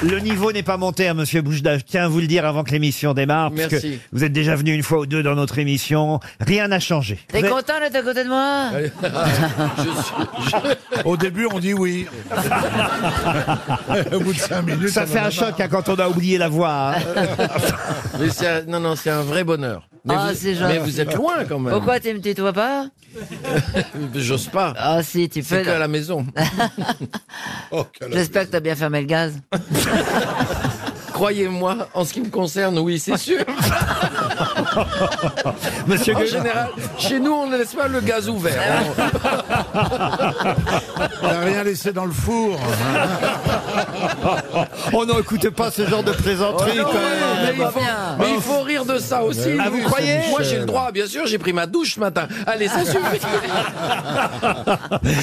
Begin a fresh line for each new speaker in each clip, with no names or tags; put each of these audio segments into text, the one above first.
Le niveau n'est pas monté, à Monsieur Boujda. Je tiens à vous le dire avant que l'émission démarre, parce que
Merci.
vous êtes déjà venu une fois ou deux dans notre émission. Rien n'a changé.
T'es
Vous êtes-
content d'être à côté de moi
Au début, on dit oui. Au bout de 5 minutes,
Ça
on
fait
en a
un
marre.
choc hein, quand on a oublié la voix. hein.
Mais c'est un- non, non, c'est un vrai bonheur. Mais,
Ah,
vous,
c'est gentil.
mais vous êtes loin quand même. Euh,
Pourquoi tu me tutoies pas
J'ose pas.
Ah si, tu
C'est
peux.
qu'à la maison.
Oh, quelle-
J'espère que t'as bien fermé le gaz.
Croyez-moi, en ce qui me concerne, oui, c'est sûr.
Monsieur
En
Gueulard,
général, chez nous, on ne laisse pas le gaz
Ah,
ouvert.
On n'a rien laissé dans le four.
on n'écoute Oh pas ce genre de
Oh
plaisanterie.
Non,
quand même.
ah,
Bah,
mais, il faut,
bien.
mais il faut rire de ça aussi.
Ah, vous croyez
Moi, j'ai le droit, bien sûr, j'ai pris ma douche ce matin. Allez, ça suffit.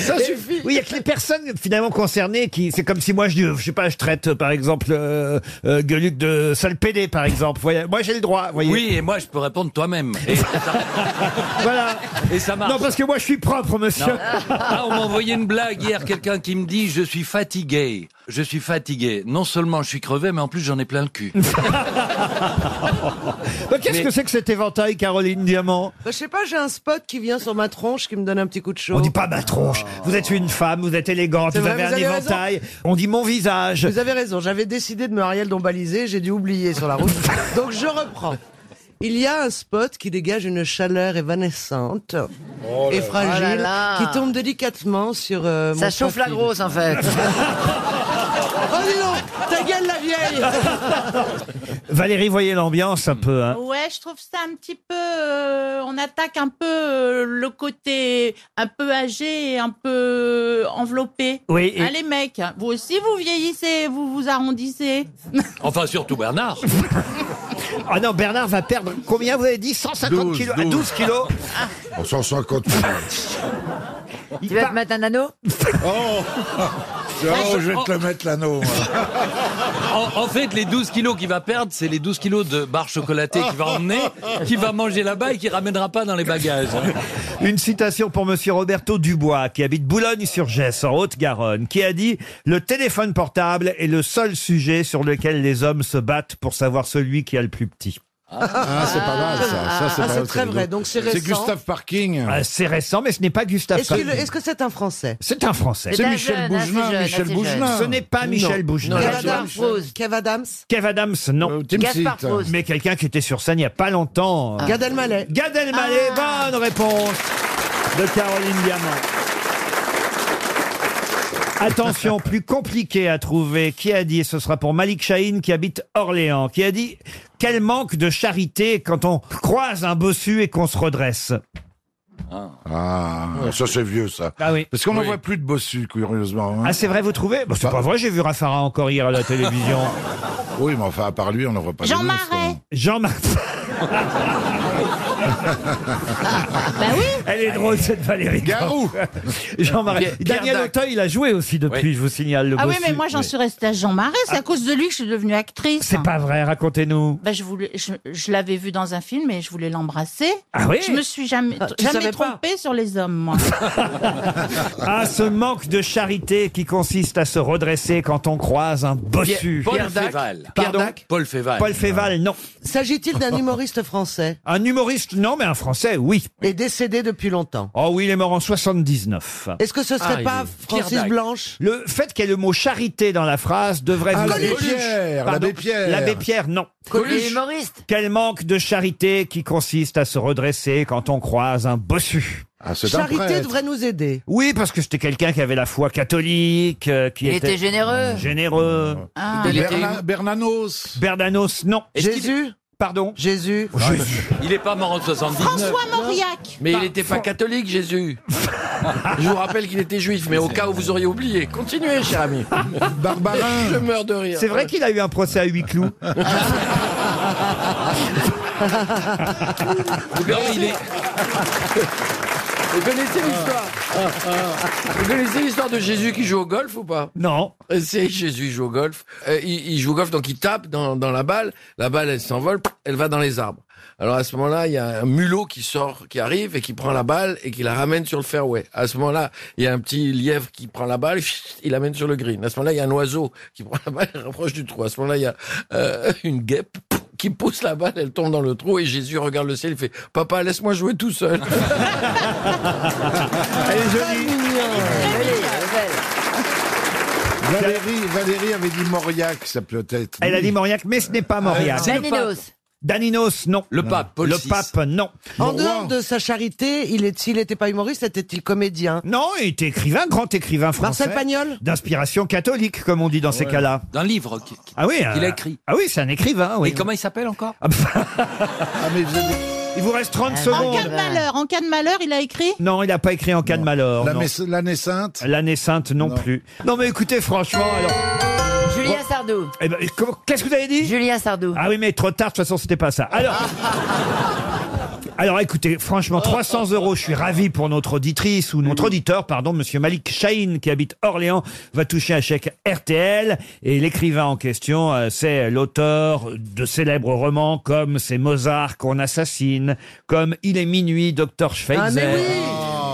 ça suffit.
Oui, il y a que les personnes finalement concernées qui. C'est comme si moi je, je sais pas, je traite euh, par exemple euh, euh, Gueuluc de sale pédé par exemple. Voyez, moi j'ai le droit. Voyez.
Oui, et moi je peux répondre toi-même. Et,
Voilà.
et ça marche.
Non parce que moi je suis propre, monsieur.
Ah, on m'a envoyé une blague hier, quelqu'un qui me dit je suis fatigué. Je suis fatigué. Non seulement je suis crevé, mais en plus j'en ai plein le cul.
Mais Qu'est-ce que c'est que cet éventail, Caroline Diamant
Bah, je sais pas, j'ai un spot qui vient sur ma tronche qui me donne un petit coup de chaud. Ah.
On dit pas ma tronche. Vous êtes une femme, vous êtes élégante,
C'est
vous
vrai,
avez
vous
un
avez
éventail. On dit mon visage.
Vous avez raison, j'avais décidé de me Ariel dombaliser, j'ai dû oublier sur la route. Donc je reprends. Il y a un spot qui dégage une chaleur évanescente et fragile
Oh là là.
qui tombe délicatement sur euh, mon
Ça chauffe la
profil.
grosse en fait.
Oh dis donc, ta gueule la vieille
Valérie, voyez l'ambiance un peu. hein.
Ouais, je trouve ça un petit peu. euh, on attaque un peu euh, le côté un peu âgé et un peu enveloppé.
Oui. et-
Hein, les mecs, vous aussi vous vieillissez, vous vous arrondissez.
Enfin, surtout Bernard.
Ah non, Bernard va perdre combien vous avez dit 150
12,
kilos. Ah,
12.
12 kilos.
On s'en sent quand
Il
tu vas
part-
te mettre un anneau
Oh, Oh, je vais te le mettre l'anneau.
En, en fait, les 12 kilos qu'il va perdre, c'est les 12 kilos de barres chocolatées qu'il va emmener, qu'il va manger là-bas et qu'il ramènera pas dans les bagages.
Une citation pour Monsieur Roberto Dubois, qui habite Boulogne-sur-Gesse, en Haute-Garonne, qui a dit « Le téléphone portable est le seul sujet sur lequel les hommes se battent pour savoir celui qui a le plus petit.
Ah, c'est pas mal, ça. Ça, c'est
Ah,
pas
c'est
mal,
très
rigolo.
vrai, donc c'est
C'est
récent.
Gustave Parking.
Ah, C'est récent, mais ce n'est pas Gustave
Est-ce que le-
Paré.
est-ce que c'est un français
C'est un Français.
C'est
C'est
un
Michel
jeune, hein, c'est jeune,
Bougenin,
hein,
Michel
c'est jeune.
Bougenin.
Ce n'est pas Michel Bougenin.
Non.
Kev
Gaspard
Adams
Proust.
Kev Adams
Kev Adams, non.
Euh, Tim
Gaspard
Seat.
Proust.
Mais quelqu'un qui était sur scène il n'y a pas longtemps.
Ah.
Gad Elmaleh
Gad Elmaleh, bonne
Ah.
eh ben, réponse de Caroline Diamant. Attention, plus compliqué à trouver. Qui a dit, et ce sera pour Malik Chahine qui habite Orléans, qui a dit Quel manque de charité quand on croise un bossu et qu'on se redresse.
Ah, ça, c'est vieux, ça.
Ah oui.
Parce qu'on n'en voit plus de bossu, curieusement. hein.
Ah, c'est vrai, vous trouvez Bah, C'est
Bah.
pas vrai, j'ai vu Raffarin encore hier à la télévision.
Oui, mais enfin, à part lui, on n'en voit pas
Jean
des monstres,
Marais.
hein.
Jean-Marc.
bah oui.
Elle est drôle, cette Valérie.
Garou
Jean-Marie.
Pierre- Pierre
Daniel
Dac.
Auteuil, il a joué aussi depuis, je vous signale le
Ah oui,
bossu. Ah.
mais moi j'en suis restée à Jean Marais. C'est à cause de lui que je suis devenue actrice.
C'est pas vrai, racontez-nous.
Bah, je voulais, je, je l'avais vu dans un film et je voulais l'embrasser.
Ah oui
Je me suis jamais,
Ah, tu
jamais
savais pas
trompée sur les hommes, moi.
Ah, ce manque de charité qui consiste à se redresser quand on croise un bossu.
Paul
Dac.
Féval.
Pardon
Paul Féval.
Paul Féval, non.
S'agit-il d'un humoriste français
Un humoriste, non, mais un Français, oui.
et décédé depuis longtemps
Oh oui, il est mort en 79.
Est-ce que ce serait
Ah,
pas
il est- Pierre
Francis
Dac.
Blanche
Le fait qu'il y ait le mot charité dans la phrase devrait
Ah,
vous
l'abbé
aider.
Pierre,
Pardon
l'abbé Pierre.
L'abbé Pierre, non.
Les humoristes
Quel manque de charité qui consiste à se redresser quand on croise un bossu.
Ah, c'est un
Charité
prêtre.
devrait nous aider.
Oui, parce que c'était quelqu'un qui avait la foi catholique, euh, qui
Il
était,
était généreux.
généreux.
Ah.
Il était-
Berna- Bernanos.
Bernanos, non.
Est-ce qu'il-
Jésus
Pardon.
Jésus
Oh,
Jésus.
Il est pas mort en 79.
François Mauriac.
Mais il n'était pas catholique, Jésus. Je vous rappelle qu'il était juif, mais au cas où vous auriez oublié, continuez, cher ami.
Barbarin.
Je meurs de rire.
C'est vrai qu'il a eu un procès à huis clous.
Ah. Non, mais il est-
Vous connaissez l'histoire Vous connaissez l'histoire de Jésus qui joue au golf ou pas
Non.
Euh, C'est Jésus joue au golf. Euh, il, il joue au golf, donc il tape dans, dans la balle. La balle, elle s'envole, elle va dans les arbres. Alors à ce moment-là, il y a un mulot qui sort, qui arrive et qui prend la balle et qui la ramène sur le fairway. À ce moment-là, il y a un petit lièvre qui prend la balle, il l'amène sur le green. À ce moment-là, il y a un oiseau qui prend la balle, et rapproche du trou. À ce moment-là, il y a euh, une guêpe qui pousse la balle, elle tombe dans le trou et Jésus regarde le ciel, il fait « Papa, laisse-moi jouer tout seul ».
Ah,
Elle est jolie.
Valérie, Valérie avait dit Mauriac, ça peut-être.
Elle a dit Mauriac, mais ce n'est pas
Euh,
Mauriac.
Daninos.
Daninos, non.
Le pape, Paul
Le
VI.
pape, non.
En dehors de sa charité, il est, s'il n'était pas humoriste, était-il comédien
Non, il était écrivain, grand écrivain français.
Marcel Pagnol
D'inspiration catholique, comme on dit dans ces cas-là.
D'un livre. qui- qui-
Ah oui.
Il
euh,
a écrit.
Ah oui, c'est un écrivain, oui.
Et comment il s'appelle encore
Ah, bah,
Ah, mais vous avez-
Il vous reste
Ah,
30
En cas
secondes.
de malheur, en cas de malheur, il a écrit
Non, il n'a pas écrit en cas de malheur.
la
non.
messe- L'année sainte
L'année sainte non,
Non.
plus. Non mais écoutez, franchement, alors...
Julien Sardou.
eh ben, comment- Qu'est-ce que vous avez dit
Julien Sardou.
Ah oui, mais trop tard, de toute façon, c'était pas ça. Alors. Alors écoutez, franchement, 300 euros, je suis ravi pour notre auditrice ou notre auditeur, pardon, monsieur Malik Chahine, qui habite Orléans, va toucher un chèque RTL. Et l'écrivain en question, euh, c'est l'auteur de célèbres romans comme C'est Mozart qu'on assassine, comme Il est minuit, Docteur
Ah
Schweitzer,
mais oui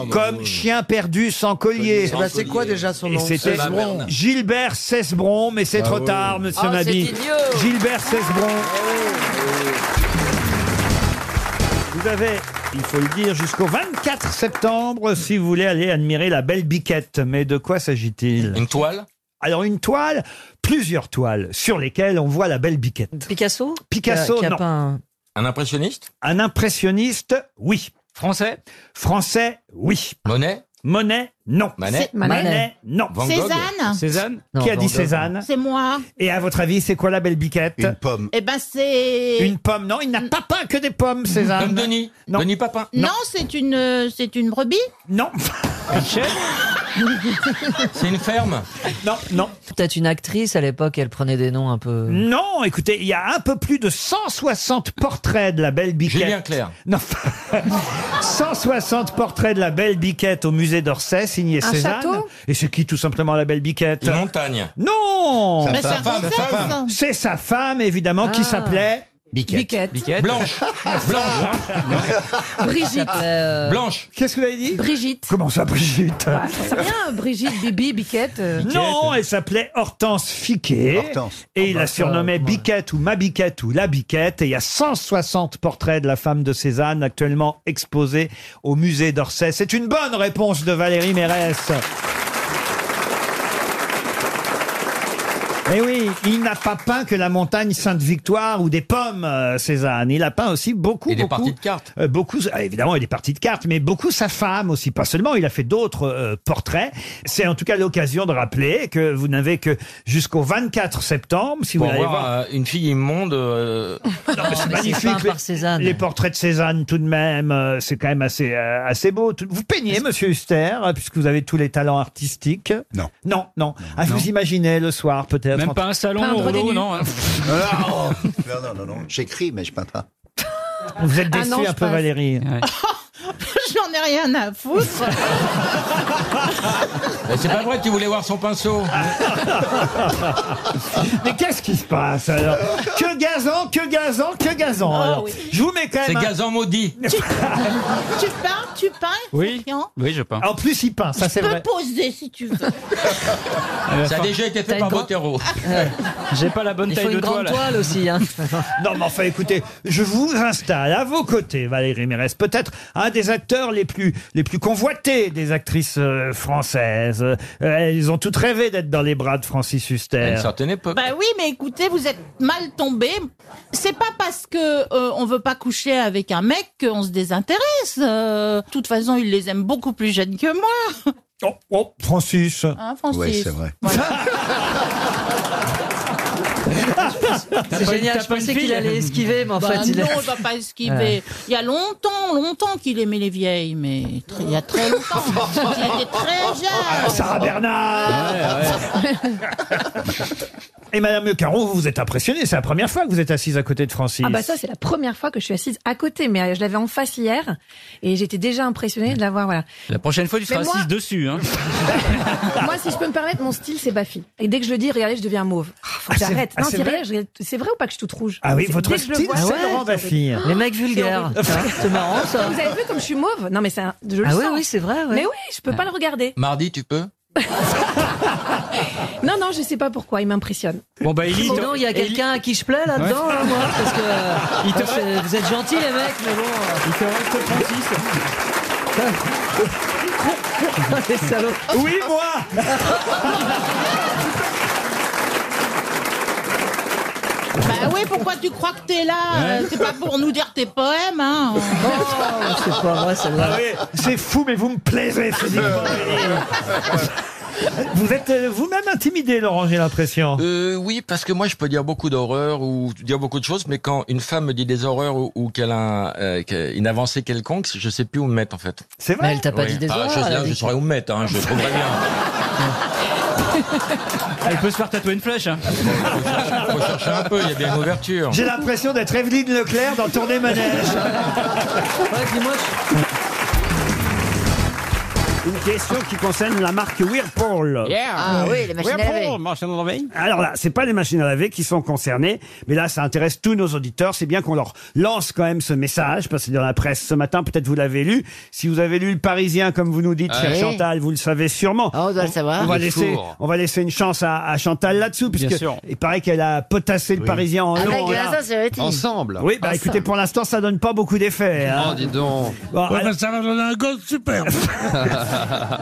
comme Chien perdu sans collier.
Eh ben, C'est quoi déjà son
Et
nom Ah
c'était
Ah, merde.
Gilbert Cesbron, mais c'est trop
ouais.
tard, monsieur
Oh, c'est
Nabi.
idiot.
Gilbert Cesbron. Vous avez, il faut le dire, jusqu'au 24 septembre si vous voulez aller admirer la belle biquette. Mais de quoi s'agit-il
Une toile
Alors une toile, plusieurs toiles sur lesquelles on voit la belle biquette.
Picasso
Picasso,
Euh,
Qui a
non.
peint-
Un impressionniste
Un impressionniste, oui.
Français
Français, oui.
Monet
Monet, non.
Manet
Manet, non.
Van Gogh
Cézanne
Cézanne
Non,
Qui a
Van
dit
Gogh.
Cézanne
C'est moi.
Et à votre avis, c'est quoi la belle biquette
Une pomme.
Eh ben c'est...
Une pomme, non, il n'a pas peint que des pommes, César.
Comme Denis
Non.
Denis Papin
Non, c'est une, euh, c'est une brebis.
Non,
C'est une ferme
non, non.
Peut-être une actrice à l'époque, elle prenait des noms un peu.
Non, écoutez, il y a un peu plus de 160 portraits de la belle biquette.
Julien Clerc
Non. 160 portraits de la belle biquette au musée d'Orsay, signé Cézanne.
château
Et c'est qui tout simplement la belle biquette
Une montagne
Non
Mais c'est un français.
C'est sa femme, évidemment, qui
Ah.
s'appelait...
Biquette.
Blanche Blanche
Brigitte.
Blanche
Qu'est-ce que vous avez dit
Brigitte.
Comment ça, Brigitte
C'est bien, Brigitte, Bibi, Biquette. euh.
Non, elle s'appelait Hortense Fiquet.
Hortense.
Et il
bah
la
ça,
surnommait
ouais.
Biquette ou Ma Biquette ou La Biquette. Et il y a 160 portraits de la femme de Cézanne actuellement exposés au musée d'Orsay. C'est une bonne réponse de Valérie Mérès. Eh oui, il n'a pas peint que la montagne Sainte-Victoire ou des pommes, euh, Cézanne. Il a peint aussi beaucoup,
Et des
beaucoup-
parties de cartes.
euh, beaucoup, ah, évidemment, il est parti de cartes, mais beaucoup sa femme aussi. Pas seulement, il a fait d'autres euh, portraits. C'est en tout cas l'occasion de rappeler que vous n'avez que jusqu'au 24 septembre, si vous
Pour
voulez
avoir
voir.
euh, une fille immonde. euh,
Ah,
Non, mais c'est
mais c'est peint
magnifique.
par Cézanne.
Les portraits de Cézanne, tout de même, euh, c'est quand même assez, euh, assez beau. Tout- Vous peignez, monsieur Huster, hein, puisque vous avez tous les talents artistiques.
Non.
Non, non. Ah, vous imaginez le soir, peut-être. en-
un salon
Peindre des nus.
non. hein.
Non, non, non, non. J'écris, mais je peins pas.
Vous êtes
Ah
déçu
non, je
un peu,
passe.
Valérie.
J'en ai rien à foutre.
Mais Eh, C'est pas vrai, tu voulais voir son pinceau
Mais qu'est-ce qui se passe, alors Que gazan, que gazan, que gazan,
Ah
alors.
oui.
Je vous mets quand
C'est
même un-
gazan maudit
tu peins, tu peins. Florian
Oui, je peins.
En plus, il peint, Ah, ça
Tu
c'est
peux
vrai.
poser si tu veux.
Ça a déjà été
T'as
fait
une
par
grande-
Bottero
Euh,
J'ai pas la bonne
Il faut
taille
une
de
grande
toile.
toile aussi. Hein.
Non, mais enfin, écoutez, je vous installe à vos côtés, Valérie Mérès, peut-être un des acteurs les plus, les plus convoités des actrices euh, françaises. Euh, elles ont toutes rêvé d'être dans les bras de Francis
À
Huster.
une certaine époque.
Bah oui, mais écoutez, vous êtes mal tombé. C'est pas parce que euh, on veut pas coucher avec un mec qu'on se désintéresse. Euh, De toute façon, il les aime beaucoup plus jeunes que moi,
Oh, oh, Francis.
hein, Francis.
Oui, c'est vrai.
C'est génial. Je pensais qu'il allait esquiver, mais en
Bah
fait, il
non,
a-
on va pas esquiver. Il y a longtemps, longtemps qu'il aimait les vieilles, mais très- il y a très longtemps.
Ah,
il était très jeune.
Sarah Bernard
Et Madame Le Caron, vous vous êtes impressionnée. C'est la première fois que vous êtes assise à côté de Francis.
Ah bah ça c'est la première fois que je suis assise à côté, mais euh, je l'avais en face hier et j'étais déjà impressionnée de la voir. Voilà.
La prochaine fois, tu
Mais
seras
moi-
assise dessus. Hein.
Moi, si je peux me permettre, mon style c'est Bafi. Et dès que je le dis, regardez, je deviens mauve. Ah, faut que
c'est-
j'arrête.
ah,
non,
c'est
c'est
vrai
vrai, je regarde- c'est vrai ou pas que je suis toute rouge
Ah oui,
C'est-
votre
dès que je le
style,
vois,
c'est
je suis
Laurent
horrible.
Baffy. Les mecs
C'est
vulgaires.
horrible.
C'est marrant, ça.
Vous avez vu comme je suis mauve Non, mais c'est un- je le
Ah oui,
sens.
oui, c'est vrai, ouais.
Mais oui, je peux pas le regarder.
Mardi, tu peux
Non, non, je sais pas pourquoi, il m'impressionne.
Bon bah Élie,
Sinon,
t'aurais-
il y a
Élie-
quelqu'un à qui je plais là-dedans,
Ouais.
là, moi, parce que euh,
Il te
parce que
reste-
vous êtes gentils les mecs, mais bon.
Il te reste
Francis. les salauds.
Oui, moi.
Bah oui, pourquoi tu crois que t'es là
Ouais.
Euh, C'est pas pour nous dire tes poèmes, hein
C'est pas vrai, celle-là.
Ah oui, c'est fou, mais vous me plaisez physiquement. Élie. vous êtes euh, vous-même intimidé, Laurent, j'ai l'impression.
Euh, oui, parce que moi, je peux dire beaucoup d'horreurs ou dire beaucoup de choses, mais quand une femme me dit des horreurs ou, ou qu'elle a un, euh, qu'elle a une avancée quelconque, je sais plus où me mettre en fait.
C'est vrai.
Mais elle t'a pas dit des
Ah,
horreurs,
je, là,
elle a
je
dit-
saurais où me mettre. Hein, je trouverais bien. Elle peut se faire tatouer une flèche. Hein.
Faut chercher un peu, il y a bien une ouverture.
J'ai l'impression d'être Evelyne Leclerc dans Tournée Manège.
Ouais, puis moi, je-
Une question qui concerne la marque Whirlpool.
Ah oui, les machines à laver.
Whirlpool, machine à laver. Alors
Ah,
là, c'est pas les machines à laver qui sont concernées, mais là, ça intéresse tous nos auditeurs. C'est bien qu'on leur lance quand même ce message, parce que dans la presse ce matin, peut-être vous l'avez lu. Si vous avez lu le Parisien, comme vous nous dites,
Ah
cher
oui.
Chantal, vous le savez sûrement. on
doit le savoir.
On va,
Le
laisser,
four.
on va laisser une chance à, à Chantal là-dessus, puisque
sûr.
il paraît qu'elle a potassé le Parisien en long,
Avec
en large.
la sincérité.
Oui, bah écoutez, pour l'instant, ça donne pas beaucoup d'effet. hein.
Oh, donc.
Bon,
Ouais,
alors-
mais ça va donner un gosse Ah, superbe.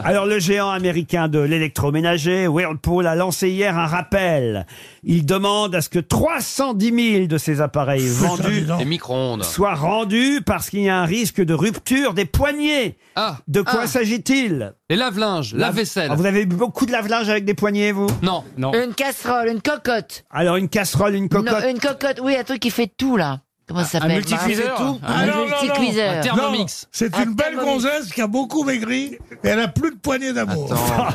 Alors, le géant américain de l'électroménager, Whirlpool, a lancé hier un rappel. Il demande à ce que 310 000 de ses appareils vendus
Les micro-ondes.
soient rendus parce qu'il y a un risque de rupture des poignées.
Ah.
De quoi
Ah.
s'agit-il
Les lave-linges,
La-
lave-vaisselle.
Ah, Vous avez bu beaucoup de lave-linge avec des poignées, vous
Non, non.
Une casserole, une cocotte.
Alors, une casserole, une cocotte
Non, une cocotte, oui, un truc qui fait tout, là. Comment ça
Un
s'appelle
multicuiseur.
Bah, c'est tout.
Ah, non,
Un
non, non.
euh,
multicuiseur.
Un Thermomix.
Non, C'est
Ah,
une belle gonzesse qui a beaucoup maigri et elle a plus de poignée d'amour.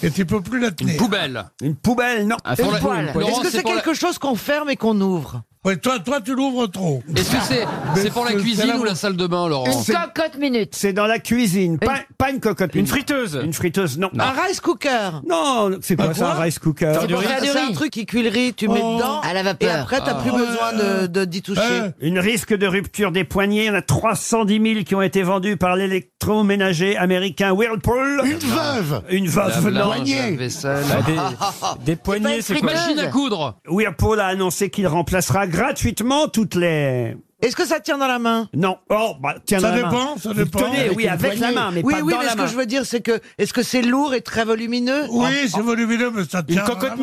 Et tu peux plus la tenir.
Poubelle.
Une poubelle, non.
Un four- Une poêle. une poêle.
Est-ce
Laurent,
que
c'est
c'est
pour la-
quelque chose qu'on ferme et qu'on ouvre
Ouais, toi, toi, tu l'ouvres trop.
Est-ce que c'est c'est pour la
Monsieur, c'est
cuisine
la-
ou la salle de bain, Laurent
Une cocotte minute.
C'est dans la cuisine, pas, pas une cocotte.
Une friteuse.
Une friteuse, non.
Un rice cooker
Non, c'est quoi,
Un
ça, un
quoi
rice cooker
C'est pour faire-
riz.
c'est un truc qui cuit le riz, tu mets
Oh.
dedans
À la vapeur.
et après t'as plus besoin de de- d'y toucher.
Euh,
Ah. Une risque de rupture des poignées. Il y en a 310 000 qui ont été vendus par l'électroménager américain Whirlpool.
Une veuve.
Une veuve, non. Ah,
Poignée.
Des poignées,
c'est quoi
Machine à coudre.
Whirlpool a annoncé qu'il remplacera gratuitement toutes les...
Est-ce que ça tient dans la main
Non. Oh, bah, tiens,
Ça
dans la main.
dépend, ça
Vous
dépend.
Tenez,
Avec
oui, avec la main, mais
Oui,
pas
oui,
dans
mais
la
ce que
main.
je veux dire, c'est que est-ce que c'est lourd et très volumineux
Oui, c'est volumineux, mais ça tient. vraiment.
Cocotte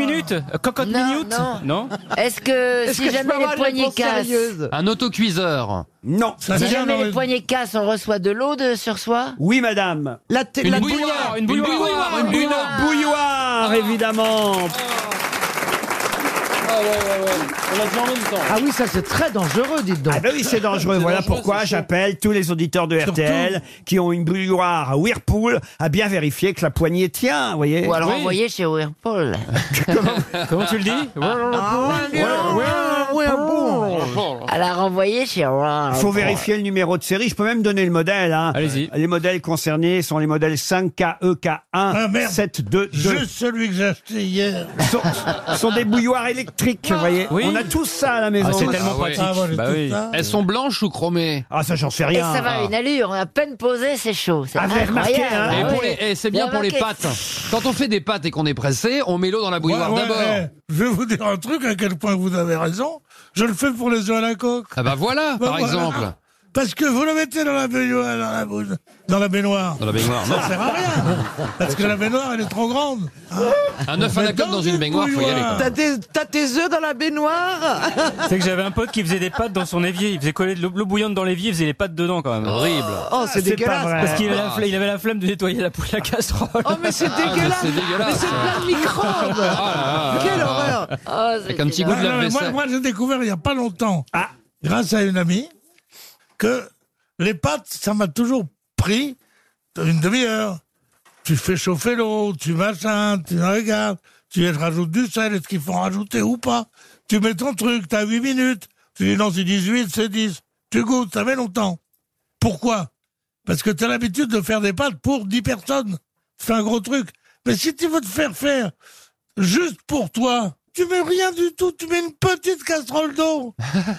Non, minute non. Est-ce que
Est-ce
si
que je peux
jamais
avoir
les
une
poignées
réponse
cassent,
sérieuse
Un autocuiseur.
Non.
Ça
si
tient dans
jamais les
le-
poignées cassent, on reçoit de l'eau de sur soi
Oui, madame.
La t- la-
Une bouilloire. Une bouilloire.
Bouilloire, évidemment.
Ah,
On l'a dit en même temps.
Ah oui, ça c'est très dangereux, dites donc.
Ah ben oui, c'est dangereux. Voilà
dangereux,
pourquoi
c'est chaud.
j'appelle tous les auditeurs de RTL qui ont une bouilloire à Whirlpool à bien vérifier que la poignée tient, vous voyez.
Ou alors
oui.
envoyer chez Whirlpool.
Comment tu le dis
Ah ouais, ouais, ouais, bon.
À la renvoyer chez Whirlpool.
Il faut vérifier le numéro de série. Je peux même donner le modèle. Hein.
Allez-y.
Les modèles concernés sont les modèles E 5KEK1,
Ah, merde.
722.
Juste celui que j'ai acheté hier.
Sont, sont des bouilloires électriques, vous voyez.
Oui.
On a tous ça à la maison.
c'est
Ah,
tellement
ouais.
pratique.
Ah, voilà,
Bah
tout
oui.
ça.
Elles sont blanches ou chromées
Ah, ça, j'en sais
Et
rien.
ça va à une allure, on a à peine posé, c'est chaud. C'est
Ah, vous avez
incroyable.
remarqué, hein
Et
Ah
pour
oui.
les- eh, c'est bien
Bien
pour les
marqué.
pâtes. Quand on fait des pâtes et qu'on est pressé, on met l'eau dans la bouilloire
Ouais, ouais,
d'abord.
eh, je vais vous dire un truc, à quel point vous avez raison. Je le fais pour les œufs à la coque.
Ah bah voilà,
Bah
par
voilà.
exemple.
Parce que vous le mettez dans la baignoire, dans la, boule- dans la baignoire.
Dans la baignoire.
Ça sert à rien. Parce que la baignoire, elle est trop grande.
Un œuf à la
Mais
coque dans une baignoire, faut y aller. quoi.
T'as tes, t'as tes œufs dans la baignoire
C'est que j'avais un pote qui faisait des pâtes dans son évier. Il faisait coller de l'eau l'eau bouillante dans l'évier, il faisait les pâtes dedans quand même.
Horrible.
Oh,
C'est
c'est
pas
dégueulasse.
vrai.
Parce qu'il avait, la
Ah.
flemme- il avait la flemme de nettoyer la, la casserole.
Oh, mais c'est dégueulasse.
c'est dégueulasse.
Mais c'est plein de
Oh
microbes.
Ah,
Quelle
ah,
horreur.
Oh, c'est
Avec un petit
énorme.
goût de
Non, non, mais
lave-vaisselle.
moi, moi, j'ai découvert il n'y a pas longtemps,
Ah.
grâce à une amie, que les pâtes, ça m'a toujours pris une demi-heure. Tu fais chauffer l'eau, tu machins, tu regardes, Tu les rajoutes du sel, est-ce qu'il faut en rajouter ou pas Tu mets ton truc, t'as 8 minutes. Tu dis non, c'est 18, c'est 10. Tu goûtes, ça met longtemps. Pourquoi Parce que t'as l'habitude de faire des pâtes pour 10 personnes. C'est un gros truc. Mais si tu veux te faire faire juste pour toi, tu mets rien du tout, tu mets une petite casserole d'eau.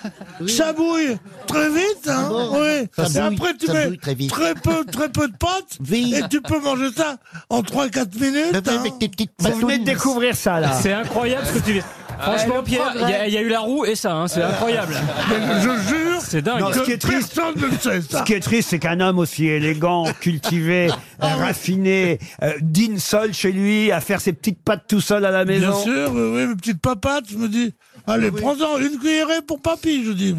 Ça bouille très vite, hein, oui.
Ah Ça
Et
bouille,
après, tu
ça
mets
bouille très vite.
peu, très peu de pâtes. Et tu peux manger ça en 3-4 minutes. hein.
Vous venez de découvrir ça, là.
C'est incroyable ce que tu viens.
Ah,
Ah,
Franchement, Pierre, il y a- il y, a eu la roue et ça, hein, c'est incroyable.
Je jure.
C'est dingue.
Non, ce qui est triste, ce qui est triste, Ah, c'est qu'un homme aussi élégant, cultivé, euh, raffiné, euh, dîne seul chez lui, à faire ses petites pattes tout seul à la maison.
Bien sûr, oui, oui, mes petites papates, je me dis, allez, prends-en une cuillerée pour papy, je dis.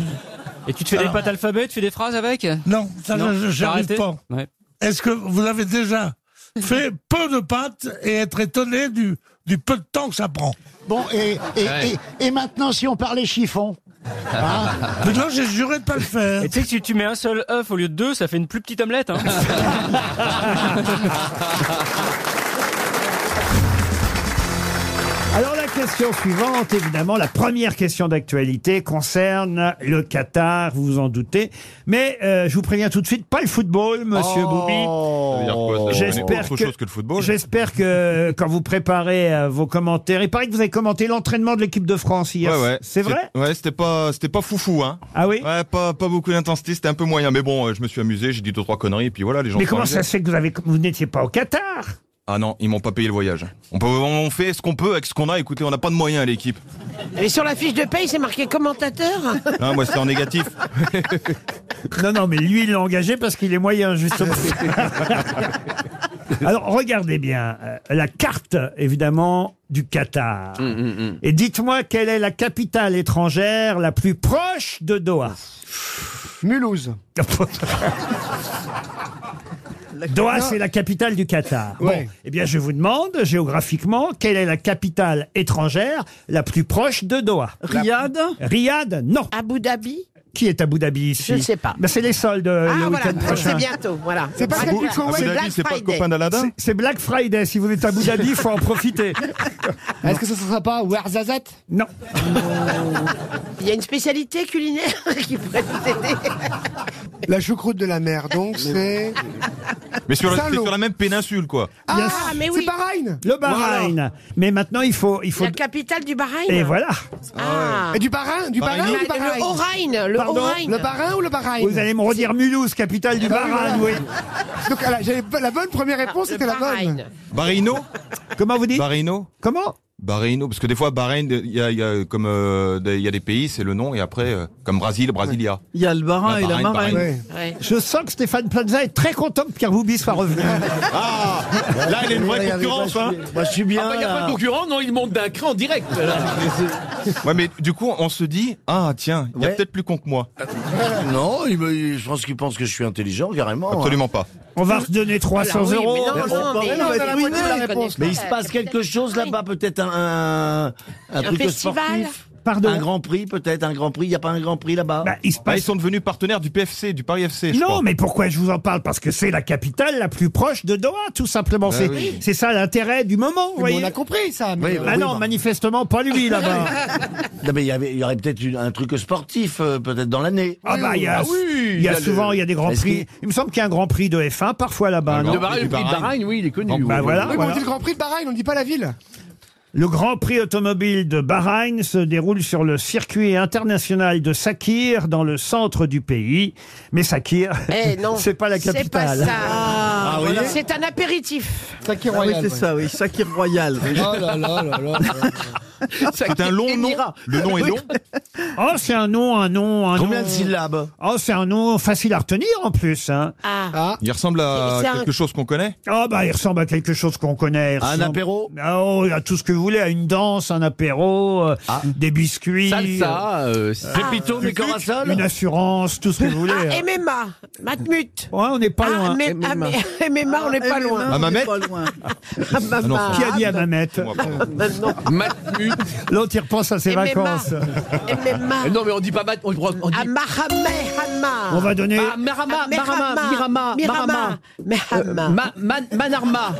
Et tu te fais des
Alors.
pâtes alphabet, tu fais des phrases avec
Non, ça,
Non,
je- je- j'y
t'as
arrive
arrêté
pas.
Ouais.
Est-ce que vous avez déjà fait peu de pâtes et être étonné du, du peu de temps que ça prend
Bon, et, et,
Ouais.
et, et maintenant, si on parlait chiffon hein
Ah. Mais non, j'ai juré de pas le faire.
Et tu sais que si tu mets un seul œuf au lieu de deux, ça fait une plus petite omelette. Hein.
Alors la question suivante, évidemment, la première question d'actualité concerne le Qatar, vous vous en doutez. Mais euh, je vous préviens tout de suite, pas le football, monsieur
Oh. Ça veut
Boubi.
dire quoi, ça Vous connaissez
J'espère
autre chose que le football
J'espère que euh, quand vous préparez euh, vos commentaires, il paraît que vous avez commenté l'entraînement de l'équipe de France hier.
Ouais, ouais.
C'est vrai
Ouais, c'était pas, c'était pas foufou, hein.
Ah oui
Ouais, pas, pas beaucoup d'intensité, c'était un peu moyen. Mais bon, euh, je me suis amusé, j'ai dit deux, trois conneries, et puis voilà, les gens
Mais
se
comment
sont
ça
amusés.
se fait que vous avez vous n'étiez pas au Qatar
Ah non, ils m'ont pas payé le voyage. On, peut, on fait ce qu'on peut avec ce qu'on a. Écoutez, on n'a pas de moyens à l'équipe.
Et sur la fiche de paye, c'est marqué commentateur
Hein, moi, c'était en négatif.
Non, non, mais lui, il l'a engagé parce qu'il est moyen, justement. Alors, regardez bien euh, la carte, évidemment, du Qatar. Et dites-moi quelle est la capitale étrangère la plus proche de Doha Mulhouse. Doha,
Non.
c'est la capitale du Qatar.
Ouais.
Bon, eh bien, je vous demande, géographiquement, quelle est la capitale étrangère la plus proche de Doha
Riyad
Riyad, non.
Abu Dhabi
Qui est Abu Dhabi ici
Je ne sais pas.
Ben, c'est les soldes euh, le
Ah
week-end
voilà,
prochain.
c'est bientôt, voilà.
C'est pas
Black-
celle du
Black-
Koweït.
Black Friday.
C'est- C'est Black Friday. Si vous êtes à Abu Dhabi, faut en profiter.
Est-ce que ce sera pas Warzazat
Non.
Il y a une spécialité culinaire qui pourrait nous aider.
La choucroute de la mer, donc c'est.
Mais sur la, c'est
Salaud.
sur la même péninsule, quoi.
Ah, mais oui.
C'est Bahreïn
Le Bahreïn. Mais maintenant, il faut, il faut.
La capitale du Bahreïn.
Et voilà.
Ah.
Et du Bahreïn Du Bahreïn ou du
Bah,
Bahreïn
Le Bahreïn. Le
Pardon
Bahreïn.
Le Bahreïn ou le Bahreïn
Vous allez me redire Mulhouse, capitale du
Ah oui,
Bahreïn, oui.
voilà. Donc alors, j'avais pas- la bonne première réponse, c'était la bonne.
Barino
Comment vous dites
Barino
Comment
Barino, parce que des fois, Bahreïn, il y a, il y a comme euh, des- il y a des pays, c'est le nom, et après, euh, comme Brésil, Brasilia.
Il y a le
Bahreïn et la Bahreïn, marraine. Bahreïn.
Je sens que Stéphane Plaza est très content que Pierre Boubi soit revenu.
Ah Là, il y a une vraie concurrence, hein
Moi, je suis
bien,
Il n'y a
là.
pas de concurrent, non, il monte d'un cran direct. là.
Ouais, mais du coup, on se dit, ah tiens, il y a peut-être plus con que moi.
Non, il me- il- je pense qu'il pense que je suis intelligent, carrément. hein.
Absolument pas.
On va redonner 300
Alors oui,
euh,
euros.
mais non, non, mais-
on va
mais
donner
oui,
la
mais-
réponse.
mais il se passe quelque chose là-bas, peut-être un, un, un truc
festival
sportif.
Pardon. Bah,
Un grand prix, peut-être un grand prix. Il n'y a pas un grand prix là-bas.
il se passe-
Bah, Ah, Ils sont devenus partenaires du PFC, du Paris FC. je
Non,
crois.
mais pourquoi je vous en parle Parce que c'est la capitale la plus proche de Doha, tout simplement.
Bah
c'est
oui.
c'est ça l'intérêt du moment, vous
Mais
voyez.
on a compris ça. mais-
euh,
Oui, bah
Ah
oui,
non,
bah.
manifestement pas lui là-bas.
Non, mais il y, avait- il y aurait peut-être une- un truc sportif, euh, peut-être dans l'année.
Ah bah il y a, il y a
le-
souvent il y a des grands
Est-ce
prix.
qu'il-
Il me semble qu'il y a un grand prix de F1 parfois
Ah,
là-bas. non
oui, il est connu.
Bah voilà,
Ah,
Oui, mais
voilà.
on dit le Grand Prix de Bahreïn, on dit pas la ville.
Le Grand Prix automobile de Bahreïn se déroule sur le circuit international de Sakir dans le centre du pays. Mais Sakir,
Eh non.
c'est pas la
C'est pas
capitale.
ça.
Ah,
Voilà.
oui.
C'est un apéritif.
Sakir
Bah
Royal,
Ah
oui, c'est
ouais.
ça, oui. Sakir Royal.
Oh là là là là.
C'est un long nom. Le nom est long.
Oh, c'est un nom, un nom, un
Combien
nom.
de syllabes
Oh, c'est un nom facile à retenir en plus. hein.
Ah.
Il ressemble à
C'est un-
quelque chose qu'on connaît
Ah bah il ressemble à quelque chose qu'on connaît. Il
À un
ressemble-
apéro
Ah, Oh, à tout ce que vous voulez, à une danse, un apéro, euh, des biscuits.
Salsa,
euh,
pépito, mais corasol.
Une assurance, tout ce que vous voulez. hein.
Ah, MMA. Matmut.
Ouais, on n'est pas
Ah,
loin. Ah,
mais- ah, mais- MMA, on n'est pas loin.
Mamette
Ah, Mamma.
Qui a dit à Mamette
Maintenant.
Matmut.
vu. L'autre, il repense à ses
MMA.
vacances.
MMA.
Non, mais on dit pas on
On dit...
Bah,
Mahamehama.
On va donner- Ah,
Marama,
Marama, Mirama, Marama.
Euh,
Mehama.
Ma- Man- Manarma.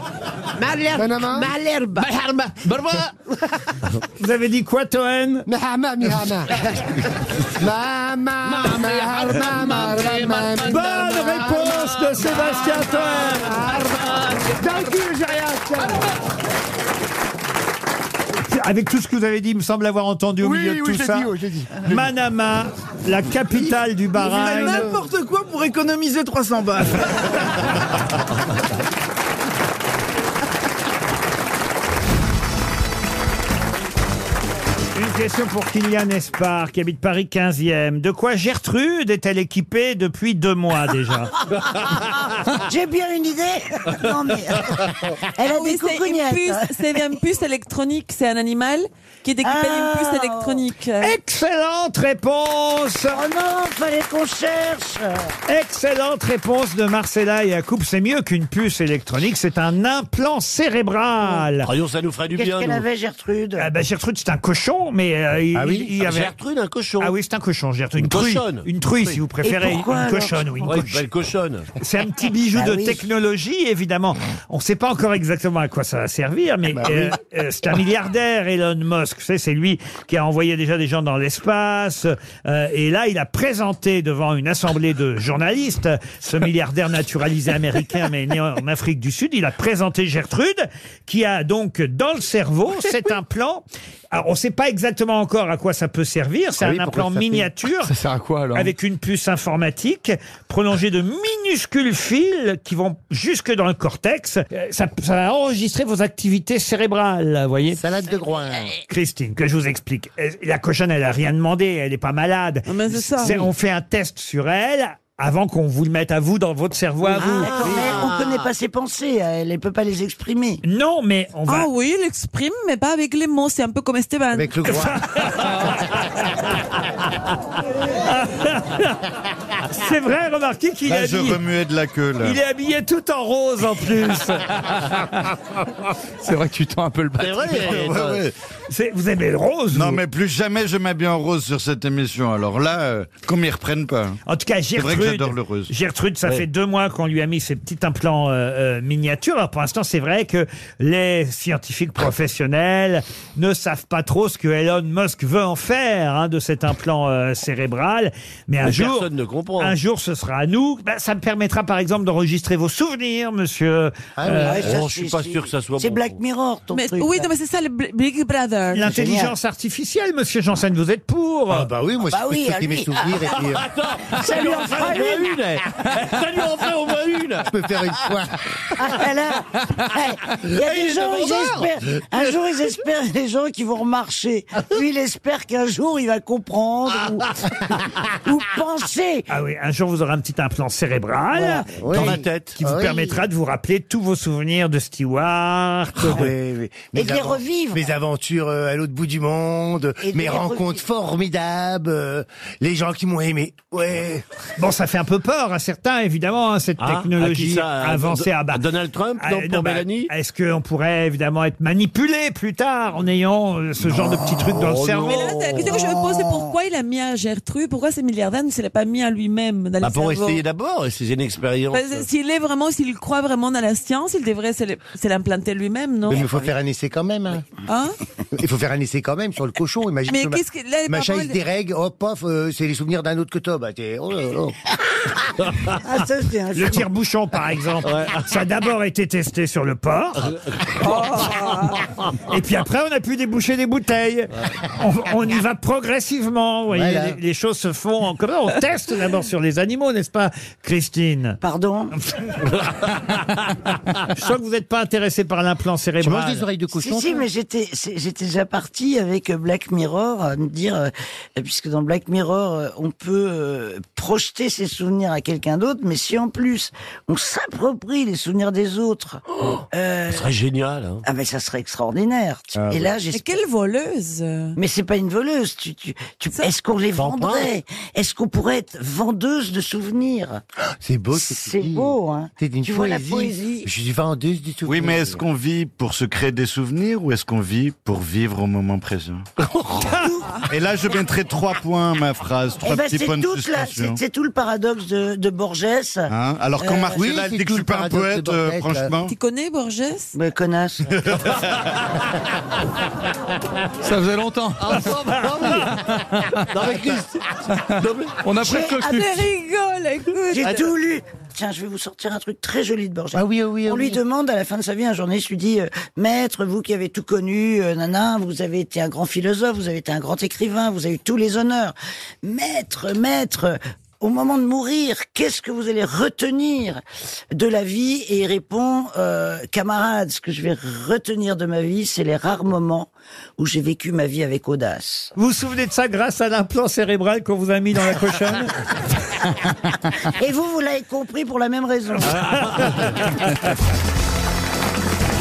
Malherbe. Malherbe.
Malherbe. Barba.
Vous avez dit quoi, Toen
Mahama, Mihama. Mama, Maharma, Marama.
Bonne réponse de Sébastien
Toen. Thank you, Jarias.
Avec tout ce que vous avez dit, il me semble avoir entendu au
Oui,
milieu de
oui,
tout
j'ai
ça.
dit, oui, j'ai dit.
Manama, la capitale du Bahreïn.
n'importe quoi pour économiser 300 balles.
Une question pour Kylian Espar, qui habite Paris 15e. De quoi Gertrude est-elle équipée depuis deux mois Ah, déjà
J'ai bien une idée. Non, mais elle a des
Ah c'est une
coucougnettes.
puce, c'est une puce électronique, c'est un animal qui est équipé d'une
Ah.
puce électronique.
Excellente réponse
Oh non, fallait qu'on cherche
Excellente réponse de Marcella et à coupe. C'est mieux qu'une puce électronique, c'est un implant cérébral.
Voyons, Ah, ça nous ferait du
Qu'est-ce
bien.
qu'elle
nous.
avait, Gertrude
Ah bah, Gertrude, c'est un cochon, mais euh, il,
Ah oui
il y
Ah,
avait...
Gertrude, un cochon.
Ah oui, c'est un cochon, Gertrude. Une,
Une
truie.
cochonne.
Une truie, si vous
Et
préférez.
pourquoi,
une
alors
cochonne, oui. une
Ouais, une
cochonne.
belle cochonne.
C'est un petit bijou
Bah
de
oui.
technologie, évidemment. On ne sait pas encore exactement à quoi ça va servir,
Bah
mais euh, euh, c'est un milliardaire, Elon Musk. Vous savez, c'est lui qui a envoyé déjà des gens dans l'espace. Euh, et là, il a présenté devant une assemblée de journalistes ce milliardaire naturalisé américain, mais né en Afrique du Sud. Il a présenté Gertrude, qui a donc dans le cerveau cet implant. Alors, on ne sait pas exactement encore à quoi ça peut servir. C'est
Ah oui,
un
pourquoi ça
implant
fait-
miniature.
Ça sert à quoi alors
Avec une puce informatique prolongée de minuscules fils qui vont jusque dans le cortex. Euh, Ça, ça va enregistrer vos activités cérébrales, vous voyez. Salade de groin. Christine, que je vous explique. Euh, La cochonne, elle a rien demandé, elle n'est pas malade.
c'est ça,
C'est-
oui.
On fait un test sur elle avant qu'on vous le mette à vous dans votre cerveau à vous.
D'accord, Ah, mais on connaît pas ses pensées, hein. elle ne peut pas les exprimer.
Non, mais on
Ah oui, il l'exprime, mais pas avec les mots, c'est un peu comme Esteban. Avec
le
groin.
C'est vrai, remarquez qu'il
Là,
est
je
habillé-
remuais de la queue, là.
Il est habillé tout en rose en plus.
C'est vrai que tu tends un peu le bâton. Ouais, ouais.
Vous aimez le rose
Non,
vous
mais plus jamais je m'habille en rose sur cette émission. Alors là, euh, qu'on m'y reprenne pas.
En tout cas, Gertrude,
C'est vrai que j'adore le rose.
Gertrude, ça
Ouais.
fait deux mois qu'on lui a mis ces petits implants euh, euh, miniatures. Alors pour l'instant, c'est vrai que les scientifiques professionnels ne savent pas trop ce que Elon Musk veut en faire hein, de cet implant euh, cérébral. Mais un
Mais
jour,
personne ne comprend.
Un jour, ce sera à nous. Ben, ça me permettra, par exemple, d'enregistrer vos souvenirs, monsieur. euh,
Ah oui, ouais, ça, Oh, je suis c'est- pas sûr que ça soit c'est bon. Black
Mirror, ton
Mais- oui, non, mais c'est ça, le Bl- Big Brother.
L'intelligence artificielle, monsieur Janssen, vous êtes pour Ah
bah oui, moi
Ah bah je oui, stocker à mes lui. souvenirs et puis, euh,
Attends,
ça lui en fera une.
Ça lui en fait au moins une
Je peux faire une fois.
Ah, là, eh, Il y a
Eh, il
des
est
gens, ils
demandeur.
espèrent. Un jour, ils espèrent des gens qui vont remarcher. Lui, il espère qu'un jour, il va comprendre ou, ou penser.
Ah oui, un jour vous aurez un petit implant cérébral
Voilà.
qui-
Oui. Dans la
tête.
Ah
qui vous
Oui.
permettra de vous rappeler tous vos souvenirs de Stewart.
Ah Oui, oui. Mes avan- Mes aventures euh, à l'autre bout du monde,
Et de
mes
les
rencontres formidables, euh, les gens qui m'ont aimé. Ouais.
Bon, ça fait un peu peur à certains, évidemment, hein, cette
Ah, à qui
technologie
ça
euh,
À
avancée
Do-
à bas.
à Donald Trump, non, pour Mélanie
bah, Est-ce qu'on pourrait évidemment être manipulé plus tard en ayant euh, ce genre de petit truc
Oh,
dans le cerveau
Mais là, la question que je me pose, c'est pourquoi il a mis à Gertrude, pourquoi ce milliardaire ne se l'est pas mis à lui-même dans
Bah,
le
pour
cerveau
essayer d'abord, c'est une expérience.
Parce que S'il est vraiment, s'il croit vraiment dans la science, il devrait se le- se l'implanter lui-même, non
Mais il faut faire un essai quand même. hein.
Hein
Il faut faire un essai quand même sur le cochon. Imagine
Mais
que
qu'est-ce que- là, les
machin,
parents,
il se
ils-
dérègle, hop, pof, euh, c'est les souvenirs d'un autre que toi. Bah, t'es- oh là là.
Ah, ça, c'est un
Le tire-bouchon, par exemple, ça a d'abord été testé sur le porc.
Euh,
Et puis après, on a pu déboucher des bouteilles. On, on y va progressivement. vous voyez,
Voilà.
les, les choses se font. En, comment on teste d'abord sur les animaux, n'est-ce pas, Christine
Pardon
Je sens que vous n'êtes pas intéressé par l'implant cérébral.
Si, si, mais j'étais, c'est- j'étais déjà parti avec euh, Black Mirror à me dire, euh, puisque dans Black Mirror, euh, on peut euh, projeter ses souvenirs à quelqu'un d'autre, mais si en plus on s'approprie les souvenirs des autres, euh,
Ce serait génial. hein.
ah mais ça serait extraordinaire. Tu-
Ah
Et
ouais.
là,
Mais
j'espère. quelle
voleuse
Mais c'est pas une voleuse. Tu, tu, tu- Est-ce qu'on les
T'en prends
vendrait Est-ce qu'on pourrait être vendeuse de souvenirs
Ah, C'est beau, ce que tu
C'est
dis.
beau, hein
C'est une
Tu vois la
poésie.
poésie.
Je suis vendeuse du souvenir.
Oui, mais est-ce qu'on vit pour se créer des souvenirs ou est-ce qu'on vit pour vivre au moment présent
Et là, je mettrai trois points à ma phrase,
Eh
trois
ben,
petits
c'est
points de
toute la-
suspension.
c'est- c'est tout le paradoxe de, de Borges.
Hein Alors quand
Euh,
Marcella dit que je suis pas un poète, euh, franchement.
Tu connais Borges Mais connasse.
Ça faisait longtemps. On a presque
J'ai-
le cul.
Ah, mais rigole, écoute. J'ai
Attends.
tout lu. Tiens, je vais vous sortir un truc très joli de Borges.
Ah oui, ah oui, ah
On lui
oui.
demande à la fin de sa vie, un journaliste lui dit euh, Maître, vous qui avez tout connu, euh, nana, vous avez été un grand philosophe, vous avez été un grand écrivain, vous avez eu tous les honneurs. Maître, maître, au moment de mourir, qu'est-ce que vous allez retenir de la vie Et il répond euh, Camarade, ce que je vais retenir de ma vie, c'est les rares moments où j'ai vécu ma vie avec audace.
Vous vous souvenez de ça grâce à l'implant cérébral qu'on vous a mis dans la cochonne
Et vous, vous l'avez compris pour la même raison.
Ah.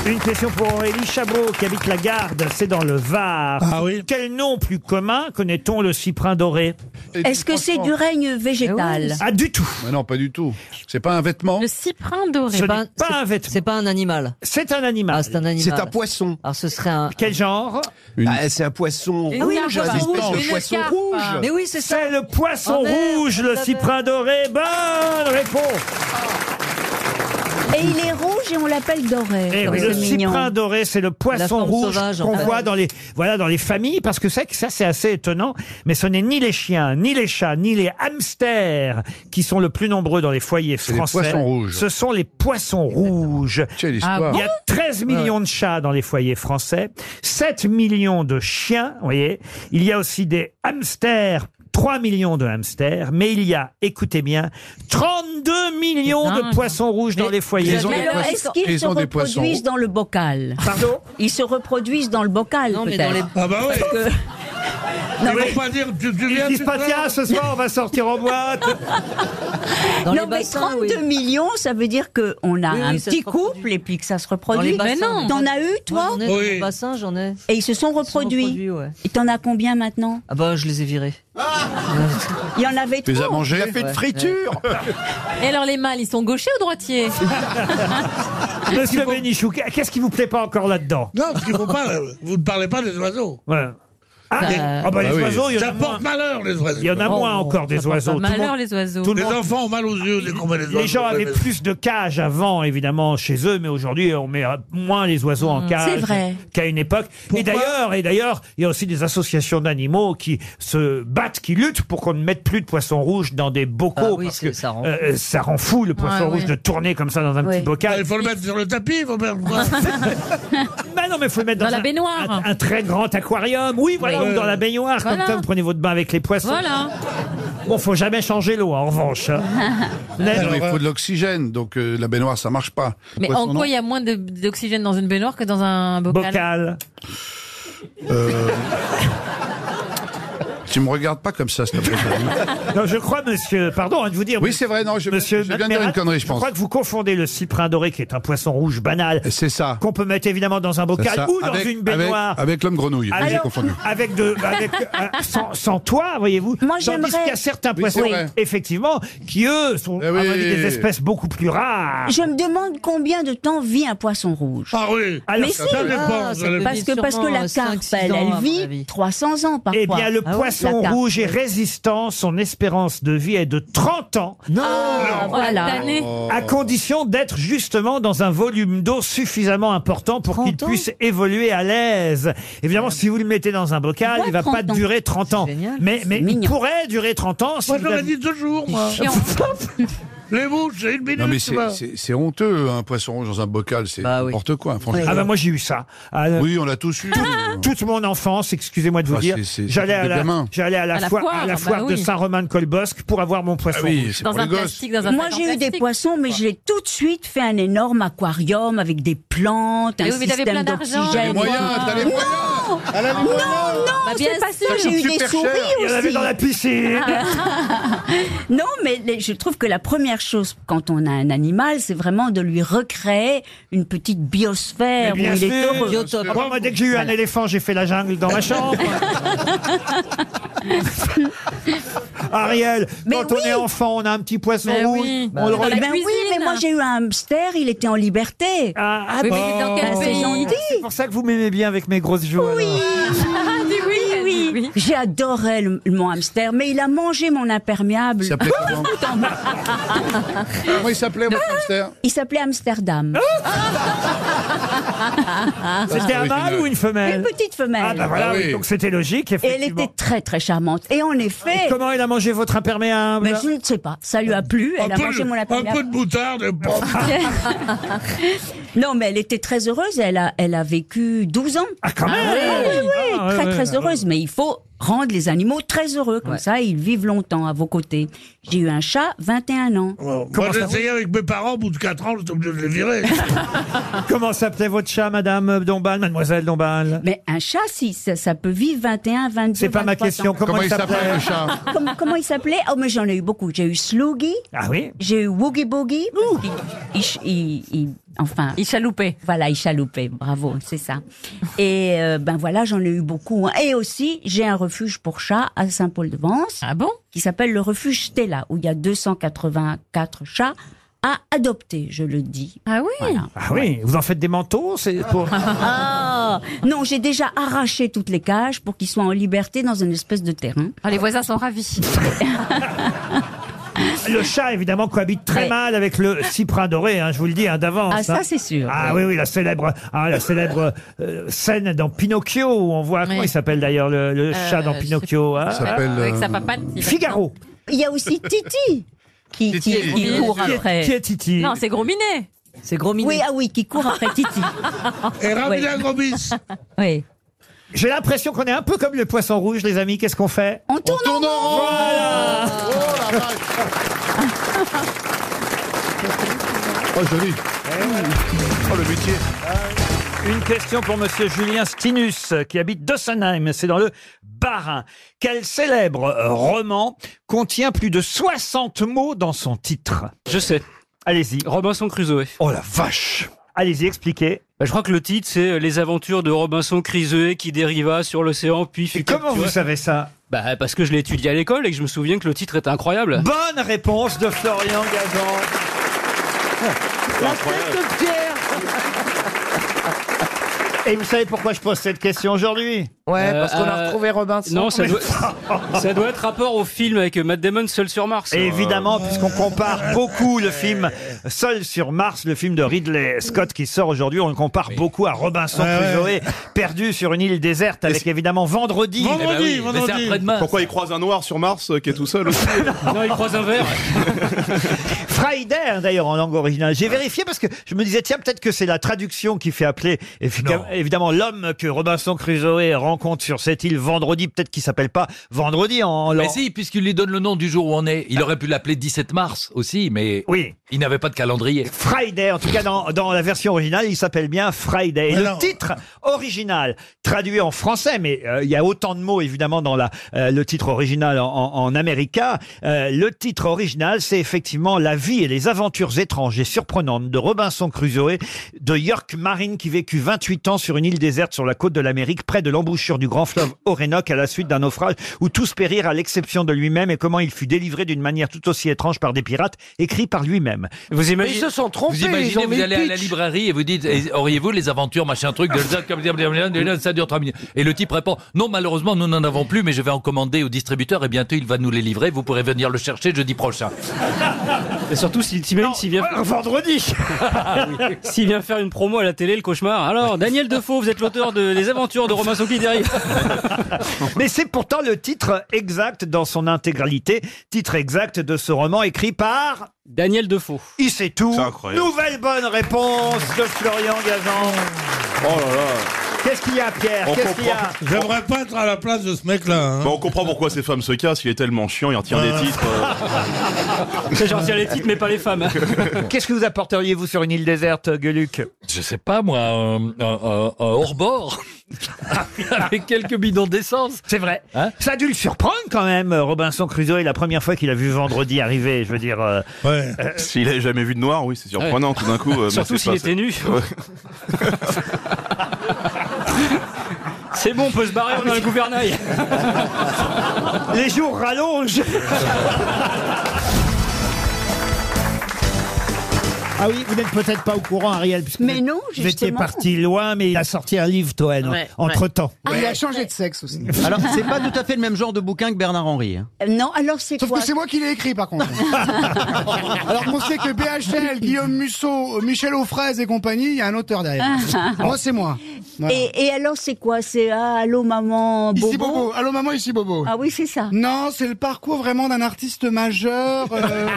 Une question pour Aurélie Chabot qui habite la Garde, c'est dans le Var.
Ah oui.
Quel nom plus commun connaît-on le cyprin doré
Est-ce que c'est du règne
Eh
végétal
Ah du tout.
non, pas du tout. C'est pas un vêtement.
Le cyprin doré. Ben,
Ce n'est pas un vêtement.
C'est pas un animal. Ah,
C'est un animal.
c'est un animal.
C'est un poisson.
Alors ce serait un.
Quel genre
Ah, c'est un poisson
Une
rouge,
carpe.
un espèce
Rouge,
de
une
poisson
carpe.
rouge.
Mais oui, c'est ça.
C'est le poisson
Oh, merde,
rouge, le
j'avais.
cyprin doré. Bonne réponse.
Et il est rouge et on l'appelle doré.
Eh oui,
C'est
le
mignon.
cyprin doré, c'est le poisson
forme
rouge
sauvage, en
qu'on
fait.
voit dans les, voilà, dans les familles, parce que c'est que ça, c'est assez étonnant. Mais ce n'est ni les chiens, ni les chats, ni les hamsters qui sont le plus nombreux dans les foyers
les
français.
poissons rouges.
Ce sont les poissons rouges.
Quelle histoire.
Ah
Il y a 13 millions de chats dans les foyers français, 7 millions de chiens, vous voyez. Il y a aussi des hamsters. 3 millions de hamsters, mais il y a, écoutez bien, 32 millions de poissons rouges dans les foyers.
Ils ont
Mais
des
alors,
poissons-
est-ce qu'ils
ils
se
ont des poissons
reproduisent dans le bocal
Pardon
Ils se reproduisent dans le bocal, Non, mais peut-être. dans les-
Ah bah oui.
Non,
Ils
mais-
vont pas dire, tu, tu
Ils
viens,
disent
tu
pas
te
tiens,
lèves.
ce soir on va sortir en boîte.
non,
Dans les
mais
bassins,
32
oui.
millions, ça veut dire qu'on a
Oui, oui,
un
ça se
petit
reproduit.
couple et puis que ça se
Dans les
reproduit.
bassins.
T'en as eu, toi
Moi, j'en ai,
Oui.
dans les bassins, j'en ai.
Et ils se sont
Ils sont
reproduits.
reproduits, ouais.
Et t'en as combien maintenant
Ah bah, je les ai virés.
Il y en avait
Tu les as
trop.
mangés
fait
Ouais.
friture
Et alors, les mâles, ils sont gauchers ou droitiers
Monsieur Bénichou, qu'est-ce qui vous plaît pas encore là-dedans
Non, parce qu'il faut pas. euh, Vous ne parlez pas des oiseaux.
Ouais. Ah,
Ça-
des- ah bah, les
Bah oui.
oiseaux, il y en
Ça
a moins.
porte malheur, les oiseaux. Oh.
Il y en a moins encore des oiseaux. Tout le monde-
les oiseaux.
tout le
Les
monde-
enfants ont mal aux yeux dès qu'on met les oiseaux.
les gens
dans les
avaient
maisons.
plus de cages avant, évidemment, chez eux, mais aujourd'hui, on met euh, moins les oiseaux
Mmh.
en cage
c'est vrai.
qu'à une époque. et d'ailleurs, et d'ailleurs, il y a aussi des associations d'animaux qui se battent, qui luttent pour qu'on ne mette plus de poissons rouges dans des bocaux.
Ah oui,
parce
c'est-
que
ça rend
euh, euh, ça rend fou le poisson
Ouais,
rouge
ouais.
de tourner comme ça dans un
Ouais.
petit
Ah,
bocal.
Il faut le mettre sur le tapis, il faut mettre.
Mais non, mais faut le mettre dans,
Dans la
un-
baignoire.
Un, un très grand aquarium. Oui, voilà,
Oui.
ou dans la baignoire. Comme
Voilà.
ça, vous prenez votre bain avec les poissons. Bon, faut jamais changer l'eau, hein, en Ah, revanche. Mais
Alors, il faut de l'oxygène, donc euh, la baignoire, ça marche pas.
Mais
Poisson,
en
non
quoi il y a moins de- d'oxygène dans une baignoire que dans un bocal,
bocal.
Euh, Tu me regardes pas comme ça, s'il te plaît.
Non, je crois, monsieur, pardon hein, de vous dire.
Oui, c'est vrai, non, je,
Monsieur
je viens de dire
Matmerat,
une connerie, je pense.
crois que vous confondez le cyprin doré, qui est un poisson rouge banal,
C'est ça.
qu'on peut mettre évidemment dans un bocal
Ça,
ou dans
avec-
une baignoire.
Avec, avec l'homme grenouille,
Avec-
j'ai confondu.
avec de, avec, euh, sans, sans toit, voyez-vous.
Moi,
Tandis
j'aimerais-
qu'il y a certains
Oui,
poissons,
c'est vrai.
effectivement, qui eux sont
Eh oui.
à mon avis, des espèces beaucoup plus rares.
Je me demande combien de temps vit un poisson rouge.
Ah oui.
Alors,
Mais
ça,
si,
Ça dépend.
Ah,
vous
ça
allez-
peut-
parce que, parce que
Sûrement,
la
euh, cinq,
carpe,
six
elle,
ans, à
elle
mon
vit
avis.
300 ans parfois.
eh bien, le
Ah ouais,
poisson
la carpe.
rouge est résistant. Son espérance de vie est de 30 ans,
Non,
Ah, Voilà.
voilà.
à condition d'être justement dans un volume d'eau suffisamment important pour qu'il
30 ans
puisse évoluer à l'aise. Évidemment, si vous le mettez dans un bocal,
Ouais,
il va pas
30 ans.
durer 30 ans.
génial.
Mais, mais il
mignon.
pourrait durer 30 ans si
Moi,
vous
j'aurais
avez-
dit deux jours, moi. Les mouches, j'ai une minute.
Non, mais
tu
c'est-
vois.
c'est c'est honteux, hein, un poisson rouge dans un bocal, c'est
Bah oui.
n'importe quoi, franchement.
Ah bah moi j'ai eu ça. Ah, le-
Oui, on l'a tous eu. hein.
toute mon enfance, excusez-moi de vous
Ah,
dire,
c'est- c'est-
j'allais
c'est
à,
des
la-
gamins.
j'allais à la
À la
foire,
foire,
à la
bah
foire de
oui.
Saint-Romain-de-Colbosque pour avoir mon poisson.
Ah oui, rouge. c'est
Dans
pour
un
les gosses.
plastique, dans un
Moi,
sac en
j'ai eu des
plastique.
poissons, mais je l'ai tout de suite fait un énorme aquarium avec des plantes,
Mais
un
oui, mais t'avais
système
plein d'argent.
d'oxygène.
Moyen, t'as les moyens
Non, non, Bah,
Bah,
bien
c'est pas
sûr.
ça. J'ai eu des
Super
souris
cher.
aussi.
Il y en avait dans la
piscine.
non, mais les- je trouve que la première chose quand on a un animal, c'est vraiment de lui recréer une petite biosphère où
Mais bien
Eh, il est
sûr.
heureux.
Moi, moi, dès que j'ai eu un éléphant, j'ai fait la jungle dans ma chambre. Ariel, quand on est enfant, on a un petit poisson
Mais
rouge.
oui.
On le
Dans la
regarde.
Ben oui, mais moi j'ai eu un hamster, il était en liberté.
Ah,
ben,
bon.
ben, c'est gentil.
C'est pour ça que vous m'aimez bien avec mes grosses joues. Oui.
oui, oui. J'ai adoré le- mon hamster, mais il a mangé mon imperméable.
Il s'appelait comment Comment il s'appelait, mon hamster
Ah Il s'appelait Amsterdam.
Ah C'était
Ah,
un mâle ou une femelle
Une petite femelle.
Ah bah voilà, oui, donc c'était logique.
Et elle
effectivement.
était très très charmante. Et en effet.
Comment elle a mangé votre imperméable
Mais je ne sais pas. Ça lui a plu. Elle a mangé mon imperméable.
moutarde.
non, mais elle était très heureuse. Elle a, elle a vécu 12 ans. Ah,
quand
même oui, oui, oui,
Ah, ouais,
Très,
ouais.
très heureuse. Mais il faut rendre les animaux très heureux. Comme ça, ils vivent longtemps à vos côtés. J'ai eu un chat, 21 ans.
Moi, j'essayais avec mes parents, au bout de 4 ans, j'étais obligé de les virer.
Comment s'appelait votre chat, Madame Dombal, Mademoiselle Dombal
Mais un chat, si, ça, ça peut vivre 21, 22,
C'est pas ma
23
question.
ans.
Comment Comment il il s'appelait, s'appelait le chat
comment, comment il s'appelait Oh, mais j'en ai eu beaucoup. J'ai eu Sloogie.
Ah oui
J'ai eu Woogie Boogie. Il, il- il- enfin. Il chaloupait. Voilà, il chaloupait. Bravo, c'est ça. Et euh, ben voilà, j'en ai eu beaucoup. hein. Et aussi, j'ai un refuge pour chats à Saint-Paul-de-Vence. Ah bon Qui s'appelle le refuge Stella, où il y a 284 chats à adopter, je le dis. Ah oui
Ah oui, vous en faites des manteaux c'est pour...
ah Non, j'ai déjà arraché toutes les cages pour qu'ils soient en liberté dans une espèce de terrain. les voisins sont ravis.
Le chat, évidemment, cohabite très
Ouais.
mal avec le cyprin doré, hein, je vous le dis, hein, d'avance.
Ah, ça,
hein.
c'est sûr.
Ah oui,
Ouais.
oui, la célèbre, ah, la célèbre euh, scène dans Pinocchio, où on voit, comment il s'appelle d'ailleurs, le, le
Euh,
chat dans Pinocchio hein
Avec
euh,
sa papane. qui va-
Figaro.
Il y a aussi Titi qui, qui-
Titi,
qui
Titi.
court
Qui est-
après.
qui est
Titi
Non, c'est Gros Minet.
C'est Gros Oui, ah oui, qui court après Titi. Ah,
Et Rabila
Ouais.
Grobis.
Oui.
J'ai l'impression qu'on est un peu comme le poisson rouge, les amis. Qu'est-ce qu'on fait
On tourne,
en rond. Voilà.
Oh,
Eh
joli. Oh, le métier.
Euh, Une question pour Monsieur Julien Stinus, qui habite Dossenheim, c'est dans le Bas-Rhin. Quel célèbre euh, roman contient plus de 60 mots dans son titre
Je sais.
Allez-y.
Robinson Crusoe.
Oh la vache Allez-y, expliquez.
Bah, je crois que le titre, c'est euh, Les aventures de Robinson Crusoe qui dériva sur l'océan, puis... fut
comment
capturé.
vous savez ça
Bah, parce que je l'ai étudié à l'école et que je me souviens que le titre était incroyable.
Bonne réponse de Florian Gazan. Et vous savez pourquoi je pose cette question aujourd'hui
Ouais, parce qu'on a retrouvé
Robinson.
Euh, Non, ça doit, ça doit être rapport au film avec euh, Matt Damon, Seul sur Mars. Euh,
Et évidemment, puisqu'on compare beaucoup le film Seul sur Mars, le film de Ridley Scott qui sort aujourd'hui, on le compare beaucoup à Robinson
Ouais,
Crusoe,
ouais.
perdu sur une île déserte, avec évidemment Vendredi.
Eh ben
Pourquoi il croise un noir sur Mars euh, qui est tout seul aussi
Non, il croise un verre.
Friday, hein, d'ailleurs, en langue originale. J'ai vérifié parce que je me disais, tiens, peut-être que c'est la traduction qui fait appeler, effica- évidemment, l'homme que Robinson Crusoe rencontre sur cette île vendredi, peut-être qu'il s'appelle pas vendredi en
Mais
langue.
si, puisqu'il lui donne le nom du jour où on
Ah.
est. Il aurait pu l'appeler 17 mars aussi, mais il n'avait pas de calendrier.
Friday, en tout cas dans, dans la version originale, il s'appelle bien Friday. Et le titre original, traduit en français, mais euh, il y a autant de mots évidemment dans la, euh, le titre original en, en, en américain, euh, le titre original c'est effectivement La vie et les aventures étranges et surprenantes de Robinson Crusoe, de York Marine qui vécut 28 ans sur une île déserte sur la côte de l'Amérique, près de l'embouchure du grand fleuve Orénoque à la suite d'un naufrage où tous périrent à l'exception de lui-même et comment il fut délivré d'une manière tout aussi étrange par des pirates, écrit par lui-même.
Vous
imaginez- Ils se sont trompés,
Vous imaginez,
ils ont mis
vous
le
allez à la
pitch.
librairie et vous dites, eh, auriez-vous les aventures, machin truc, de ça dure 3 minutes. Et le type répond, non, malheureusement, nous n'en avons plus, mais je vais en commander au distributeur et bientôt il va nous les livrer, vous pourrez venir le chercher jeudi prochain.
Et surtout, s'il t'imagine s'il vient... Ah
vendredi
S'il vient faire une promo à la télé, le cauchemar. Alors, Daniel Defoe, vous êtes l'auteur de- des aventures de Robinson qui dérive.
Mais c'est pourtant le titre exact dans son intégralité, titre exact de ce roman écrit par
Daniel Defoe.
Il sait tout.
C'est incroyable.
Nouvelle bonne réponse de Florian Gazan.
Oh là là
Qu'est-ce qu'il y a, Pierre
On
Qu'est-ce qu'il y a
comprend.
J'aimerais pas être à la place de ce mec-là. hein.
Bon, on comprend pourquoi ces femmes se cassent, il est tellement chiant, il en tire
Ah.
des titres. euh.
C'est gentil les titres, mais pas les femmes.
Qu'est-ce que vous apporteriez, vous, sur une île déserte, Gueluc
Je sais pas, moi, un, un- un- un hors-bord avec quelques bidons d'essence.
Ah. C'est vrai. Ça a dû le surprendre quand même, euh, Robinson Crusoe, et la première fois qu'il a vu vendredi arriver, je veux dire. euh, euh,
S'il avait jamais vu de noir, oui, c'est surprenant tout d'un coup. euh, mais
Surtout
c'est
s'il
pas-
était nu.
Ouais.
C'est bon, on peut se barrer, on a le gouvernail.
Les jours rallongent. Ah oui, vous n'êtes peut-être pas au courant, Ariel, puisque
Mais
vous êtes-
non,
vous étiez
justement.
parti loin, mais il a sorti un livre, Toen,
Ouais,
entre-temps.
il a changé de sexe aussi.
Alors, c'est pas
Euh,
tout à fait le même genre de bouquin que Bernard Henry. hein.
Euh, Non, alors c'est quoi Sauf que c'est moi qui l'ai écrit par contre. alors on sait que BHL, Guillaume Musso, Michel Aufraise et compagnie, il y a un auteur derrière. moi c'est moi. Voilà.
Et, et alors, c'est quoi C'est ah, Allô maman, bobo
Ici Bobo, allô maman, ici Bobo.
Ah oui, c'est ça.
Non, c'est le parcours vraiment d'un artiste majeur euh,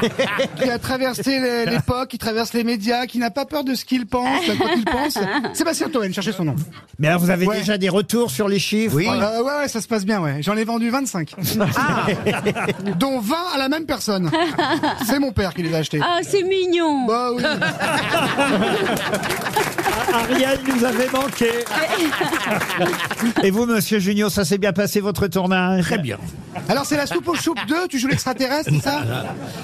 qui a traversé l'é- l'époque, qui traverse les médias, qui n'a pas peur de ce qu'il pense, de quoi qu'il pense. Eh Sébastien Toen, cherchez son nom.
Mais alors, vous avez déjà des retours sur les chiffres
Euh, ouais, ouais, ça se passe bien, ouais. J'en ai vendu 25. Dont 20 à la même personne. C'est mon père qui les a achetés.
Ah, c'est mignon.
Bah oui.
Ariel nous avait manqué. Et vous, monsieur Junior, ça s'est bien passé votre tournage Très bien.
Alors c'est la soupe aux choupes 2, tu joues l'extraterrestre, c'est ça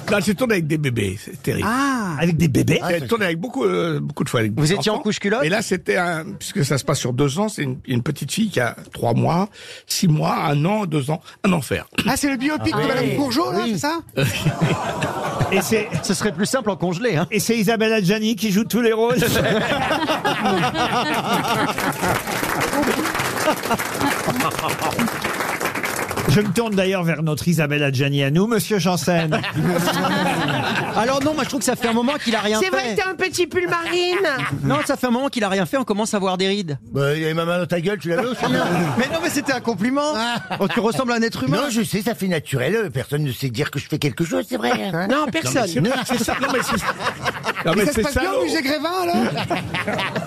Ah, Là, j'ai tourné avec des bébés, c'est terrible.
Ah
Avec des bébés
J'ai tourné avec beaucoup, euh, beaucoup de fois. avec
Vous
des
étiez en
enfants.
couche-culotte
Et là, c'était un, puisque ça se passe sur deux ans, c'est une, une petite fille qui a trois mois, six mois, un an, deux ans, un enfer.
Ah, c'est le biopic de
Ah oui.
Madame Courgeot, là, c'est ça
Et c'est.
Ce serait plus simple en congelé. Hein.
Et c'est Isabelle Adjani qui joue tous les rôles. Je me tourne d'ailleurs vers notre Isabelle Adjani à nous, monsieur Janssen.
Alors non, moi je trouve que ça fait un moment qu'il a rien
C'est
fait.
vrai que t'as un petit pull marine.
Non, ça fait un moment qu'il a rien fait, on commence à voir des rides.
Bah, il y avait ma main dans ta gueule, tu l'avais aussi.
mais non, mais c'était un compliment. Oh, tu ressembles à un être humain.
Non, je sais, ça fait naturel. Personne ne sait dire que je fais quelque chose, c'est vrai. hein.
Non, personne.
Non,
C'est ça, non, mais c'est non,
Mais
mais
ça se
c'est
passe bien
salaud.
au musée Grévin, alors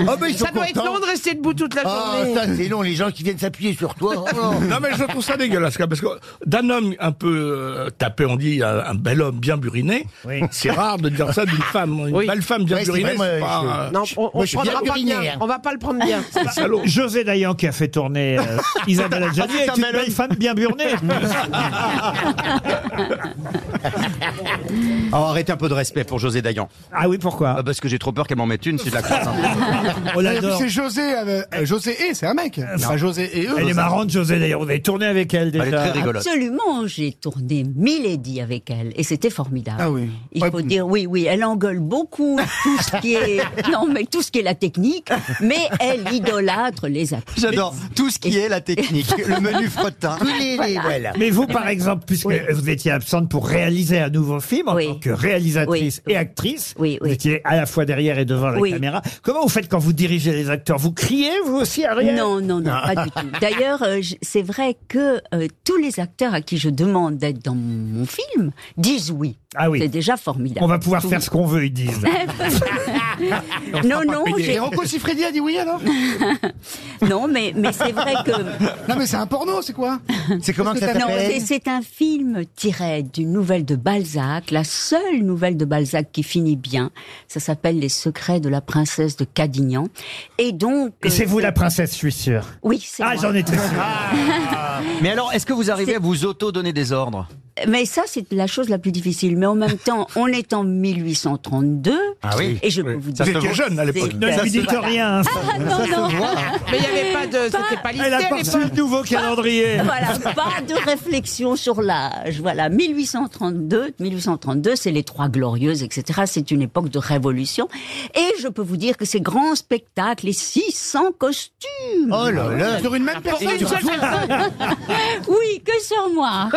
Oh, mais ils sont
Ça doit être
contents.
long de rester debout toute la
Ah,
journée.
ça c'est long, les gens qui viennent s'appuyer sur toi. oh non.
Non mais je trouve ça dégueulasse quand même, parce que d'un homme un peu euh, tapé, on dit un, un bel homme bien buriné, c'est rare de dire ça d'une femme, une belle femme bien
Ouais, c'est
burinée.
vrai, moi,
c'est pas, euh,
Non, on, on
Moi, je suis
prendra
bien
pas
urinaire.
bien. On va pas le prendre bien.
José Dayan qui a fait tourner euh, Isabelle Adjani
Ah, c'est
est
un
une
bel
belle
homme.
femme bien burnée.
Oh, arrête un peu de respect pour José Dayan.
ah oui, pourquoi
Ah, parce que j'ai trop peur qu'elle m'en mette une, c'est de la classe. hein.
On
Et puis,
l'adore.
C'est José, euh, euh, José et c'est un mec. Enfin, José et eux.
Elle est marrante, José Dayan. On avait tourné avec elle déjà.
Elle est très rigolote.
Absolument, j'ai tourné Milady avec elle et c'était formidable.
Ah oui.
Il
mm.
faut dire oui, oui, elle engueule beaucoup tout ce qui est non mais tout ce qui est la technique, mais elle idolâtre les actrices.
J'adore tout ce qui est la technique, le menu frottin.
Tous les- les- voilà.
Mais vous, par exemple, puisque vous étiez absente pour réaliser un nouveau film en tant que réalisatrice et actrice, vous étiez à la fois derrière et devant la
Oui.
caméra. Comment vous faites quand vous dirigez les acteurs Vous criez, vous aussi, Ah. Ariel
Non, non, non, pas du tout. D'ailleurs, euh, je- c'est vrai que euh, tous les acteurs à qui je demande d'être dans mon film disent oui.
Ah oui.
C'est déjà formidable.
On va pouvoir
Tout-
faire ce qu'on veut, ils disent.
non, non,
Et
j'ai-
Rocco Siffredi a dit oui alors
non, mais, mais c'est vrai que
Non mais c'est un porno, c'est quoi
C'est comment que ça
Non, c'est-
s'appelle
c'est un film tiré d'une nouvelle de Balzac, la seule nouvelle de Balzac qui finit bien. Ça s'appelle Les secrets de la princesse de Cadignan. Et donc.
Et c'est
euh,
vous la princesse, je suis sûr.
Oui, c'est
Ah,
moi.
j'en étais sûr.
Ah.
Mais alors, est-ce que vous arrivez à vous auto-donner des ordres
Mais ça, c'est la chose la plus difficile. Mais en même temps, on est en 1832.
Ah oui.
Et je peux vous
Vous
dire.
étiez
que
jeune à l'époque.
c'est-
Ne
Ça
lui
se
dites
voit.
rien. hein.
Ah, non, non.
Mais il n'y avait pas de. C'était pas listé
Elle a
à
parti le
l'époque.
nouveau calendrier.
Voilà, pas de réflexion sur l'âge. Voilà, 1832, 1832, c'est les Trois Glorieuses, etc. C'est une époque de révolution. Et je peux vous dire que ces grands spectacles, les 600 costumes. Ah
Oh là là
Sur une même personne
une seule personne.
Oui, que sur moi.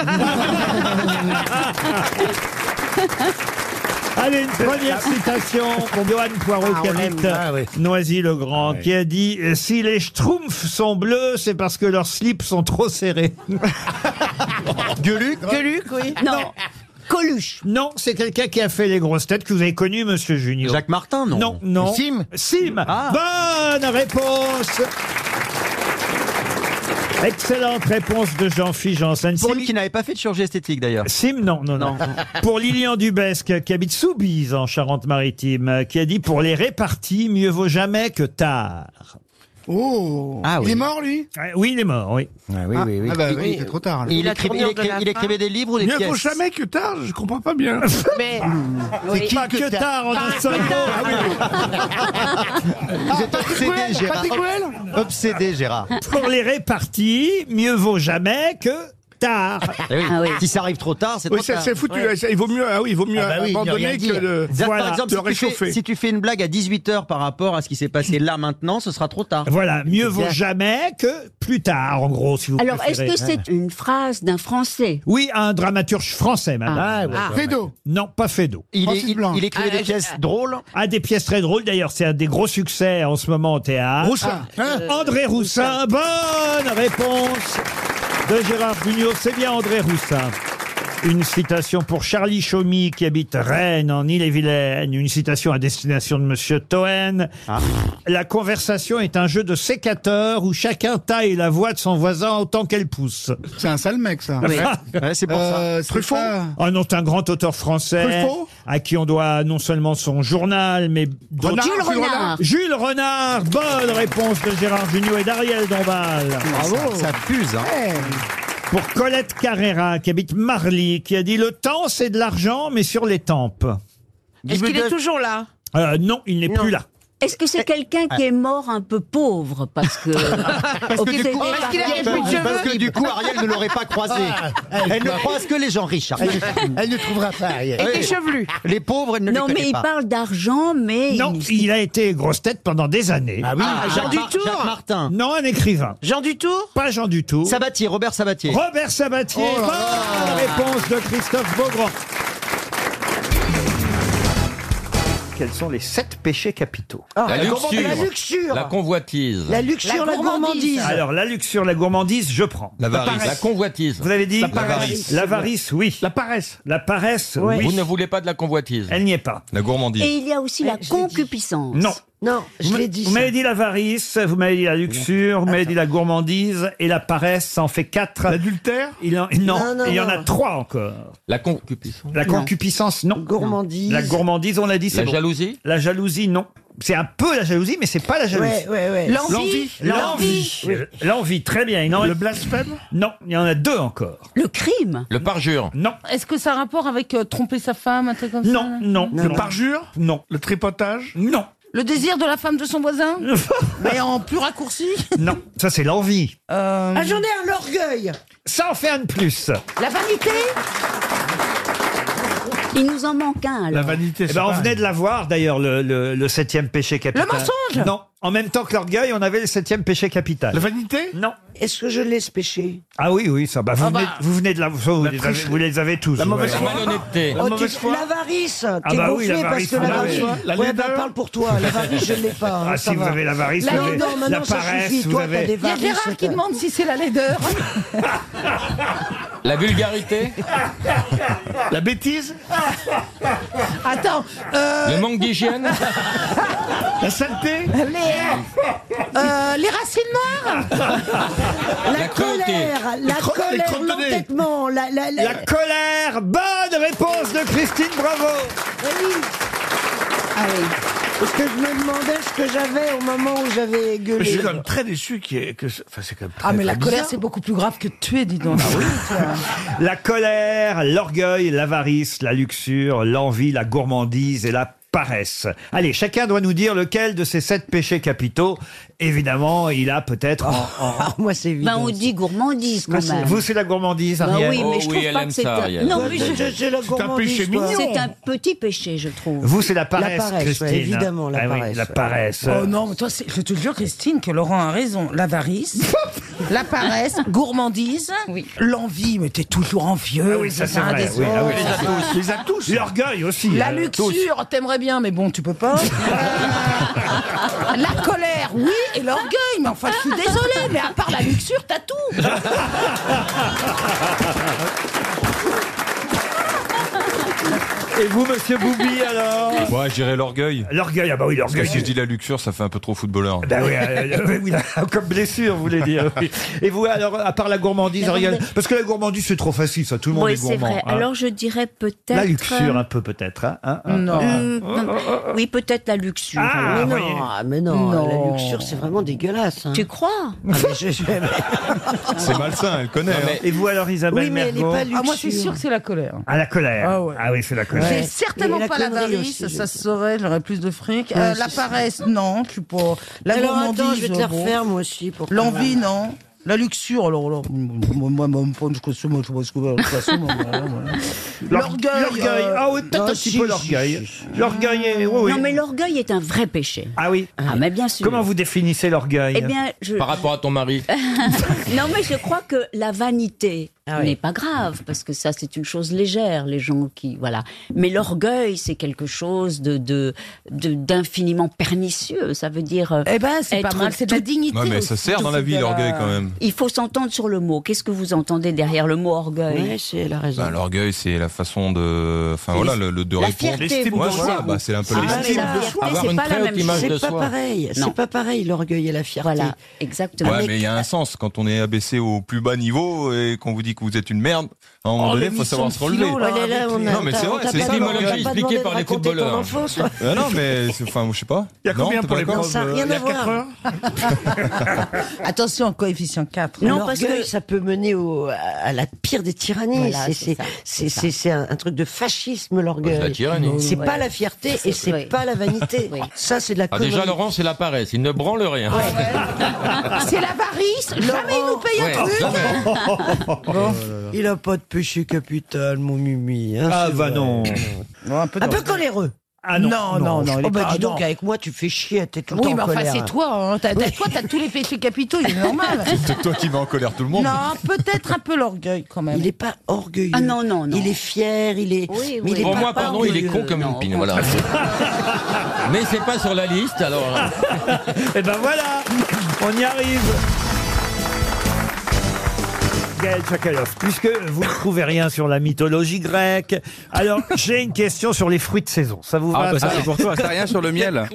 Allez, une première citation pour Johan Poirot,
Ah,
qui
on
habite
l'aime. Ah, ouais.
Noisy-le-Grand, qui a dit « Si les schtroumpfs sont bleus, c'est parce que leurs slips sont trop serrés.
Gueuluc
Gueuluc, oui.
Non. Coluche. »
Non, c'est quelqu'un qui a fait les grosses têtes que vous avez connu, Monsieur Junior.
Jacques Martin, non
Ah.
Non, non.
Sim
Sim.
Ah.
Bonne réponse Excellente réponse de Jean-Philippe Janssen.
Pour
Sim-
lui qui n'avait pas fait de chirurgie esthétique d'ailleurs.
Sim, non, non, non. pour Lilian Dubesque, qui habite Soubise, en Charente-Maritime, euh, qui a dit « Pour les répartis, mieux vaut jamais que tard. »
Oh
ah,
Il est mort, lui
Oui, il est mort, oui.
oui, Ah, oui, oui. ah bah oui, c'est trop tard, là.
Il,
Il a
écrivait,
tourné en
il écri-
de la
il écrivait
fin.
des livres ou des
Mieux
pièces
vaut jamais
que tard, je comprends pas bien.
Mais-
C'est qui que tard en Ah un seul
Ah,
Vous êtes obsédé, Gérard. Obsédé, Gérard.
Pour les répartis, mieux vaut jamais que tard.
Eh oui. Si ça arrive trop tard, c'est
Oui,
trop
ça,
tard. bah
c'est foutu. Ah Ouais. Ça, il vaut mieux- ah oui, il vaut mieux
ne
abandonner
rien
que
dire.
de-
C'est-à-dire,
Voilà.
Par exemple,
de
si tu, fais,
réchauffer.
si tu fais une blague à 18h par rapport à ce qui s'est passé là maintenant, ce sera trop tard.
Voilà, mieux vaut
Exact.
jamais que plus tard, en gros, si vous
Alors, est-ce
préférez.
que c'est une phrase d'un Français
Oui, un dramaturge français, madame.
Ah, Ah, ouais, ah. Feydeau.
Non, pas Fédo.
Il est- Francis il- Blanc. il écrivait Ah, des je- pièces drôles
Ah, des pièces très drôles. D'ailleurs, c'est un des gros succès en ce moment au théâtre.
Roussin.
Ah, hein, André Roussin. Bonne réponse de Gérard Bugnot. C'est bien André Roussin. Une citation pour Charlie Chaumy qui habite Rennes en Ille-et-Vilaine. Une citation à destination de Monsieur Toen. La conversation est un jeu de sécateur où chacun taille la voix de son voisin autant qu'elle pousse.
C'est un sale mec, ça.
c'est
pour ça. Euh, c'est
Truffaut
pas-
Ah non, c'est un grand auteur français
Truffaut
à qui on doit non seulement son journal, mais d'autres-
Renard, Jules Jules Renard. Renard.
Jules Renard. Bonne réponse de Gérard Jugnot et d'Ariel Dombal.
Ça, ça fuse, hein.
Pour Colette Carrera, qui habite Marly, qui a dit Le temps, c'est de l'argent, mais sur les tempes.
Est-ce qu'il est toujours là
Euh, Non, il n'est plus là.
Est-ce que c'est quelqu'un qui est mort un peu pauvre parce que
Parce que, du coup,
Obsédé par-
parce que du coup, Ariel ne l'aurait pas croisé.
Ah,
Elle
Ah, Elle ne
croit-
croise que les gens riches. Ariel.
Elle, elle ne trouvera pas Ariel.
Et
Oui.
des chevelus.
Les pauvres, elle ne
Non,
les
mais
connaît
il
pas.
parle d'argent, mais
Non, il a été grosse tête pendant des années.
Ah oui. Ah, Jacques Jean Mar- Dutour. Jacques Martin.
Non, un écrivain.
Jean Dutour
Pas Jean Dutour.
Sabatier, Robert Sabatier.
Robert Sabatier.
Oh là
Bonne réponse de Christophe Beaugrand.
Quels sont les sept péchés capitaux
Ah, La la luxure. gourmandise. La luxure.
La convoitise.
La luxure, La la gourmandise. gourmandise. Alors, la luxure, la gourmandise, je prends. La paresse.
La convoitise.
Vous avez dit
L'avarice.
L'avarice, oui. La paresse. La paresse, oui.
Vous ne voulez pas de la convoitise.
Elle n'y est pas.
La gourmandise.
Et il y a aussi la concupiscence.
Non.
Non,
Vous m'avez- Vous m'avez dit l'avarice, vous m'avez dit la luxure, vous m'avez dit la gourmandise et la paresse, ça en fait quatre. L'adultère il en, Non,
Non, non,
il y en a
non.
trois encore.
La concupiscence.
La concupiscence, non.
Gourmandise.
La gourmandise, on l'a dit, c'est
La
bon.
jalousie
La jalousie, non. C'est un peu la jalousie, mais c'est pas la jalousie.
Ouais, ouais, ouais. L'envie
L'envie. Euh,
Oui.
L'envie, très bien. Le blasphème Non, il y en a deux encore.
Le crime
Le parjure.
Non.
Est-ce que ça a rapport avec euh, tromper sa femme, un truc comme ça
Non, non.
non.
parjure Non. Le tripotage Non.
Le désir de la femme de son voisin Mais en plus raccourci
Non. Ça, c'est l'envie. Euh,
Ah, j'en ai un, l'orgueil
Ça en fait un de plus.
La vanité
Il nous en manque un. alors.
vanité, ben, On venait de l'avoir, d'ailleurs, le, le- le septième péché capital.
Le mensonge
Non. En même temps que l'orgueil, on avait le septième péché capital. La vanité Non.
Est-ce que je laisse pécher
Ah oui, oui, ça. bah, vous,
Ah bah.
venez, vous venez de la. ça, Vous, les, avez,
triche-
vous les avez tous.
La
vous
mauvaise
voyez.
foi. La malhonnêteté.
La
Oh,
mauvaise
tu-
foi.
l'avarice,
Ah
t'es
bah oui,
gonflé parce
l'avarice,
que
vous
l'avarice.
l'avez. La
ouais, bah
laideur.
parle pour toi, l'avarice, je ne l'ai pas.
Ah,
hein, ça
si vous
va.
avez l'avarice,
La-
vous avez
non, maintenant,
la
ça
paresse,
suffit,
vous
toi,
avez-
t'as des
Il y a
varices,
Gérard qui
t'as-
demande si c'est la laideur.
La vulgarité. la bêtise.
Attends, euh,
Le manque d'hygiène.
La saleté
les, euh, les racines noires
La, colère, la colère, l'entêtement, la, la, la-
La colère Bonne réponse de Christine Bravo
Ah oui. Ah oui. Parce que je me demandais ce que j'avais au moment où j'avais gueulé.
Mais je suis quand même très déçu qu'il y ait- que. ce- Enfin, c'est quand même très,
Ah mais la
très bizarre.
colère c'est beaucoup plus grave que tuer, dis
Ah
donc.
La colère, l'orgueil, l'avarice, la luxure, l'envie, la gourmandise et la paresse. Allez, chacun doit nous dire lequel de ces sept péchés capitaux, évidemment, il a peut-être en- en-
Moi, c'est
Ben, on dit gourmandise quand même.
Vous, c'est la gourmandise,
Bah
Ariel
oui, mais je trouve pas que c'est un... Non, mais je-
je- la gourmandise, toi.
C'est un petit péché, je trouve.
Vous, c'est la paresse,
paresse, ouais,
Christine.
évidemment, la
Ah oui,
paresse,
la
ouais.
paresse.
Oh non, mais toi, c'est- je te le jure, Christine, que Laurent a raison. L'avarice, la paresse, gourmandise, l'envie, mais t'es toujours envieux.
Ah oui, ça
c'est
c'est
un
vrai.
des
Oui, ah oui.
autres.
Les a tous. L'orgueil aussi.
La
euh,
luxure, oh, t'aimerais bien, mais bon, tu peux pas. Euh, la colère, oui, et l'orgueil, mais enfin, je suis désolée, mais à part la luxure, t'as tout.
Et vous, monsieur Boubi, alors
Moi, j'irais l'orgueil.
L'orgueil, ah bah oui, l'orgueil.
Parce que si je dis la luxure, ça fait un peu trop footballeur.
Ben oui, euh, euh, oui, comme blessure, vous voulez dire. oui. Et vous, alors, à part la gourmandise,
La
rien.
gourmandise.
Parce que la gourmandise, c'est trop facile, ça. Tout le monde
oui,
est
c'est
gourmand.
vrai.
hein.
Alors je dirais peut-être.
La luxure,
euh,
un peu, peut-être. hein, hein, hein,
Non.
hein.
Euh,
Hum, non. Oui, peut-être la luxure.
Ah,
alors.
oui.
Ah, mais non, la luxure, c'est vraiment dégueulasse. hein.
Tu crois
Ah, mais je- je-
C'est malsain, elle connaît. hein.
Et vous, alors, Isabelle Mergo
Ah, moi, c'est sûr que c'est la colère.
Ah, la colère.
Ah
Ah,
ouais.
oui, c'est la colère.
C'est certainement Et la pas connerie l'avarice, aussi, ça je- se saurait, j'aurais plus de fric. Ouais, Euh, c'est la ça. paresse, non, je suis pas. La
Alors,
gourmandise,
attends, je vais te la
bon.
refaire, moi aussi, pour que-
L'envie, non. La luxure, alors là, moi, moi, moi, moi, je consomme, je consomme, de toute façon, moi, voilà, voilà. L'orgueil.
L'orgueil.
euh,
Ah oui, peut-être un
non,
petit
si,
peu
si,
l'orgueil. L'orgueil est. oui, oui.
Non, mais l'orgueil est un vrai péché.
Ah oui.
Ah, mais bien sûr.
Comment vous définissez l'orgueil
Eh bien, je- Par rapport
à ton mari.
non, mais je crois que la vanité
Ah
n'est pas grave, parce que ça, c'est une chose légère, les gens qui. Voilà. Mais l'orgueil, c'est quelque chose de, de, de- d'infiniment pernicieux. Ça veut dire. euh,
Eh ben, c'est pas
être
mal, c'est de la
tout-
dignité.
Ouais, mais ça
aussi,
sert dans la
c'est
vie,
de
l'orgueil, quand même.
Il faut s'entendre sur le mot. Qu'est-ce que vous entendez derrière le mot orgueil c'est la raison.
Bah, l'orgueil, c'est la façon de, enfin voilà, le, le- de
La
répondre.
fierté, L'estime
Ouais,
de
voilà,
soi.
bah, c'est un peu
Ah,
l'estime.
mais la fierté,
Avoir
c'est
une
pas la
très haute
même
image
chose.
de
C'est pas
soi.
pareil, c'est
pas pareil, l'orgueil et la fierté.
Voilà, exactement.
Ouais, mais il y a un sens. Quand on est abaissé au plus bas niveau et qu'on vous dit que vous êtes une merde, à un moment
Oh,
donné,
le
il faut savoir se
mission
relever.
philo, là, Oh là là, on a-
non, mais c'est
on
vrai,
t'a
c'est
pas
ça.
demandé- on t'a
l'orgueil.
pas demandé de raconter ton enfance, toi.
Ah non, mais c'est- enfin, je sais pas.
Il y a
Non,
combien
t'es
pour
pas
les
d'accord
profs euh,
Ça n'a rien
Il y
à
a quatre
voir.
heures
Attention, coefficient 4.
Non, parce que ça peut mener au- à- à la pire des tyrannies.
Voilà,
C'est-
c'est
c'est-
ça, c'est
c'est
ça.
c'est- c'est un, un truc de fascisme, l'orgueil.
Ouais, la tyrannie.
C'est
Ouais.
pas la fierté
Ça,
et
c'est vrai.
c'est pas la vanité. Ça, c'est de la
Ah,
connerie.
déjà, Laurent, c'est la paresse. Il ne branle rien.
C'est l'avarice, jamais il nous paye
Ouais,
un truc.
Oh,
Ah,
Bon, il a pas de péché capital, mon mimi. hein,
Ah
c'est
bah
vrai.
non.
un peu,
coléreux.
Ah non.
Non, non, non, il est
Oh bah
pas-
dis donc,
non.
avec moi, tu fais chier, t'es tout le
Oui,
temps
mais
en
enfin,
colère.
c'est toi. Hein. T'as, t'as- toi, t'as tous les péchés capitaux, il est normal.
C'est toi qui mets en colère tout le monde.
non, peut-être un peu l'orgueil quand même.
Il est pas orgueilleux.
Ah non, non, non.
Il est fier, il est.
Oui,
mais il est
Pour
pas
moi, pardon, il est
orgueilleux.
con comme une pine. Voilà. Mais c'est pas sur la liste, alors.
Et ben voilà, on y arrive. Gaël Tchakaloff, puisque vous ne trouvez rien sur la mythologie grecque, alors j'ai une question sur les fruits de saison. Ça vous va
Ah, bah, ça,
ça
c'est pour toi. T'as rien sur le miel.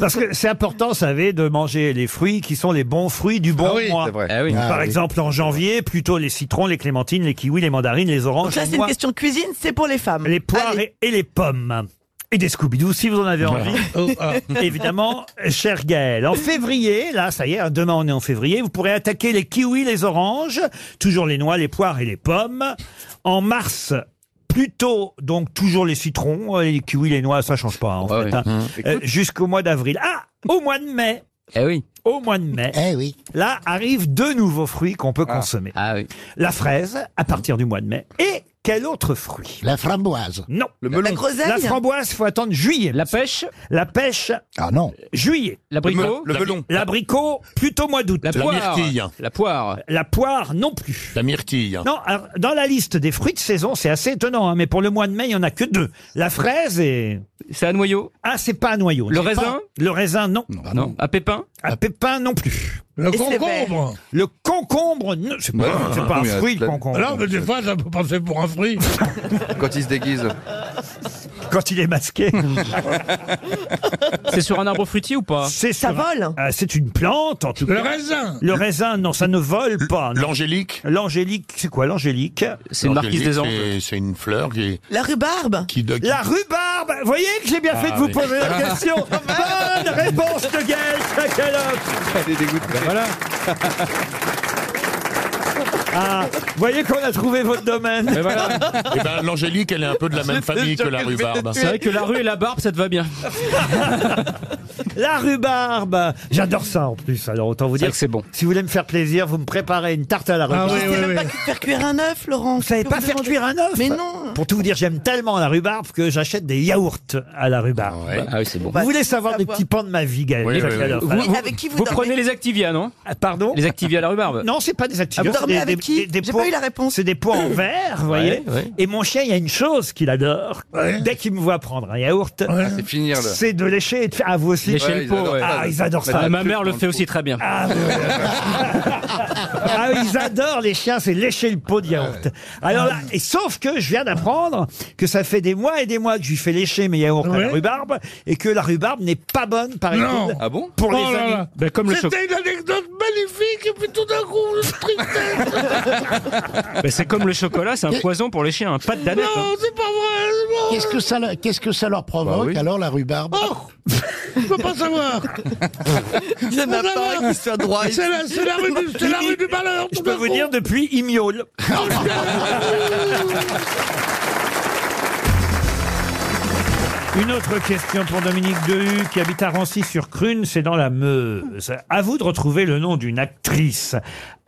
Parce que c'est important, vous savez, de manger les fruits qui sont les bons fruits du bon
Ah oui,
mois.
c'est vrai.
Par
Ah oui.
exemple, en janvier, plutôt les citrons, les clémentines, les kiwis, les mandarines, les oranges.
Donc là,
en
c'est une
mois.
question cuisine, c'est pour les femmes.
Les poires et, et les pommes. Et des Scooby-Doo, si vous en avez envie. Évidemment, cher Gaël. En février, là, ça y est, hein, demain on est en février, vous pourrez attaquer les kiwis, les oranges, toujours les noix, les poires et les pommes. En mars, plutôt, donc, toujours les citrons, euh, les kiwis, les noix, ça change pas, en fait. hein. Euh, Jusqu'au mois d'avril. Ah, au mois de mai.
Eh oui.
Au mois de mai.
Eh oui.
Là arrivent deux nouveaux fruits qu'on
Ah.
peut consommer. La fraise, à partir du mois de mai. Et quel autre fruit
La framboise.
Non.
Le melon. La groseille
La framboise, faut attendre juillet. La pêche La pêche.
Ah non.
Juillet.
L'abricot Le me- le melon.
L'abricot, plutôt mois d'août.
La La poire. myrtille.
La poire. La poire non plus.
La myrtille.
Non, alors, dans la liste des fruits de saison, c'est assez étonnant, hein, mais pour le mois de mai, il n'y en a que deux. La fraise et... C'est à noyau Ah, c'est pas à noyau.
Le
C'est
raisin
pas- Le raisin, non. Non, À pépin À pépin non plus. Le
Et c'est concombre. vert.
Le concombre, non, c'est pas,
Ah,
c'est pas un
oui,
fruit, le
la-
concombre.
Non, mais des fois, ça peut passer pour un fruit.
Quand il se déguise. Quand il est masqué.
C'est sur un arbre fruitier ou pas
C'est sur un- Ah, c'est une plante, en tout
Le
cas.
raisin.
Le raisin, non, ça ne vole pas. non.
L'angélique
L'angélique, c'est quoi l'angélique
C'est une fleur qui est.
La rhubarbe
Qui de-
La rhubarbe Vous voyez que j'ai bien
Ah
fait de vous
oui.
poser la question Bonne réponse de Gaël Chakaloff Elle est dégoûtée. Voilà Ah, vous voyez qu'on a trouvé votre domaine.
Eh ben, l'angélique, elle est un peu de la même famille que la rhubarbe.
C'est vrai que la rue et la barbe, ça te va bien.
La rhubarbe J'adore ça en plus, alors autant vous dire. que c'est bon. Si vous voulez me faire plaisir, vous me préparez une tarte à la
Ah
rhubarbe.
Tu sais Ah même pas faire cuire un œuf, Laurent. Vous
savez pas faire cuire un œuf
Mais non.
Pour tout vous dire, j'aime tellement la rhubarbe que j'achète des yaourts à la rhubarbe.
Ah oui, c'est bon.
Vous voulez savoir des petits pans de ma vie, Gaël
Oui, oui, oui.
Chakaloff.
Vous-
Alors-
vous- Avec qui vous dormez
prenez les Activia, non
Pardon
Les Activia à la rhubarbe
Non, c'est pas des
Ah,
activités.
vous dormez avec qui J'ai pas eu la
réponse. C'est des pots en verre, vous voyez.
Ouais, ouais.
Et mon chien, il y a une chose qu'il adore. Dès qu'il me voit prendre un yaourt,
c'est finir le-
c'est de lécher et de faire. Ah, vous aussi
Bah,
Lécher le pot, ouais.
Ah, ils adorent ça.
Ah, Ma mère le fait aussi très bien.
Ah oui, ils adorent les chiens, c'est lécher le pot de yaourt. Alors là, et sauf que je viens d'apprendre que ça fait des mois et des mois que je lui fais lécher mes yaourts à la
Ouais.
rhubarbe et que la rhubarbe n'est pas bonne,
Non.
paraît-il. Pour
Oh
les amis.
Ben, C'était une anecdote magnifique, et puis tout d'un coup, une tristesse.
Mais c'est comme le chocolat, c'est un poison pour les chiens, un pas de danette. hein.
non, c'est pas vrai.
Qu'est-ce que ça, leur- qu'est-ce que ça
Bah
leur provoque alors la rhubarbe
Oh,
Oh, Je peux pas savoir.
Il y en a pas
Faut savoir.
qui soit droit.
C'est la, c'est la rue du, c'est la rue du malheur.
Je peux vous dire, depuis, il miaule. Une autre question pour Dominique Dehu, qui habite à Rancy-sur-Crune, c'est dans la Meuse. À vous de retrouver le nom d'une actrice.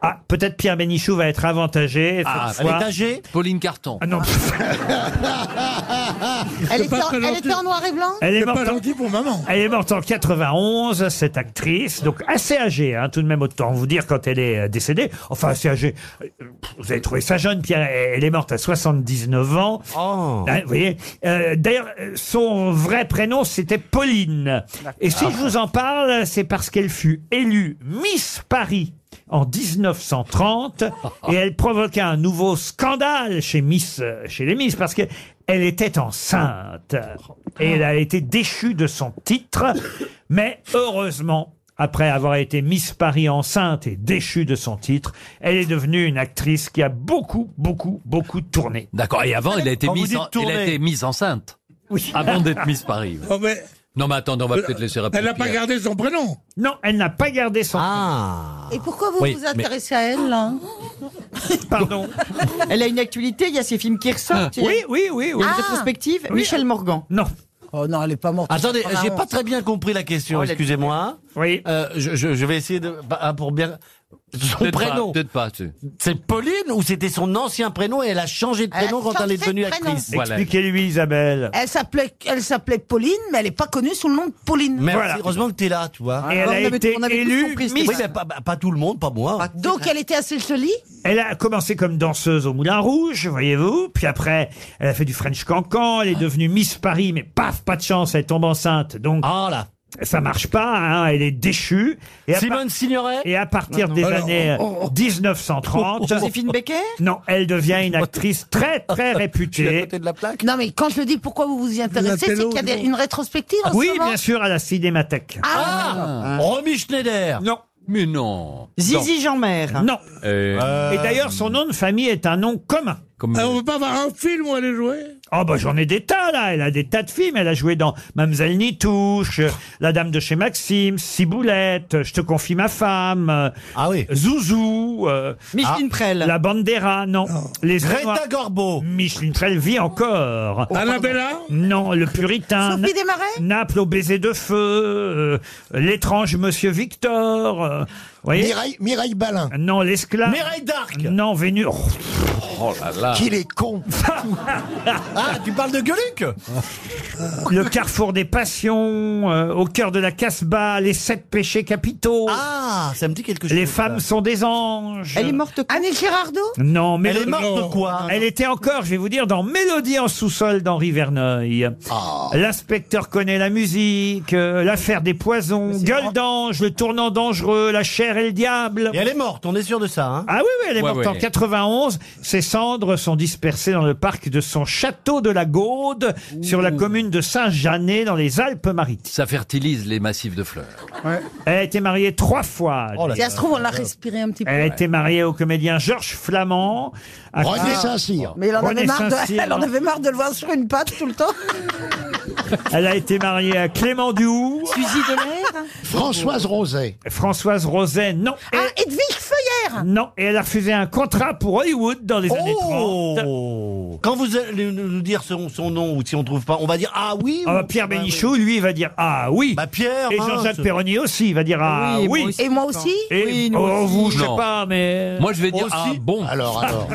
Ah, peut-être Pierre Bénichou va être avantagé. cette
Ah,
fois.
elle est âgée Pauline Carton.
Ah non.
Elle
Ah, C'est pas
était, en,
très
Ah. elle
gentil.
était en noir et blanc
Elle est, morte en... elle est morte en 91, cette actrice, donc assez âgée, hein, tout de même autant vous dire quand elle est euh, décédée. Enfin, assez âgée. Euh, Vous avez trouvé ça jeune, Pierre. Elle est morte à 79 ans.
Oh.
Hein, vous voyez. Euh, D'ailleurs, euh, son vrai prénom, c'était Pauline. Et
Ah,
si je vous en parle, c'est parce qu'elle fut élue Miss Paris en 1930 et elle provoqua un nouveau scandale chez Miss euh, chez les Miss parce que elle était enceinte et elle a été déchue de son titre mais heureusement après avoir été Miss Paris enceinte et déchue de son titre, elle est devenue une actrice qui a beaucoup, beaucoup, beaucoup tourné.
D'accord, et avant, il a été,
Oh,
Quand vous
mise,
dites
en- il
tourner.
a été mise enceinte.
Oui. Euh,
Avant d'être mise Paris.
Oh, mais
Non, mais attendez, on va peut-être laisser répondre.
elle n'a pas
Pierre.
gardé son prénom.
Non, elle n'a pas gardé son
ah. Et pourquoi vous
Oui,
vous
mais-
intéressez à elle là
Pardon
Elle a une actualité, il y a ses films qui ressortent.
Ah. Oui, oui, oui. oui.
Une rétrospective,
Oui.
Michel Morgan.
Non.
Oh non, elle est pas morte. Ah,
Attendez,
Ah,
j'ai
bah,
pas très bien compris la question,
Oh, il a-
excusez-moi. Euh,
Oui.
je, je- je vais essayer de. bah, Pour bien. Son
Peut-être pas,
prénom.
Peut-être pas. tu-
C'est Pauline ou c'était son ancien prénom et elle a changé de
Elle a
prénom quand
changé
elle est devenue
de prénom.
actrice
Voilà.
Expliquez-lui, Isabelle.
Elle s'appelait, elle s'appelait Pauline, mais elle n'est pas connue sous le nom de Pauline.
Merci, heureusement que t'es là, tu vois.
Et elle a été élue Miss-
Oui, mais pas, pas- pas tout le monde, pas moi.
Donc elle était assez jolie.
Elle a commencé comme danseuse au Moulin Rouge, voyez-vous. Puis après, elle a fait du French Cancan. Elle est devenue Miss Paris, mais paf, pas de chance, elle tombe enceinte. Donc.
Ah, là.
Ça marche pas, hein, elle est déchue. Et à
Simone Signoret
Et à partir des
Alors,
années
oh, oh.
1930.
Joséphine Becker
Non, elle devient une actrice très, très
Je suis à
réputée.
côté Non, mais quand je le dis pourquoi vous vous y intéressez, c'est
Lattello,
qu'il y a des-
dis donc.
une rétrospective en
Oui,
ce moment.
bien sûr, à la Cinémathèque.
Ah.
Romy Schneider
Non.
Mais non.
Zizi Jeanmer.
Non.
Euh,
Et d'ailleurs, son nom de famille est un nom commun.
Ah, on veut pas avoir un film où elle est jouée
Oh bah j'en ai des tas là, elle a des tas de films, elle a joué dans Mademoiselle Nitouche, euh, La Dame de chez Maxime, Ciboulette, euh, Je te confie ma femme, euh, Zouzou, euh,
Micheline
ah,
Prel.
La Bandera, non. Les
Greta
Gorbo. Micheline Prel vit encore.
Oh, Annabella
Non, Le Puritain.
Sophie
Na-
Desmarais
Naples au baiser de feu, euh, L'étrange Monsieur Victor, euh, vous voyez
Mireille, Mireille Balin.
Euh, Non, L'esclave.
Mireille Darc.
Non, Vénus. Oh,
Oh là là.
Qu'il est con.
ah, tu parles de Gueuluc
Le carrefour des passions, euh, au cœur de la Casbah, les sept péchés capitaux.
Ah, ça me dit quelque chose.
Les femmes sont des anges.
morte quand Annie Girardot
Non, mais
Elle est morte
Non.
quoi
Elle était encore, je vais vous dire, dans Mélodie en sous-sol d'Henri Verneuil.
Ah.
L'inspecteur connaît la musique, euh, l'affaire des poisons, gueule d'ange, le tournant dangereux, la chair et le diable.
Et elle est morte, on est sûr de ça. Hein
Ah oui, oui, elle est
Ouais,
morte en
ouais.
91. Ses cendres sont dispersées dans le parc de son château de la Gaude, sur la commune de Saint-Janet, dans les Alpes-Maritimes.
Ça fertilise les massifs de fleurs.
Elle a été mariée trois fois.
Oh
Si ça se trouve, on l'a respiré un petit peu.
elle a été mariée au comédien Georges Flamand. à-
René Saint-Cyr.
Ah, Mais il en avait
René
marre de,
Saint-Cyr,
elle en
non.
avait marre de le voir sur une patte tout le temps.
Elle a été mariée à Clément Duhoux.
Suzy Delair
Françoise Roset.
Françoise Roset, non.
Ah, Edwige Feuillère
Non, et elle a refusé un contrat pour Hollywood dans les années 30.
Oh Quand vous allez nous nous dire son, son nom ou si on trouve pas, on va dire ah oui.
Ah,
ou-
Pierre Bénichou, lui, il va dire Ah oui.
Bah Pierre.
et
mince.
Jean-Jacques Perroni aussi, il va dire Ah oui.
Et moi aussi
Et oh, vous, je sais
Non.
pas, mais.
Moi, je vais dire
Aussi.
ah bon.
Alors, alors.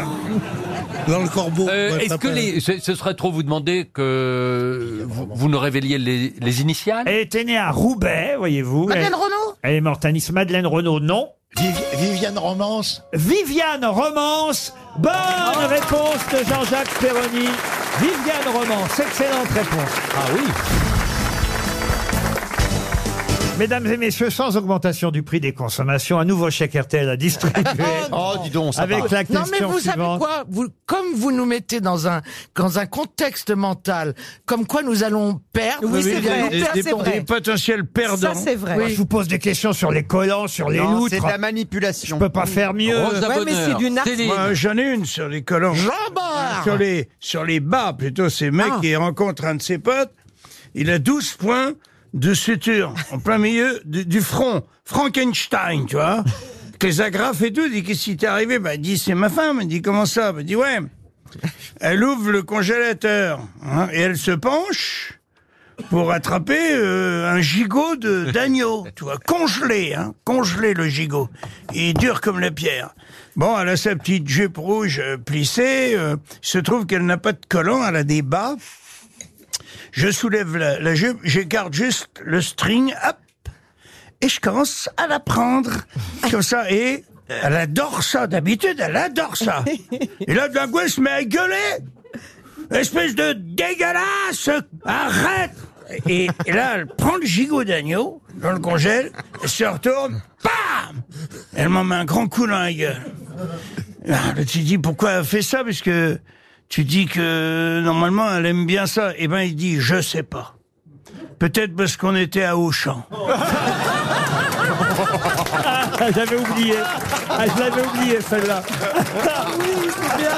Dans le corbeau.
Euh,
ouais,
Est-ce
ça
que
peut-
les, ce, ce serait trop vous demander que vous, vous nous révéliez les, les initiales
Elle était née à Roubaix, voyez-vous.
Madeleine
Elle-
Renaud
Elle est morte à Nice. Madeleine Renaud, non.
Vivi- Viviane Romance.
Viviane Romance. Bonne
Ah.
réponse de Jean-Jacques Perroni.
Ah
Viviane Romance, excellente réponse.
Ah oui.
Mesdames et messieurs, sans augmentation du prix des consommations, un nouveau chèque RTL à distribuer.
Oh, dis donc, ça
Avec
va.
la question
Non, mais vous savez
suivante.
quoi
Vous- comme vous nous mettez dans un, dans un contexte mental, comme quoi nous allons perdre.
Des- des- des potentiels perdants. Moi, Je vous pose des questions sur les collants, sur les
Non,
loutres.
c'est de la
manipulation. Je peux pas faire mieux.
Moi, J'en ai une sur les collants.
Jean-Bart
sur les, sur les bas, plutôt, ces mecs qui rencontrent un de ses potes. Il a 12 points de suture en plein milieu du, du front. Frankenstein, tu vois. Que Les agrafes et tout. Il dit Qu'est-ce qui t'est arrivé bah, Il dit C'est ma femme. Il dit Comment ça bah, Il dit Ouais. Elle ouvre le congélateur hein, et elle se penche pour attraper euh, un gigot de d'agneau, tu vois, congelé, hein, congelé le gigot. Il est dur comme la pierre. Bon, elle a sa petite jupe rouge euh, plissée. euh, il se trouve qu'elle n'a pas de collant, elle a des bas. Je soulève la, la jupe, j'écarte juste le string, hop, et je commence à la prendre comme ça. Et elle adore ça d'habitude, elle adore ça. Et là, d'un coup, elle se met à gueuler. Espèce de dégueulasse Arrête et, et là, elle prend le gigot d'agneau dans le congèle, elle se retourne, bam Elle m'en met un grand coup dans la gueule. Ah, là, tu dis pourquoi elle fait ça Parce que tu dis que normalement elle aime bien ça. Eh ben il dit je sais pas. Peut-être parce qu'on était à Auchan.
J'avais oublié. Ah, je l'avais oublié celle-là.
oui, c'est bien.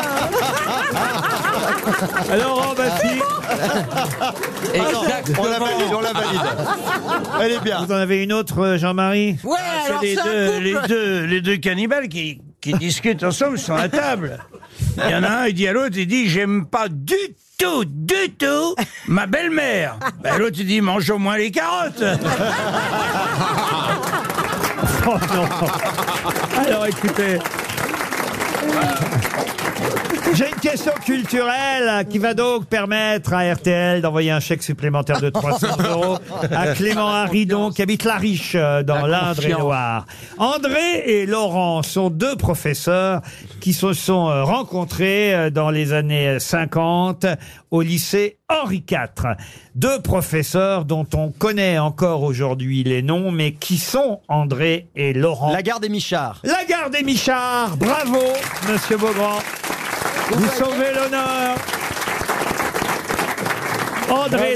Alors, oh, bah si.
Exactement. On la valide, on la
valide.
Ah.
Elle est bien. Vous en avez une autre, euh, Jean-Marie
Ouais,
Ah,
alors
c'est les,
c'est un
deux,
couple.
les, deux, les deux cannibales qui, qui discutent ensemble sont à table. Il y en a un, il dit à l'autre, il dit J'aime pas du tout, du tout ma belle-mère. Ben, l'autre, il dit Mange au moins les carottes.
Oh non Alors écoutez. J'ai une question culturelle qui va donc permettre à RTL d'envoyer un chèque supplémentaire de 300 euros à Clément Haridon qui habite La Riche euh, dans l'Indre-et-Loire. André et Laurent sont deux professeurs qui se sont euh, rencontrés euh, dans les années 50 au lycée Henri IV. Deux professeurs dont on connaît encore aujourd'hui les noms, mais qui sont André et Laurent Lagarde et Michard. Lagarde et Michard, bravo, monsieur Beaugrand. Vous sauvez l'honneur. André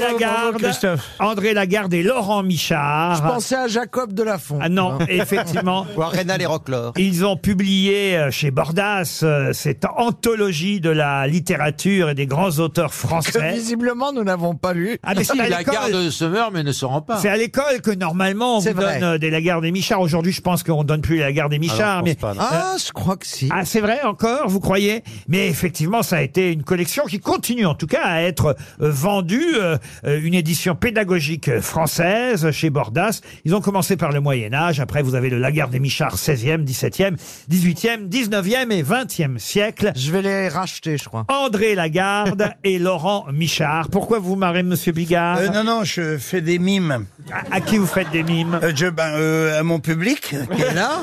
Bravo, bravo,
Lagarde,
Christophe.
André Lagarde et Laurent Michard.
Je pensais
à Jacob Delafont. Ah non, effectivement.
Ou à Rénal et Roquelaure.
Ils ont publié euh, chez Bordas euh, cette anthologie de la littérature et des grands auteurs français.
visiblement, nous n'avons pas lu.
Ah, mais si, à
la
l'école.
garde se meurt, mais ne se rend pas.
C'est à l'école que normalement on vous
C'est vrai.
donne euh, des Lagarde et Michard. Aujourd'hui, je pense qu'on donne plus les Lagarde et
Ah
Michard.
non, je
mais
pense pas, non.
ah, je crois que si. Ah, c'est vrai encore, vous croyez Mais effectivement, ça a été une collection qui continue, en tout cas, à être euh, vendue, euh, euh, une édition pédagogique euh, française euh, chez Bordas. Ils ont commencé par le Moyen Âge. Après, vous avez le Lagarde et Michard 16e, 17e, 18e, 19e et 20e siècle. Je vais les racheter, je crois. André Lagarde et Laurent Michard. Pourquoi vous marrez, Monsieur Bigard
Euh, non, non, je fais des mimes.
À, qui vous faites des mimes
je, ben, euh, À mon public, qui est là.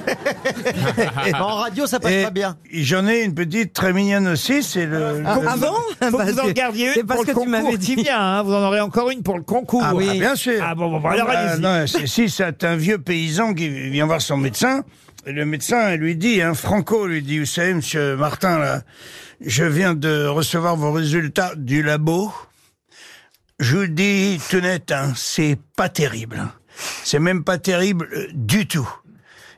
Bah, en radio, ça passe
Et
pas bien. Ah,
J'en ai une petite très mignonne aussi, c'est le...
Faut
le-
que vous en- faut que vous
Bah,
en gardiez une pour le concours qui vient. hein. Vous en aurez encore une pour le concours.
Ah, bien sûr.
Ah bon, bon, bon, alors
Ah,
allez-y.
non, c'est- si c'est un vieux paysan qui vient voir son médecin, et le médecin lui dit, hein, Franco lui dit, vous savez, monsieur Martin, là, je viens de recevoir vos résultats du labo. Je vous le dis tout net, hein, c'est pas terrible. C'est même pas terrible euh, du tout.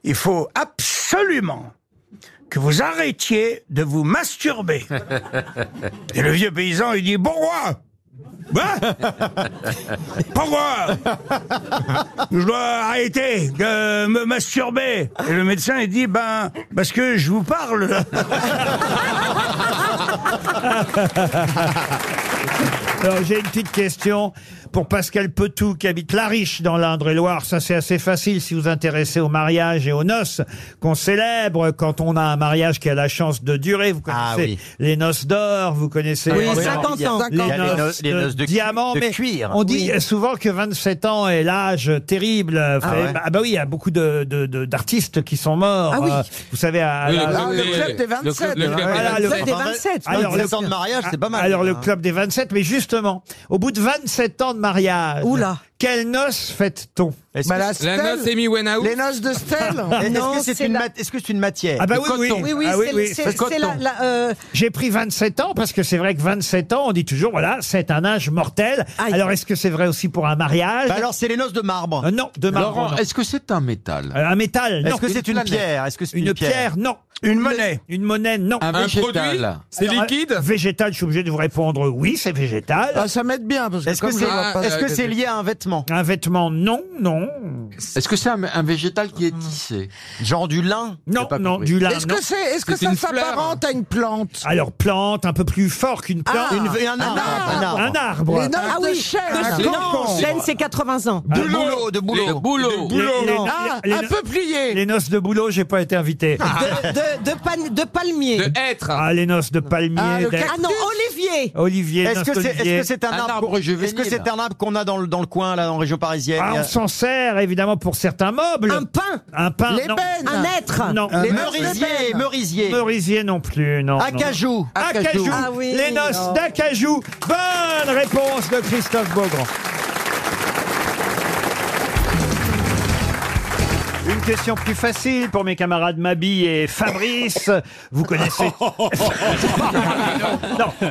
Il faut absolument que vous arrêtiez de vous masturber. Et le vieux paysan, il dit, bon roi Hein Pourquoi Je dois arrêter de me masturber. Et le médecin, il dit, ben, parce que je vous parle. là.
Ah,
Alors, j'ai une petite question pour Pascal Petou qui habite La Riche dans l'Indre-et-Loire. Ça c'est assez facile si vous intéressez au mariage et aux noces qu'on célèbre quand on a un mariage qui a la chance de durer. Vous connaissez
oui.
les noces d'or, vous connaissez
Oui, Oui, 50 ans.
les
50 ans.
noces,
Les noces
de,
de-
diamant,
de
mais
cuir.
on dit
Oui.
souvent que 27 ans est l'âge terrible. Ah,
ouais.
bah, bah oui, il y a beaucoup de- de- de- d'artistes qui sont morts.
Ah oui.
Euh, Vous savez, à,
Oui,
à-
le-
à-
oui, oui, oui. Le club- le club
Voilà,
des
le-
27.
Alors, le
ans de mariage, c'est pas mal.
alors le
Hein.
club des 27, mais justement, au bout de 27 ans de mariage.
Oula.
Quelles noces fête-t-on
Bah, la La stèle. noce Amy Winehouse. Les noces de
stèle
stèle
Est-ce que c'est une, mat- est-ce que c'est une matière
Ah bah
Le
oui,
coton.
oui, Ah oui, oui.
c'est- c'est la- la, euh,
J'ai pris 27 ans parce que c'est vrai que 27 ans, on dit toujours, voilà, c'est un âge mortel. Alors est-ce que c'est vrai aussi pour un mariage
Bah alors, c'est les noces de marbre. Euh,
Euh, Non, de marbre.
Laurent, est-ce
que c'est un métal Un métal, Euh, non.
Est-ce que c'est une pierre Est-ce que c'est une
Une
pierre
pierre, non. Une monnaie Une monnaie, non.
Un Un végétal. produit C'est
Alors, euh, Végétal, je suis obligé de vous répondre oui, c'est végétal.
Ah,
ça m'aide bien, parce
que Est-ce que comme je c'est- vois pas- est-ce que c'est lié
à un vêtement Un vêtement, non, non.
Est-ce que c'est un, un végétal qui est tissé
Genre du lin
Hmm. Non, non, du lin,
Est-ce
non.
que, c'est, est-ce que ça s'apparente à une plante
Alors, plante, un peu plus fort qu'une plante.
Ah, Une-
un,
un
arbre,
arbre,
un arbre.
un arbre. Les notes
Un-
Ah oui, de chêne.
un
De
cancan.
Chêne, c'est 80 ans.
Un boulot,
de boulot.
Les-
De boulot.
les- les- les-
Ah,
les-
un peuplier.
Les noces de boulot, j'ai pas été invité.
De, de, de, pan- de palmier. De hêtre.
Ah, les noces de palmier. d'être-
Ah non, olivier.
Olivier, Ah
Est-ce que
noces
c'est
d'olivier.
est-ce que c'est un, arbre, qu'on- Est-ce que c'est un arbre qu'on a dans le, dans le coin là en région parisienne
Ah, on s'en sert évidemment pour certains meubles. Un
pain.
Un pain.
Les
non.
bennes. Un hêtre.
Non.
Les merisiers,
Les
merisiers.
Merisiers non plus. Non. non.
Acajou.
Acajou.
Acajou. Ah oui,
Les noces
oh.
d'acajou. Bonne réponse de Christophe Beaugrand. Une question plus facile pour mes camarades Mabi et Fabrice. Vous connaissez. non,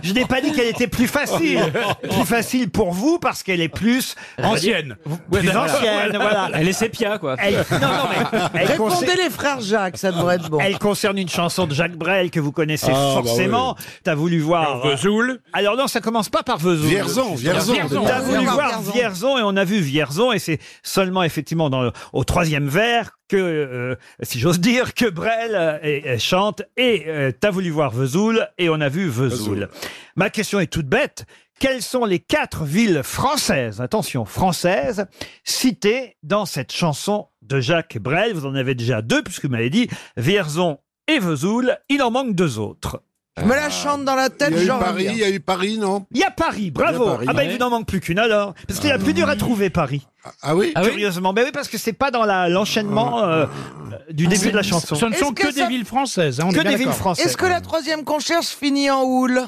je n'ai pas dit qu'elle était plus facile. Plus facile pour vous parce qu'elle est plus
Ancienne.
Plus
Ouais,
ancienne, voilà.
Elle est sépia, quoi.
Elle- non, non, mais elle
Répondez
concerne-
les frères Jacques, ça devrait être bon.
Elle concerne une chanson de Jacques Brel que vous connaissez
Ah, bah
forcément. T'as voulu voir. Vesoul. Alors non, ça commence pas par Vesoul.
Vierzon, Vierzon. Vierzon.
T'as voulu
Vierzon.
voir Vierzon et on a vu Vierzon et c'est seulement effectivement dans le- au troisième vers que, euh, si j'ose dire, que Brel euh, et- et chante et euh, t'as voulu voir Vesoul et on a vu Vesoul. Ma question est toute bête. Quelles sont les quatre villes françaises, attention, françaises, citées dans cette chanson de Jacques Brel Vous en avez déjà deux, puisque vous m'avez dit Vierzon et Vesoul. Il en manque deux autres.
Je me la chante dans la tête,
Il y a eu
genre.
Paris, il y a
eu Paris, non
Il y a Paris, bravo.
Il y a Paris.
Ah ben
Ouais.
il n'en manque plus qu'une alors, parce qu'il y a plus dur à trouver Paris.
Ah oui Ah.
Curieusement, ben oui parce que c'est pas dans la- l'enchaînement euh, du début de la chanson.
Ce ne sont que, des villes françaises. hein, on
Que
est bien
des villes
d'accord.
françaises.
Est-ce que la troisième concierge finit en houle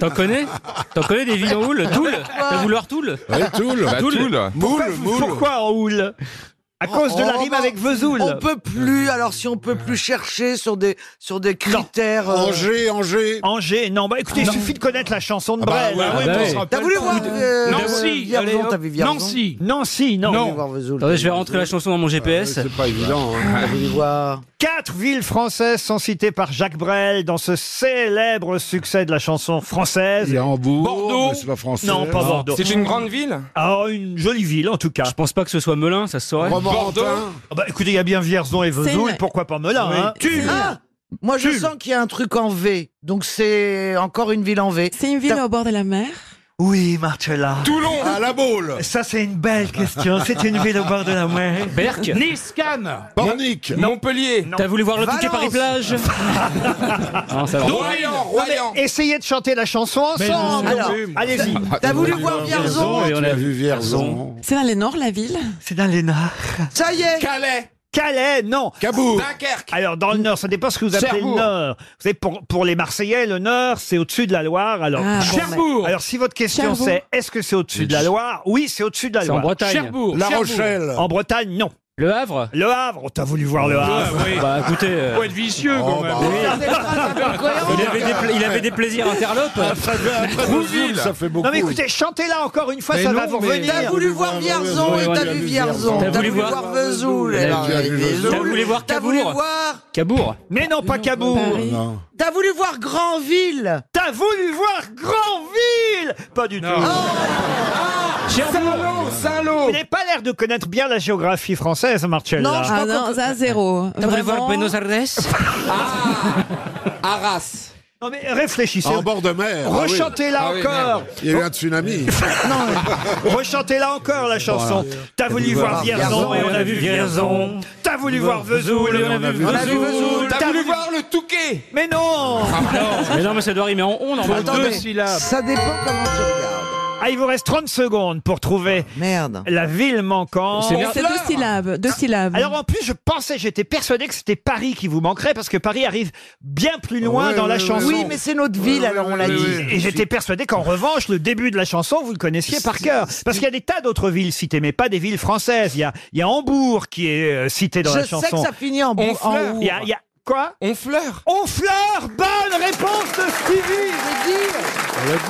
T'en connais T'en connais des villes en houle Toul T'as voulu voir Toul
Bah, Pourquoi,
moule.
pourquoi en houle À cause de la
Oh,
rime
bah,
avec Vesoul.
On peut plus, alors si on peut plus chercher sur des, sur des critères. euh,
Angers. Angers, non, bah écoutez, il suffit de connaître la chanson de
Ah bah
Brel.
ouais, Ah bah mais on ouais. se rappelle T'as voulu pas. voir, euh,
Nancy,
euh, Vierzon,
allez, hop.
t'as vu Vierzon
Nancy. Nancy, non.
Attendez, je vais rentrer la chanson dans mon GPS.
c'est pas évident, hein. T'as voulu Quatre villes françaises sont citées par Jacques Brel dans ce célèbre succès de la chanson française. Il y a Hambourg, Bordeaux.
c'est pas français.
Non, pas
Ah.
Bordeaux.
C'est une grande ville
Ah, une jolie ville en tout cas. Je pense pas que ce soit Melun, ça se saurait.
Romorantin. Bordeaux.
bah, écoutez, il y a bien Vierzon et Vesoul,
une-
pourquoi pas Melun hein
Ah Moi, je
Tulle.
sens qu'il y a un truc en V. Donc, c'est encore une ville en V. C'est une ville au bord de la mer
Oui, Marcella.
Toulon.
À la Baule.
Ça, c'est une belle question. C'est une ville au bord de la mer.
Berck.
Nice, Cannes.
Pornic.
Montpellier.
T'as voulu voir le touquet Paris-Plage Non, ça va.
Non, mais essayez de chanter la chanson ensemble.
Alors,
allez-y.
T'as voulu voir Vierzon
et on a vu Vierzon.
C'est dans les Nord, la ville
C'est dans les Nord.
Ça y est
Calais. Calais, non.
Cabourg.
Dunkerque. Alors, dans le Nord, ça dépend ce que vous appelez
Cherbourg.
le Nord. Vous savez, pour, pour les Marseillais, le Nord, c'est au-dessus de la Loire. Alors,
Ah, bon, Cherbourg.
Alors, si votre question
Cherbourg.
c'est est-ce que c'est au-dessus de la Loire Oui, c'est au-dessus de la
C'est en
Loire.
Bretagne. Cherbourg.
La
Cherbourg.
Rochelle.
En Bretagne, non.
Le Havre
Le Havre, oh, t'as voulu voir le Havre.
Bah écoutez. euh,
Faut être vicieux quand même.
Il avait, des pla- il avait des plaisirs interlopes.
Trouville. Ça fait beaucoup.
Non mais écoutez, chantez-la encore une fois,
Mais
ça
non,
va vous
mais-
revenir.
T'as voulu voir Vierzon et t'as vu Vierzon. T'as voulu voir Vesoul. et alors,
T'as
et
vu
Vesoul.
Vesoul. T'as voulu voir
T'as voulu
Cabourg.
voir.
Cabourg.
Mais non, pas Cabourg.
T'as voulu voir Grandville.
T'as voulu voir Grandville Pas du tout.
Ah,
Saint-Lô, Saint-Lô. Vous n'avez pas l'air de connaître bien la géographie française, Marcella.
Non, je
Ah,
crois qu'on- ça, zéro.
T'as voulu voir Buenos Aires
Ah,
Arras.
Non mais réfléchissez.
En bord de mer. ah oui.
Rechantez-la
Ah oui,
encore.
merde. Il y a eu un tsunami.
Rechantez-la encore la chanson. T'as voulu voir Vierzon et on a vu Vierzon. T'as voulu voir Vesoul et on a vu Vesoul. T'as voulu voir le Touquet. Mais non
Ah, Mais non, mais ça doit rimer en on, normalement.
Attendez, Ça dépend comment tu regardes.
Ah, il vous reste 30 secondes pour trouver la ville manquante.
C'est deux syllabes, deux syllabes.
Ah, Alors en plus, je pensais, j'étais persuadé que c'était Paris qui vous manquerait parce que Paris arrive bien plus loin
Ouais,
dans la
ouais,
chanson.
ouais. Oui, mais c'est notre ville,
Ouais,
alors on l'a
ouais,
dit.
ouais. Et j'étais persuadé qu'en revanche, le début de la chanson, vous le connaissiez par cœur. Parce qu'il y a des tas d'autres villes citées, mais pas des villes françaises. Il y a, il y a Hambourg qui est euh, cité dans
Je
la
sais
chanson.
que ça finit en bou- en
Honfleur.
Our.
Il y a, il y a- quoi Honfleur. Honfleur Bonne réponse de Stevie, je veux dire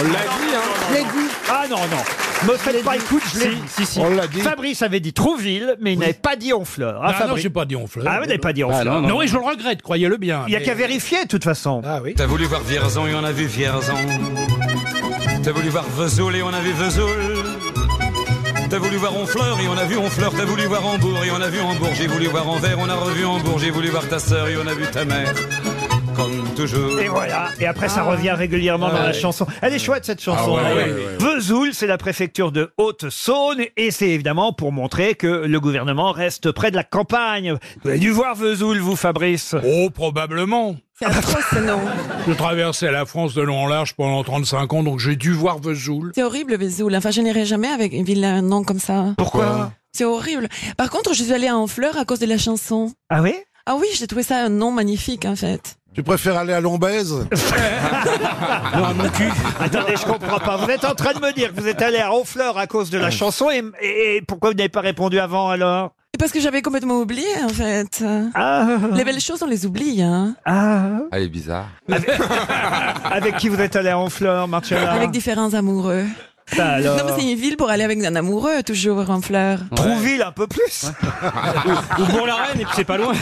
On l'a dit, hein.
Je l'ai dit. Ah non, non. Me faites pas écoute, je l'ai
Si,
dit.
si, si.
On l'a dit. Fabrice avait dit Trouville, mais il n'avait pas dit Honfleur.
Ah non, j'ai pas dit Honfleur.
Ah, vous n'avez pas dit Honfleur.
non, et je le regrette, croyez-le bien.
Il n'y a
mais-
qu'à vérifier, de toute façon. Ah oui.
T'as voulu voir Vierzon et on a vu Vierzon. T'as voulu voir Vesoul et on a vu Vesoul. T'as voulu voir Honfleur et on a vu Honfleur. T'as voulu voir Hambourg et on a vu Hambourg. J'ai voulu voir Anvers, on a revu Hambourg. J'ai voulu voir ta sœur et on a vu ta mère. Comme toujours.
Et voilà. Et après, ça revient régulièrement
Ah
dans la
ouais.
chanson. Elle est chouette, cette chanson.
Ah ouais,
d'ailleurs.
ouais, ouais,
Vesoul, c'est la préfecture de Haute-Saône. Et c'est évidemment pour montrer que le gouvernement reste près de la campagne. Vous avez dû voir Vesoul, vous, Fabrice
Oh, probablement. Je traversais la France de long en large pendant 35 ans, donc j'ai dû voir Vesoul.
C'est horrible, Vesoul. Enfin, je n'irai jamais avec une ville à un nom comme ça.
Pourquoi
C'est horrible. Par contre, je suis allée à Honfleur à cause de la chanson.
Ah oui
Ah oui, j'ai trouvé ça un nom magnifique, en fait.
Tu préfères aller à Lombaise
Ah, Non, à mon cul. Attendez, je comprends pas. Vous êtes en train de me dire que vous êtes allé à Honfleur à cause de la chanson et, et- et pourquoi vous n'avez pas répondu avant alors
Et parce que j'avais complètement oublié, en fait.
Ah.
Les belles choses, on les oublie, hein.
Elle est bizarre. Avec, avec qui vous êtes allé à Honfleur, Marcella
Avec différents amoureux.
Ben
Ça alors
Non, mais c'est une ville pour aller avec un amoureux, toujours, Honfleur.
Trouville un peu plus
Ou pour la reine, et puis c'est pas loin.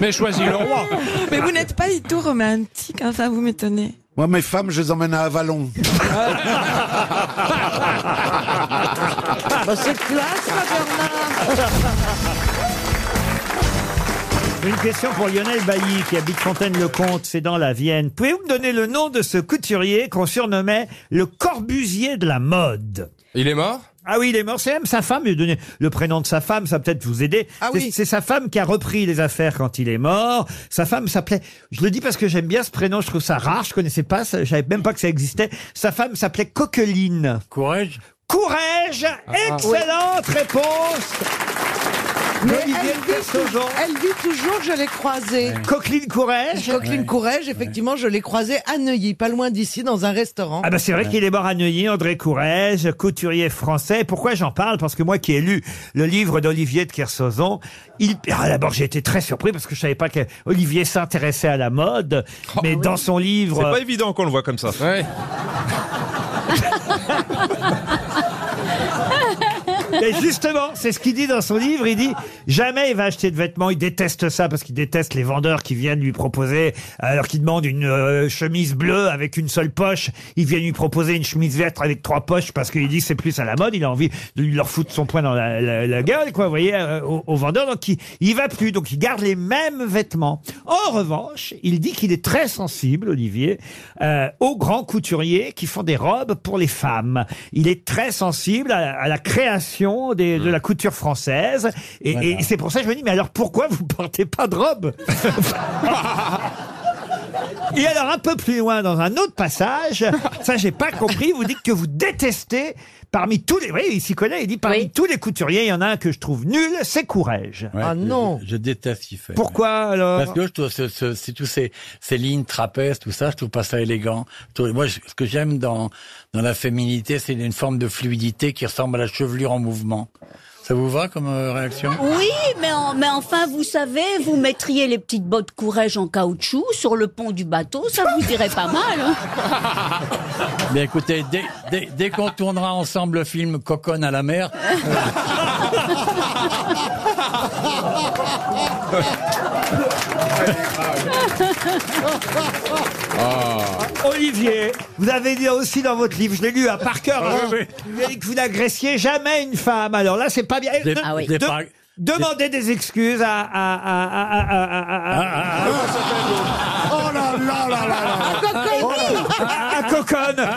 Mais choisis le roi.
Mais vous n'êtes pas du tout romantique, enfin, vous m'étonnez.
Moi, mes femmes, je les emmène à Avalon.
Bah, c'est classe, ça,
Une question pour Lionel Bailly qui habite Fontaine-le-Comte, c'est dans la Vienne. Pouvez-vous me donner le nom de ce couturier qu'on surnommait le Corbusier de la mode
Il est mort
ah oui, il est mort. C'est même sa femme. Lui donner le prénom de sa femme, ça va peut-être vous aider. C'est- C'est sa femme qui a repris les affaires quand il est mort. Sa femme s'appelait. Je le dis parce que j'aime bien ce prénom. Je trouve ça rare. Je connaissais pas. ça- Je savais même pas que ça existait. Sa femme s'appelait Coqueline. Courage. Courage.
Ah,
Excellente réponse.
Mais
Olivier
elle dit, toujours, elle dit toujours, je l'ai croisée.
Coqueline Courage
Coqueline Courage, effectivement, je l'ai croisée à Neuilly, pas loin d'ici, dans un restaurant.
Ah bah c'est vrai qu'il est mort à Neuilly, André Courrèges, couturier français. Pourquoi j'en parle Parce que moi qui ai lu le livre d'Olivier de Kersauzon, il... Ah, d'abord j'ai été très surpris parce que je savais pas qu'Olivier s'intéressait à la mode, mais dans son livre...
Oh, C'est pas évident qu'on le voit comme ça.
Et justement, c'est ce qu'il dit dans son livre. Il dit jamais il va acheter de vêtements. Il déteste ça parce qu'il déteste les vendeurs qui viennent lui proposer, alors qu'il demande une euh, chemise bleue avec une seule poche, ils viennent lui proposer une chemise verte avec trois poches parce qu'il dit que c'est plus à la mode. Il a envie de lui leur foutre son poing dans la, la- la gueule, quoi. Vous voyez, euh, aux, aux vendeurs. Donc il, il va plus. Donc il garde les mêmes vêtements. En revanche, il dit qu'il est très sensible, Olivier, euh, aux grands couturiers qui font des robes pour les femmes. Il est très sensible à, à la création des- de la couture française. Et, et c'est pour ça que je me dis, mais alors pourquoi vous portez pas de robe Et alors un peu plus loin, dans un autre passage, ça j'ai pas compris, vous dites que vous détestez parmi tous les... Oui, il s'y connaît, il dit parmi tous les couturiers, il y en a un que je trouve nul, c'est Courage.
Ouais, je- Je, je déteste ce qu'il fait.
Ah Pourquoi alors
Parce que je trouve ce- ce- c'est tous ces, ces lignes trapèzes, tout ça, je trouve pas ça élégant. Je trouve- moi, je- ce que j'aime dans, dans la féminité, c'est une forme de fluidité qui ressemble à la chevelure en mouvement. Ça vous va comme euh, réaction
Oui, mais, en- mais enfin, vous savez, vous mettriez les petites bottes courage en caoutchouc sur le pont du bateau, ça vous dirait pas mal. hein.
Mais écoutez, dès, dès- dès qu'on tournera ensemble le film Coconne à la mer,
Ah. Olivier, vous avez dit aussi dans votre livre, je l'ai lu à par cœur,
Ah,
hein, vous avez dit que vous n'agressiez jamais une femme. Alors là, c'est pas bien.
Des-
De-
Ah oui.
de-
des par-
demandez des excuses à... à- à- à- à- à-
Ah,
à- à-
Oh là là là là
à- à Coconne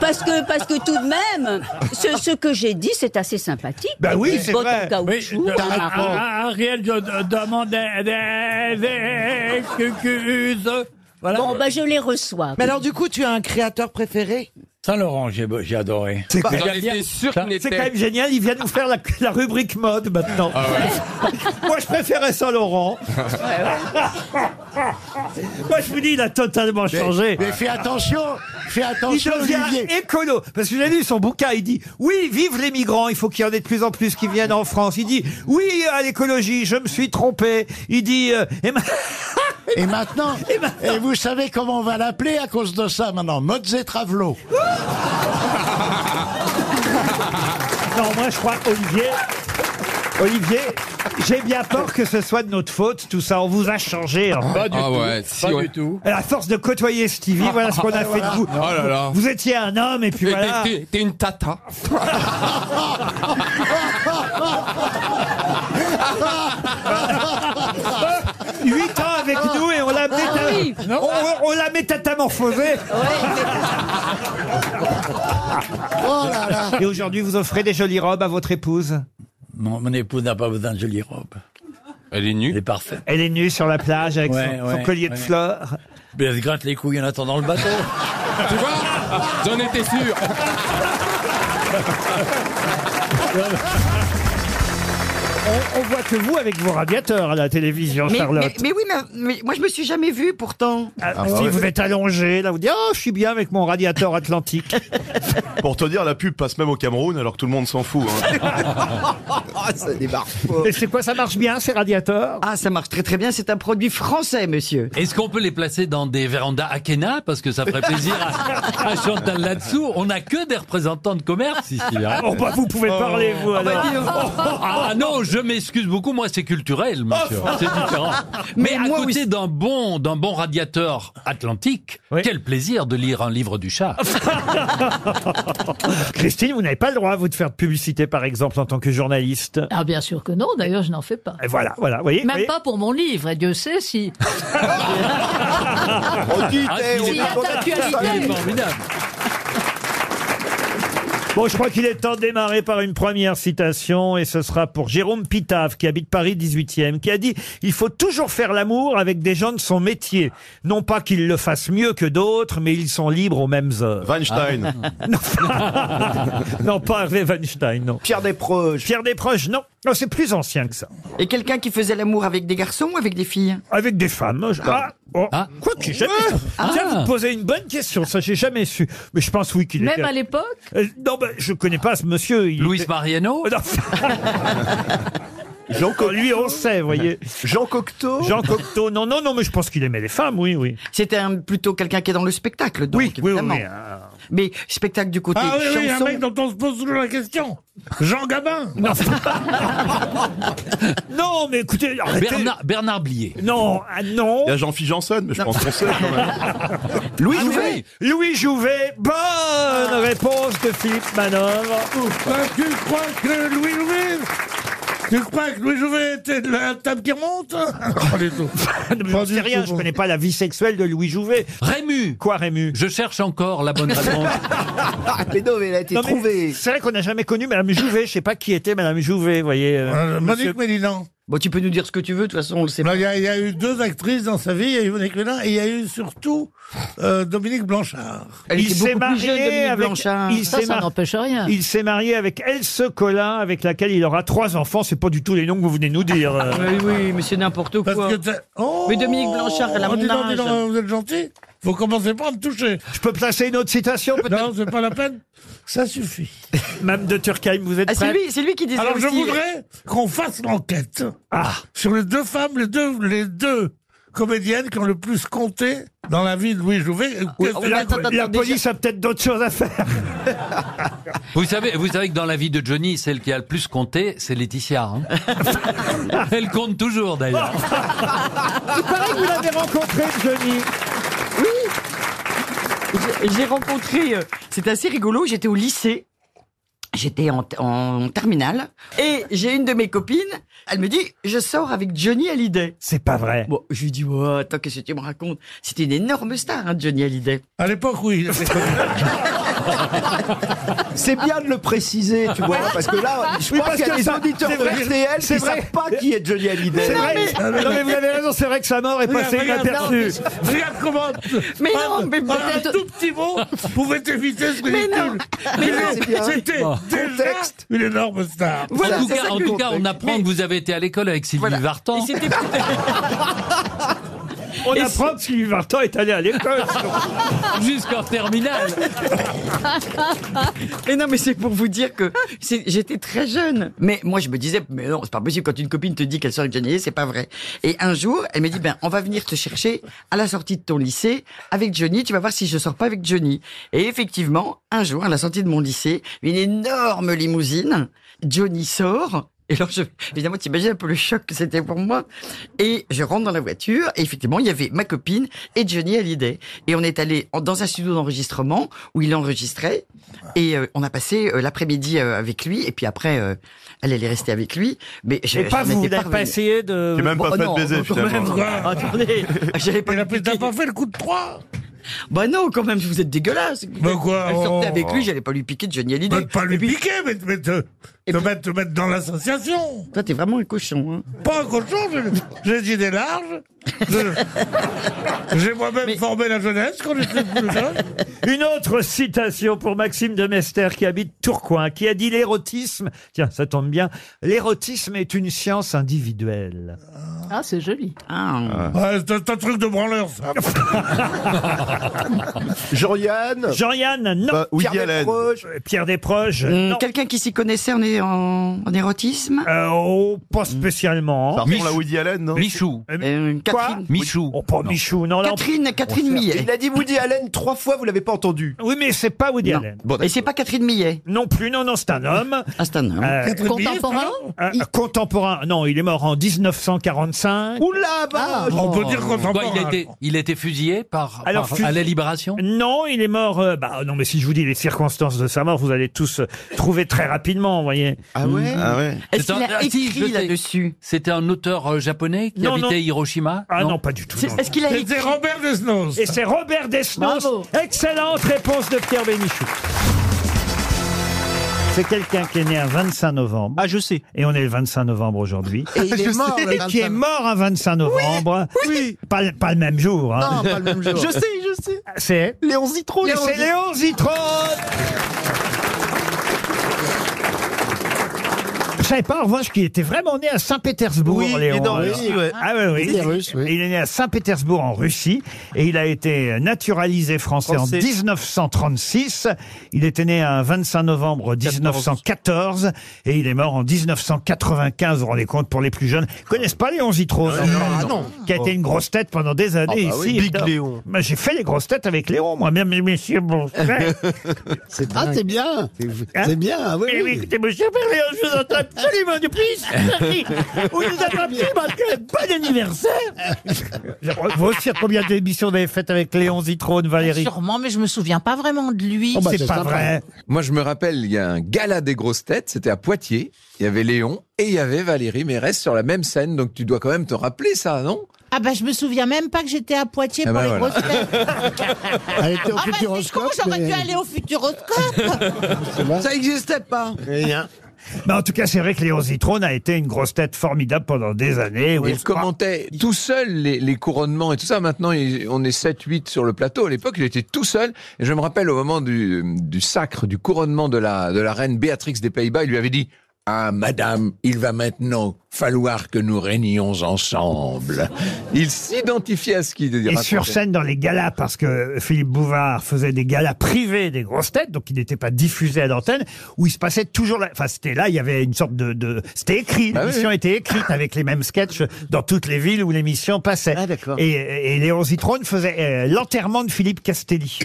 Parce que, parce que tout de même, ce, ce que j'ai dit, c'est assez sympathique.
Ben oui,
Des
c'est
bottes
vrai.
en caoutchouc,
Oui,
un
t'as-
marron.
Ariel, je demandais des excuses
Bon, bah, je les reçois.
Mais alors, du coup, tu as un créateur préféré
Saint-Laurent, j'ai j'ai adoré.
C'est
Bah,
quand
j'en étais sûr qu'on était-
même génial, il vient nous faire la, la rubrique mode maintenant.
Ah
Moi je préférais Saint-Laurent. Moi je vous dis, il a totalement changé.
mais fais attention, fais attention,
Il devient
Olivier.
écolo. Parce que j'ai lu son bouquin, il dit Oui, vive les migrants, il faut qu'il y en ait de plus en plus qui viennent en France. Il dit Oui, à l'écologie, je me suis trompé. Il dit euh, et,
maintenant, Et vous savez comment on va l'appeler à cause de ça maintenant Mods et Travelot.
Non, moi je crois Olivier. Olivier, j'ai bien peur que ce soit de notre faute, tout ça. On vous a changé. en fait.
Pas du Ah tout, ouais, si, pas ouais. du tout.
À la force de côtoyer Stevie, voilà ce qu'on a fait de vous.
Oh là là.
Vous étiez un homme et puis
T'es-
voilà.
t'es- T'es une tata.
Huit ans avec
Ah.
nous et on l'a méta- on, on l'a métatamorphosé.
Oh là là.
Et aujourd'hui, vous offrez des jolies robes à votre épouse.
Mon, mon épouse n'a pas besoin de jolie robe.
Elle est nue.
Elle est parfaite.
Elle est nue sur la plage avec
Ouais,
son, son
ouais,
collier de
ouais.
fleurs.
Mais elle se gratte les couilles en attendant le bateau.
tu vois J'en étais sûr.
On, on voit que vous avec vos radiateurs à la télévision,
Mais,
Charlotte.
mais- mais oui, mais, mais moi je me suis jamais vue pourtant.
Ah, si vous êtes allongé, là vous dites Oh, je suis bien avec mon radiateur Atlantique.
Pour te dire, la pub passe même au Cameroun alors que tout le monde s'en fout.
ça débarque.
Et c'est quoi, ça marche bien ces radiateurs
Ah, ça marche très très bien, c'est un produit français, monsieur.
Est-ce qu'on peut les placer dans des vérandas Akena Parce que ça ferait plaisir à, à Chantal là-dessous. On n'a que des représentants de commerce ici. hein.
Oh, bah, vous pouvez parler, vous,
Ah, bah,
alors.
dis donc. ah non, je m'excuse beaucoup. Moi, c'est culturel, monsieur.
Oh.
C'est différent. Mais, à côté d'un bon, d'un bon radiateur atlantique, quel plaisir de lire un livre du chat.
Christine, vous n'avez pas le droit, vous, de faire de publicité, par exemple, en tant que journaliste.
Ah bien sûr que non, d'ailleurs je n'en fais pas.
Et voilà, voilà, vous Ah, voyez,
Même
voyez
pas pour mon livre, et Dieu sait si...
on
S'il y a
est-
d'actualité.
Bon, je crois qu'il est temps de démarrer par une première citation, et ce sera pour Jérôme Pitave, qui habite Paris 18e, qui a dit « Il faut toujours faire l'amour avec des gens de son métier. Non pas qu'ils le fassent mieux que d'autres, mais ils sont libres aux mêmes heures. »
Weinstein.
non, non, pas Hervé Weinstein, non. Pierre Desproges. Pierre Desproges, non. Non, c'est plus ancien que ça.
Et quelqu'un qui faisait l'amour avec des garçons ou avec des filles
Avec des femmes. je- Ah, oh, quoi que j'ai jamais su.
Ah.
Tiens, vous me posez une bonne question, ça j'ai jamais su. Mais je pense oui qu'il
Même
était-
à l'époque
Euh, non, ben, je connais pas ce monsieur. Louis
Mariano
Jean Lui, on sait, vous voyez. Jean Cocteau Jean Cocteau, non, non, non, mais je pense qu'il aimait les femmes, oui, oui.
C'était un- plutôt quelqu'un qui est dans le spectacle, donc,
Oui, oui,
évidemment.
oui, hein. oui,
Mais spectacle du côté
Ah oui, oui, un
chanson.
mec dont on se pose toujours la question. Jean Gabin.
non, mais écoutez, arrêtez.
Bernard, Bernard Blier.
Non, ah non.
Il y a Jean-Philippe Janssen, mais je pense qu'on sait quand même.
Ah,
Louis Jouvet Louis Jouvet, bonne réponse de Philippe Manœuvre.
Ah, tu crois que Louis Jouvet Tu crois que Louis Jouvet était de la table qui remonte Pas du tout.
J'en sais rien, je connais pas la vie sexuelle de Louis Jouvet.
Rému
Quoi, Rému
Je cherche encore la bonne réponse.
mais non, mais elle a été trouvée. C'est vrai qu'on n'a jamais connu Madame Jouvet. Je sais pas qui était Madame Jouvet, vous voyez.
Ah,
euh, monsieur-
Monique Mélinan.
Bon, tu peux nous dire ce que tu veux, de toute façon, on le sait
Bah, Il y, a- il y a eu deux actrices dans sa vie, il y a eu Monique Mélinan et il y a eu surtout euh, Dominique Blanchard.
il s'est marié avec. il s'est mar- Il s'est marié avec Else Collin, avec laquelle il aura trois enfants. C'est pas du tout les noms que vous venez nous dire.
Ah,
euh.
Ah Oui, oui, mais c'est n'importe quoi.
Parce que t'as- Oh
mais Dominique Blanchard, elle a
Oh,
mon
dis donc, dis
âge.
donc, Vous êtes gentil Vous commencez pas à me toucher.
Je peux placer une autre citation peut-être
Non, c'est pas la peine. Ça suffit.
Même de Turkheim, vous êtes
Ah, c'est
prête
lui, c'est lui qui disait
Alors je
aussi- euh,
voudrais qu'on fasse l'enquête
Ah.
sur les deux femmes, les deux, les deux comédiennes qui ont le plus compté dans la vie de Louis Jouvet.
Ah,
Qu'est-ce que-
la, la police a peut-être d'autres choses à faire.
Vous savez, vous savez que dans la vie de Johnny, celle qui a le plus compté, c'est Laetitia. hein. Elle compte toujours d'ailleurs.
Il paraît que vous l'avez rencontré, Johnny.
J'ai- J'ai rencontré, euh, c'est assez rigolo, j'étais au lycée. J'étais en, en terminale et j'ai une de mes copines, elle me dit « Je sors avec Johnny Hallyday ».
C'est pas vrai.
Bon, je lui dis ouais, attends, qu'est-ce que tu me racontes ?» C'était une énorme star, hein, Johnny Hallyday.
À l'époque, oui.
C'est bien de le préciser, tu
Ah.
vois, parce que là, je
Oui,
crois
parce
qu'il y a
que
des
ça-
auditeurs
c'est vrai,
d'RTL
c'est
qui
vrai.
savent pas qui est Johnny Hallyday.
C'est vrai. Non, mais vous avez raison, non, c'est vrai que sa mort est passée
Regarde,
inaperçue.
regarde, Regarde comment.
Mais
en-
non, mais
en
peut-être-
un tout petit mot pouvait éviter ce
Mais non,
ridicule.
mais
Il
non,
est-
c'est bien.
C'était
Oh.
déjà une énorme star.
en tout cas, en tout cas, on apprend que vous avez été à l'école avec Sylvie Vartan.
On
Et
apprend que Sylvie Vartan est allé à l'école.
Jusqu'en terminale.
mais non, mais c'est pour vous dire que c'est- j'étais très jeune. Mais moi, je me disais, mais non, c'est pas possible. Quand une copine te dit qu'elle sort avec Johnny Hallyday, c'est pas vrai. Et un jour, elle me dit, ben, on va venir te chercher à la sortie de ton lycée avec Johnny. Tu vas voir si je sors pas avec Johnny. Et effectivement, un jour, à la sortie de mon lycée, une énorme limousine, Johnny sort. Et alors, je, évidemment, t'imagines un peu le choc que c'était pour moi. Et je rentre dans la voiture, et effectivement, il y avait ma copine et Johnny Hallyday. Et on est allé en- dans un studio d'enregistrement où il enregistrait.
Ah.
Et euh, on a passé euh, l'après-midi euh, avec lui. Et puis après, euh, elle, elle est restée avec lui. Mais je
Mais pas
j'en
vous, vous
étais
n'avez pas
revenue.
essayé de- T'es même pas
oh
fait de
non,
baiser,
quand
finalement.
même. Attendez, j'avais pas. T'as pas fait le coup de trois Bah non, quand même, vous êtes dégueulasse.
Mais quoi,
Elle sortait
oh.
avec lui, j'allais pas lui piquer Johnny Hallyday.
Mais pas lui piquer, mais, mais te, te mettre, te mettre dans l'association.
Toi, t'es vraiment un cochon. hein.
Pas un cochon, j'ai- j'ai des idées larges. Je- J'ai moi-même formé la jeunesse quand j'étais plus jeune.
Une autre citation pour Maxime de Mester qui habite Tourcoing, qui a dit l'érotisme, tiens, ça tombe bien, l'érotisme est une science individuelle.
Ah, c'est joli.
Ah.
Ouais, c'est un truc de branleur, ça.
Jean-Yann Jean-Yann, non.
Bah, Woody Pierre Allen. Desproges.
Euh, Pierre Desproges,
Hum,
non.
Quelqu'un qui s'y connaissait en, é- en- en érotisme
Euh, oh, pas spécialement.
Ça ressemble à Hmm. Woody
Allen, non Euh,
Michou.
Euh,
Catherine. Michou. Oh, pas Michou, non. là, on-
Il a dit Woody Allen trois fois, vous l'avez pas entendu.
Oui, mais c'est pas Woody Allen.
Et c'est pas Catherine Millet
Non plus, non, non, c'est un homme.
Ah,
Euh,
c'est un homme.
Contemporain
Contemporain, non, il est mort en 1945.
Ah,
Oula, bah
Ah, On peut dire contemporain,
Quoi, il, a été,
alors.
il a été fusillé par,
Alors,
par-
fus-
à la Libération
Non, il est mort. euh, bah non, mais si je vous dis les circonstances de sa mort, vous allez tous euh, trouver très rapidement, vous voyez. Ah
Hmm.
ouais Ah
ouais.
C'est un- ah, si, je sais. C'était un auteur euh, japonais qui
Non,
habitait
non.
Hiroshima
Ah non, pas du tout. non.
C'était Robert Desnos.
Et c'est Robert Desnos. Excellente réponse de Pierre Bénichou. C'est quelqu'un qui est né un 25 novembre. Ah, je sais. Et on est le 25 novembre aujourd'hui.
Et il est Je mort sais. le
Et qui est
25.
mort un 25 novembre. Oui. Pas, le- pas le même jour. hein.
Non, pas le même jour. Je sais, je sais.
C'est
Léon Zitron.
Et c'est Léon Zitron Je savais pas en revanche qu'il était vraiment né à Saint-Pétersbourg,
Oui, il est
Léon.
né en
Alors.
Russie, ouais.
Ah ouais, oui.
Il est russe, oui.
Il est né à Saint-Pétersbourg en Russie et il a été naturalisé français,
Français.
en 1936. Il était né un 25 novembre 1914 et il est mort en 1995. Vous vous rendez compte pour les plus jeunes, ils connaissent pas Léon Zitron,
Ah non, ah non.
qui a été une grosse tête pendant des années
Ah bah oui,
ici.
Big
évidemment.
Léon.
Moi, J'ai fait les grosses têtes avec Léon, moi-même, mais messieurs, bon.
C'est Ah, dingue. c'est bien. Hein C'est- c'est bien, oui,
Eh, Mais
oui. Eh
oui, écoutez, mon cher père Léon, je vous entends absolument du plus. Merci. Vous nous avez appris, malgré bon anniversaire. Vous aussi, combien d'émissions vous avez faites avec Léon Zitrone, Valérie
Ah, Sûrement, mais je me souviens pas vraiment de lui.
Oh, bah,
Moi, je me rappelle, il y a un gala des grosses têtes, c'était à Poitiers. Il y avait Léon et il y avait Valérie Mérès sur la même scène, donc tu dois quand même te rappeler ça, non
Ah bah je me souviens même pas que j'étais à Poitiers
Ah
pour
bah
les
voilà.
grosses têtes.
Eh ben Elle
Ah bah c'est
était au
con,
Futuroscope.
j'aurais
mais-
dû aller au Futuroscope.
vrai.
Ça existait pas.
Rien.
Mais en tout cas, c'est vrai que Léon Zitrone a été une grosse tête formidable pendant des années. où
il
on se croit-
commentait tout seul les, les couronnements et tout ça. Maintenant, il- on est 7-8 sur le plateau. À l'époque, il était tout seul. Et je me rappelle au moment du, du sacre, du couronnement de la, de la reine Béatrix des Pays-Bas, il lui avait dit Ah, madame, il va maintenant falloir que nous régnions ensemble. Il s'identifiait à ce qu'il disait.
Et sur scène dans les galas, parce que Philippe Bouvard faisait des galas privés des grosses têtes, donc il n'était pas diffusé à l'antenne, où il se passait toujours là. Enfin, c'était là, il y avait une sorte de. de- c'était écrit,
Bah
oui,
l'émission
oui.
était écrite avec les mêmes sketchs dans toutes les villes où l'émission passait.
Ah,
et, et Léon Zitrone faisait euh, l'enterrement de Philippe Castelli.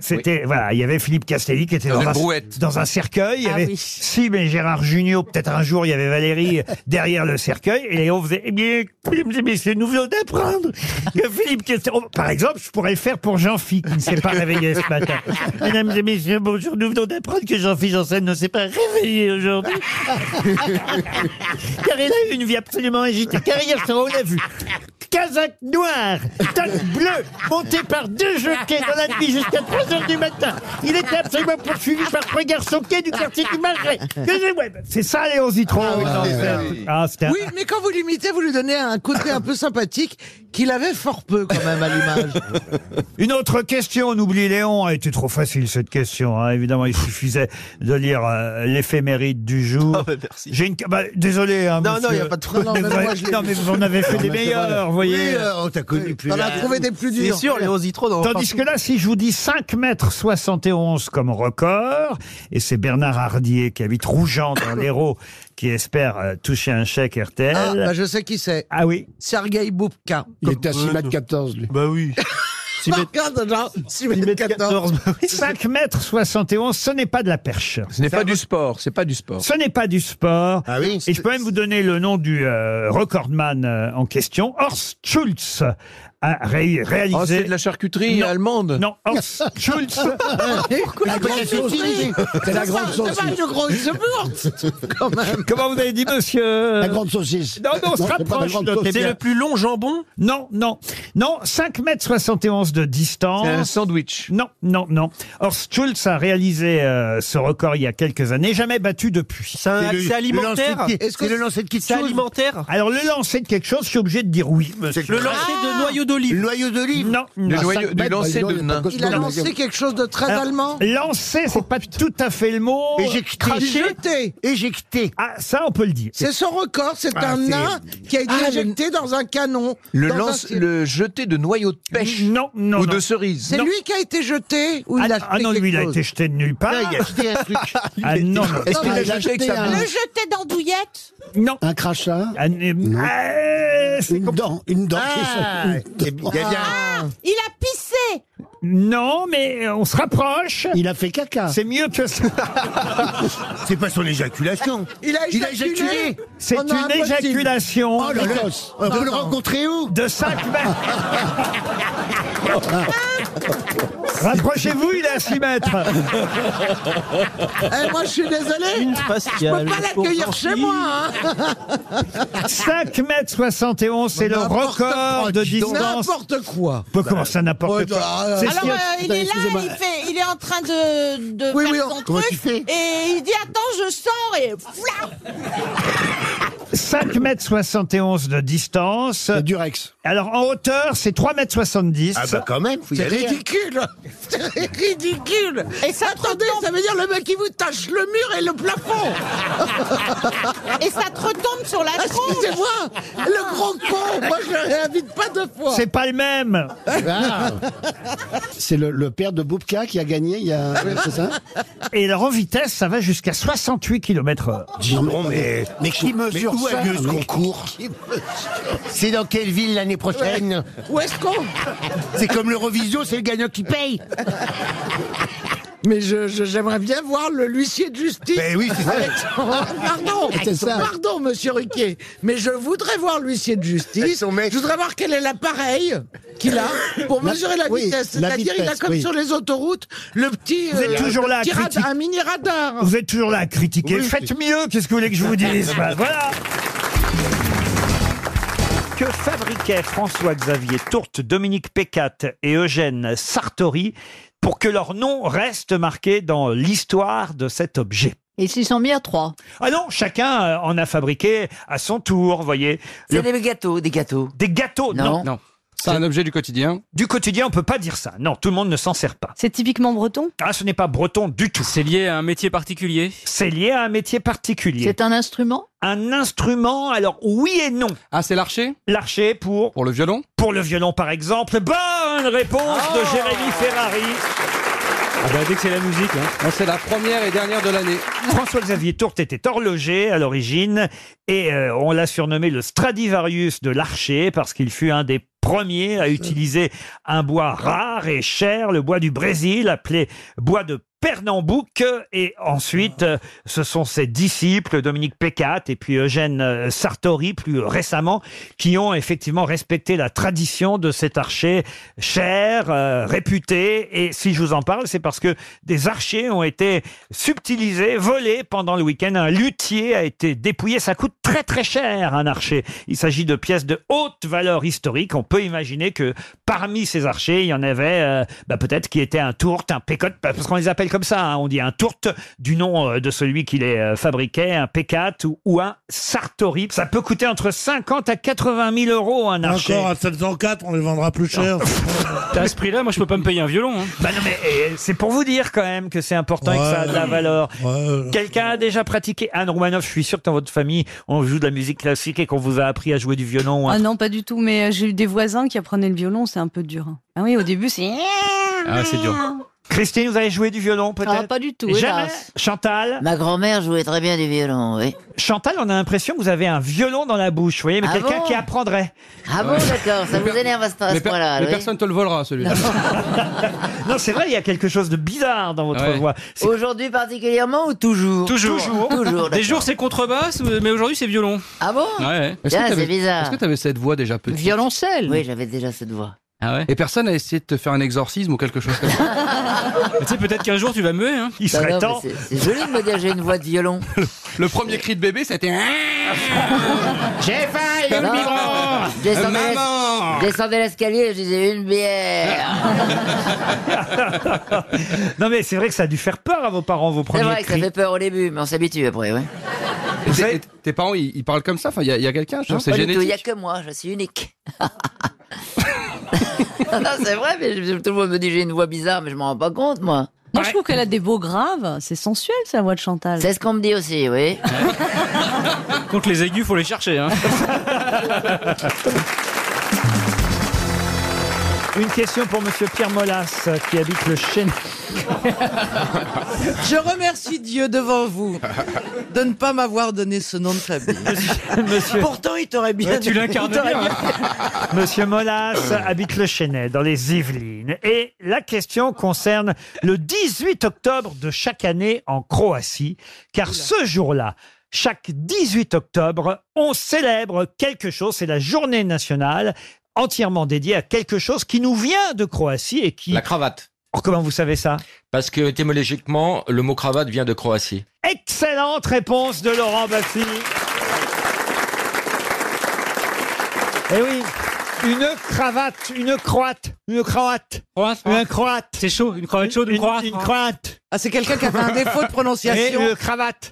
C'était. Voilà, il y avait Philippe Castelli qui était
Dans
dans,
une
un,
brouette.
dans un cercueil. Il y avait Sim et Gérard Junior, peut-être un jour, il y avait Valérie euh, derrière le cercueil, et Léon faisait Eh bien, mesdames et messieurs, nous venons d'apprendre que Philippe Castéro. Par exemple, je pourrais le faire pour Jean-Phi, qui ne s'est pas réveillé ce matin. Mesdames et messieurs, bonjour, nous venons d'apprendre que Jean-Phi Janssen ne s'est pas réveillé aujourd'hui. car il a eu une vie absolument agitée. Car hier soir, on l'a vu.
casaque noire, toque bleue, monté par deux jockeys dans la nuit jusqu'à 3 heures du matin. Il était absolument poursuivi par trois garçons gays du quartier du Marais. Que j'ai- ouais, bah,
C'est ça, Léon Zitron.
Ah oui,
Ah,
c'est
c'est
ça.
un truc- Ah, c'était un-
Oui, mais quand vous l'imitez, vous lui donnez un côté un peu sympathique qu'il avait fort peu quand même à l'image.
Une autre question, on oublie Léon, a été trop facile cette question. hein. Évidemment, il suffisait de lire euh, l'éphéméride du jour. J'ai une... bah, désolé. hein,
Ah, Non, non,
monsieur.
y a pas de problème.
Mais
Non,
vous-
même moi, je l'ai
non,
vu.
mais vous en avez fait
Non,
des
mais c'est
meilleurs,
vrai.
vous voyez.
Oui, euh, on t'a connu plus T'en as large. trouvé des plus durs.
C'est sûr, Léon Zitron. Tandis que là, si je vous dis 5 mètres 71 comme record, et c'est Bernard Hardier qui habite Rougeant dans l'Hérault qui espère euh, toucher un chèque RTL.
Ah, bah, je sais qui c'est.
Ah oui.
Sergei Boubka.
Il était à 6 mètres
14, lui.
Bah oui.
Six mètres- Regarde, là, 6 mètres 14.
5 mètres 71, ce n'est pas de la perche.
Ce n'est pas du sport, c'est pas du sport.
Ce n'est pas du sport.
Ah
Et je peux même vous donner le nom du euh, recordman euh, en question. Horst Schulz a ré- réalisé.
Oh, c'est de la charcuterie allemande.
Non, Horst Schulz.
La grande sauce. C'est la grande sauce. C'est pas une grosse bourse, quand même.
Comment vous avez dit, monsieur
La grande saucisse.
Euh, Non, non, on se rapproche. notez bien.
plus long jambon
Non, non. Non, 5 mètres 71 de distance.
C'est un sandwich.
Non, non, non. Horst Schulz a réalisé euh, ce record il y a quelques années, jamais battu depuis. C'est
un- C'est le- c'est alimentaire le lancer de- Est-ce que c'est le lancer de quelque c'est chose alimentaire
Alors, le lancer de quelque chose, je suis obligé de dire oui, monsieur.
Le lancer de noyau d'olive. Le noyau d'olive
Non.
Le noyau- du lancer de nain.
Il a lancé quelque chose de très
Alors,
allemand.
Lancer, c'est pas tout à fait le mot.
Éjecté. Jeté.
Éjecté. Ah, ça, on peut le dire.
C'est son record, c'est
Ah,
un
c'est- Ah,
nain qui a été injecté dans un canon.
Le,
dans un
lance,
cirque.
le jeté de noyau de pêche.
Non, non.
Ou
non.
de cerise.
C'est lui qui a été jeté ou il a
Ah non, lui, il a été jeté de nulle part.
Non, il a jeté un truc.
Ah non. non.
Est-ce qu'il a jeté avec sa
Le
bouche
jeter d'andouillette
Non.
Un crachat
Ah, Une
dent, une dent.
Ah, Ah, il a pissé
Non, mais euh, on se rapproche.
Il a fait caca.
C'est mieux que ça.
C'est pas son éjaculation.
Il a éjaculé.
C'est
Oh non,
une
impossible.
éjaculation.
Oh là là. Précoce. Vous le rencontrez
où De 5 mètres. Rapprochez-vous, il est à 6 mètres.
Eh, moi, je suis désolé.
Une
Je
faciale
peux pas l'accueillir
pour
chez moi. hein.
5 mètres 71, c'est le
N'importe
record
quoi,
de
dis donc.
distance.
N'importe quoi.
Peut commencer à n'importe
Ouais,
quoi.
ah,
C'est
Alors,
sûr.
euh, il est là, il, fait, il est en train de, de
Oui,
faire
oui, on-
son
comment tu
truc.
fais
Et il dit Attends, je sors et. Fla
5 mètres 71 de distance. Durex. Alors en hauteur, c'est 3 mètres 70.
Ah bah quand même, faut y
C'est
aller.
Ridicule. C'est ridicule.
Et ça te
Attendez, ça veut dire le mec qui vous tâche le mur et le plafond.
retombe- Et ça te retombe sur la tronche
Ah, Excusez-moi, le gros con, moi je le réinvite pas deux fois.
C'est pas le même.
Ah. C'est le, le père de Boubka qui a gagné il y a. C'est ça
Ah Et alors en vitesse, ça va jusqu'à 68 km/h.
Non, mais, mais qui mesure où a lieu ce concours C'est dans quelle ville l'année prochaine
Où est-ce qu'on
C'est comme l'Eurovision, c'est le gagnant qui paye.
Mais je- je- j'aimerais bien voir le l'huissier de justice.
Mais Ben oui, c'est ça.
Avec son- Pardon,
C'est ça.
pardon, monsieur Riquet, mais je voudrais voir l'huissier de justice. Je voudrais voir quel est l'appareil qu'il a pour
La-
mesurer la
oui,
vitesse.
la
C'est-à-dire, il a
vitesse,
comme
oui.
sur les autoroutes le petit.
Vous êtes toujours
le
là à
petit rad-
critiquer.
un mini radar.
Vous êtes toujours là à critiquer.
Oui,
Faites
c'est-
mieux, qu'est-ce que vous voulez que je vous dise Bah, Voilà que fabriquaient François-Xavier Tourte, Dominique Pécate et Eugène Sartori pour que leur nom reste marqué dans l'histoire de cet objet.
Et s'ils sont mis à trois.
Ah non, chacun euh, en a fabriqué à son tour, voyez. C'est des gâteaux, des gâteaux. Des gâteaux, non.
Non. C'est un objet du quotidien.
Du quotidien, on peut pas dire ça. Non, tout le monde ne s'en sert pas.
C'est typiquement breton
Ah, ce n'est pas breton du tout.
C'est lié à un métier particulier
C'est lié à un métier particulier.
C'est un instrument
Un instrument, alors oui et non.
Ah, c'est l'archer
L'archer pour
Pour le violon
Pour le violon, par exemple. Bonne réponse de Jérémy Ferrari.
Ah bah dès que c'est la musique. c'est la première et dernière de l'année.
François-Xavier Tourte était horloger à l'origine et euh, on l'a surnommé le Stradivarius de l'archer parce qu'il fut un des premiers à utiliser un bois rare et cher, le bois du Brésil, appelé bois de Pernambouc. Et ensuite, euh, ce sont ses disciples, Dominique Pécat et puis Eugène euh, Sartori, plus récemment, qui ont effectivement respecté la tradition de cet archer cher, euh, réputé. Et si je vous en parle, c'est parce que des archers ont été subtilisés, volés pendant le week-end. Un luthier a été dépouillé. Ça coûte très très cher, un archer. Il s'agit de pièces de haute valeur historique. On peut imaginer que parmi ces archers, il y en avait euh, bah, peut-être qui étaient un tourte, un pécote, bah, parce qu'on les appelle comme ça. hein. On dit un tourte du nom euh, de celui qui les euh, fabriquait, un pécate ou, ou un sartori. Ça peut coûter entre 50 à 80 000 euros un archer.
Encore à 704, on les vendra plus cher.
à ce prix-là, moi je peux pas me payer un violon. Bah non mais eh, c'est pour vous dire quand même que c'est important et que ça a de la
Ouais.
valeur.
Ouais.
Quelqu'un a déjà pratiqué Anne Roumanoff, je suis sûr que dans votre famille, on joue de la musique classique et qu'on vous a appris à jouer du violon. hein. ou un
Ah non, pas du tout, mais euh, j'ai eu des voisins qui apprenaient le violon, c'est un peu dur. hein. Ah oui, au début, c'est.
Ah, c'est dur. Christine, vous avez joué du violon peut-être
Ah, pas du tout,
Jamais.
hélas.
Chantal
Ma grand-mère jouait très bien du violon, oui.
Chantal, on a l'impression que vous avez un violon dans la bouche, vous voyez, mais
Ah
quelqu'un
bon
qui apprendrait.
Ah bon, d'accord, ça vous énerve à ce, à ce
mais per-
point-là.
mais
oui.
personne
Personne te le volera, celui-là.
Non, c'est vrai, il y a quelque chose de bizarre dans votre voix. C'est-
Aujourd'hui particulièrement ou toujours
Toujours.
Toujours. Toujours,
Des
d'accord.
jours c'est contrebasse, mais aujourd'hui c'est violon.
Ah bon
Ouais.
Est-ce que Ah, c'est t'avais- bizarre.
Est-ce que tu avais cette voix déjà petite
Violoncelle Oui, j'avais déjà cette voix.
Ah
Et personne n'a essayé de te faire un exorcisme ou quelque chose comme ça
Tu sais, peut-être qu'un jour tu vas meuer. Hein.
Non, Bah non, mais c'est- C'est joli de me dire j'ai une voix de violon.
Le premier cri de bébé, c'était.
J'ai faim,
il y a le biberon. Maman
Je descendais l'escalier et je disais une bière.
Non, mais c'est vrai que ça a dû faire peur à vos parents, vos
C'est
premiers
vrai que ça
cris.
fait peur au début, mais on s'habitue après, ouais.
Et tes- et Tes parents, ils, ils parlent comme ça Enfin, il y a, il y a quelqu'un
Non,
genre, C'est
Hein pas du tout, Il n'y
génétique
a que moi, je suis unique. non, c'est vrai, mais je- tout le monde me dit j'ai une voix bizarre, mais je m'en rends pas compte, moi.
Moi, je trouve qu'elle a des beaux graves, c'est sensuel sa voix de Chantal.
C'est ce qu'on me dit aussi, oui.
Contre les aigus, faut les chercher. Hein.
Une question pour Monsieur Pierre Molas, euh, qui habite le Chêne.
Je remercie Dieu devant vous de ne pas m'avoir donné ce nom de famille. Pourtant, il t'aurait bien.
Ouais, tu l'incarnes
il t'aurait
bien. hein. Monsieur Molas habite le Chênay, dans les Yvelines. Et la question concerne le 18 octobre de chaque année en Croatie, car ce jour-là, chaque 18 octobre, on célèbre quelque chose. C'est la journée nationale entièrement dédiée à quelque chose qui nous vient de Croatie et qui... Oh, La
cravate.
comment vous savez ça
Parce que étymologiquement, le mot cravate vient de Croatie.
Excellente réponse de Laurent Baffy. Eh oui, une cravate, une croate, une croate, une croate. C'est chaud, une croate chaude, une, croate. hein. Une croate.
Ah, c'est quelqu'un qui a fait un défaut de prononciation.
euh,
Et une cravate.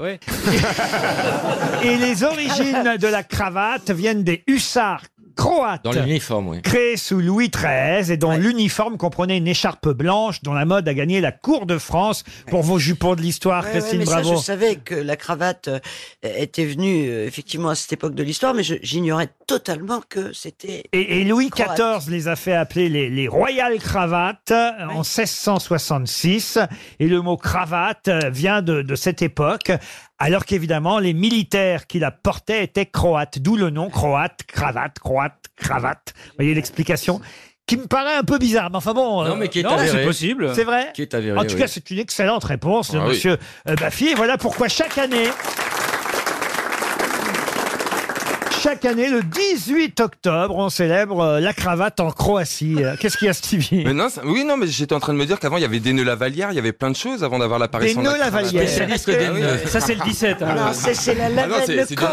Et les origines de la cravate viennent des hussards croates.
Dans l'uniforme, oui.
Créé sous Louis XIII et dont l'uniforme comprenait une écharpe blanche dont la mode a gagné la cour de France pour vos jupons de l'histoire,
Ouais, ouais,
Ah, Christine
mais ça,
Bravo.
je savais que la cravate euh, était venue euh, effectivement à cette époque de l'histoire, mais je- j'ignorais totalement que c'était.
Et, et Louis
croate.
XIV les a fait appeler les, les royales cravates euh, en 1666. Et le mot cravate euh, vient de, de cette époque. Alors qu'évidemment, les militaires qui la portaient étaient croates. D'où le nom croate, cravate, croate, cravate. Vous voyez l'explication qui me paraît un peu bizarre, mais enfin bon.
Non,
euh,
mais qui est avéré.
C'est vrai
Qui est avéré,
En tout
oui.
cas, c'est une excellente réponse de
Ah oui.
monsieur euh, Baffy. Et voilà pourquoi chaque année, Chaque année, le 18 octobre, on célèbre euh, la cravate en Croatie. Euh, Qu'est-ce qu'il y a, Stevie
Mais non, ça- oui, non, mais j'étais en train de me dire qu'avant, il y avait des nœuds lavalières, il y avait plein de choses avant d'avoir
Des
l'apparition de
nœuds
la cravate.
lavalières.
Ah oui.
Ça, c'est le 17. hein.
Non, c'est- c'est la
Ah non,
lavale-
c'est-
le
c'est du-
col,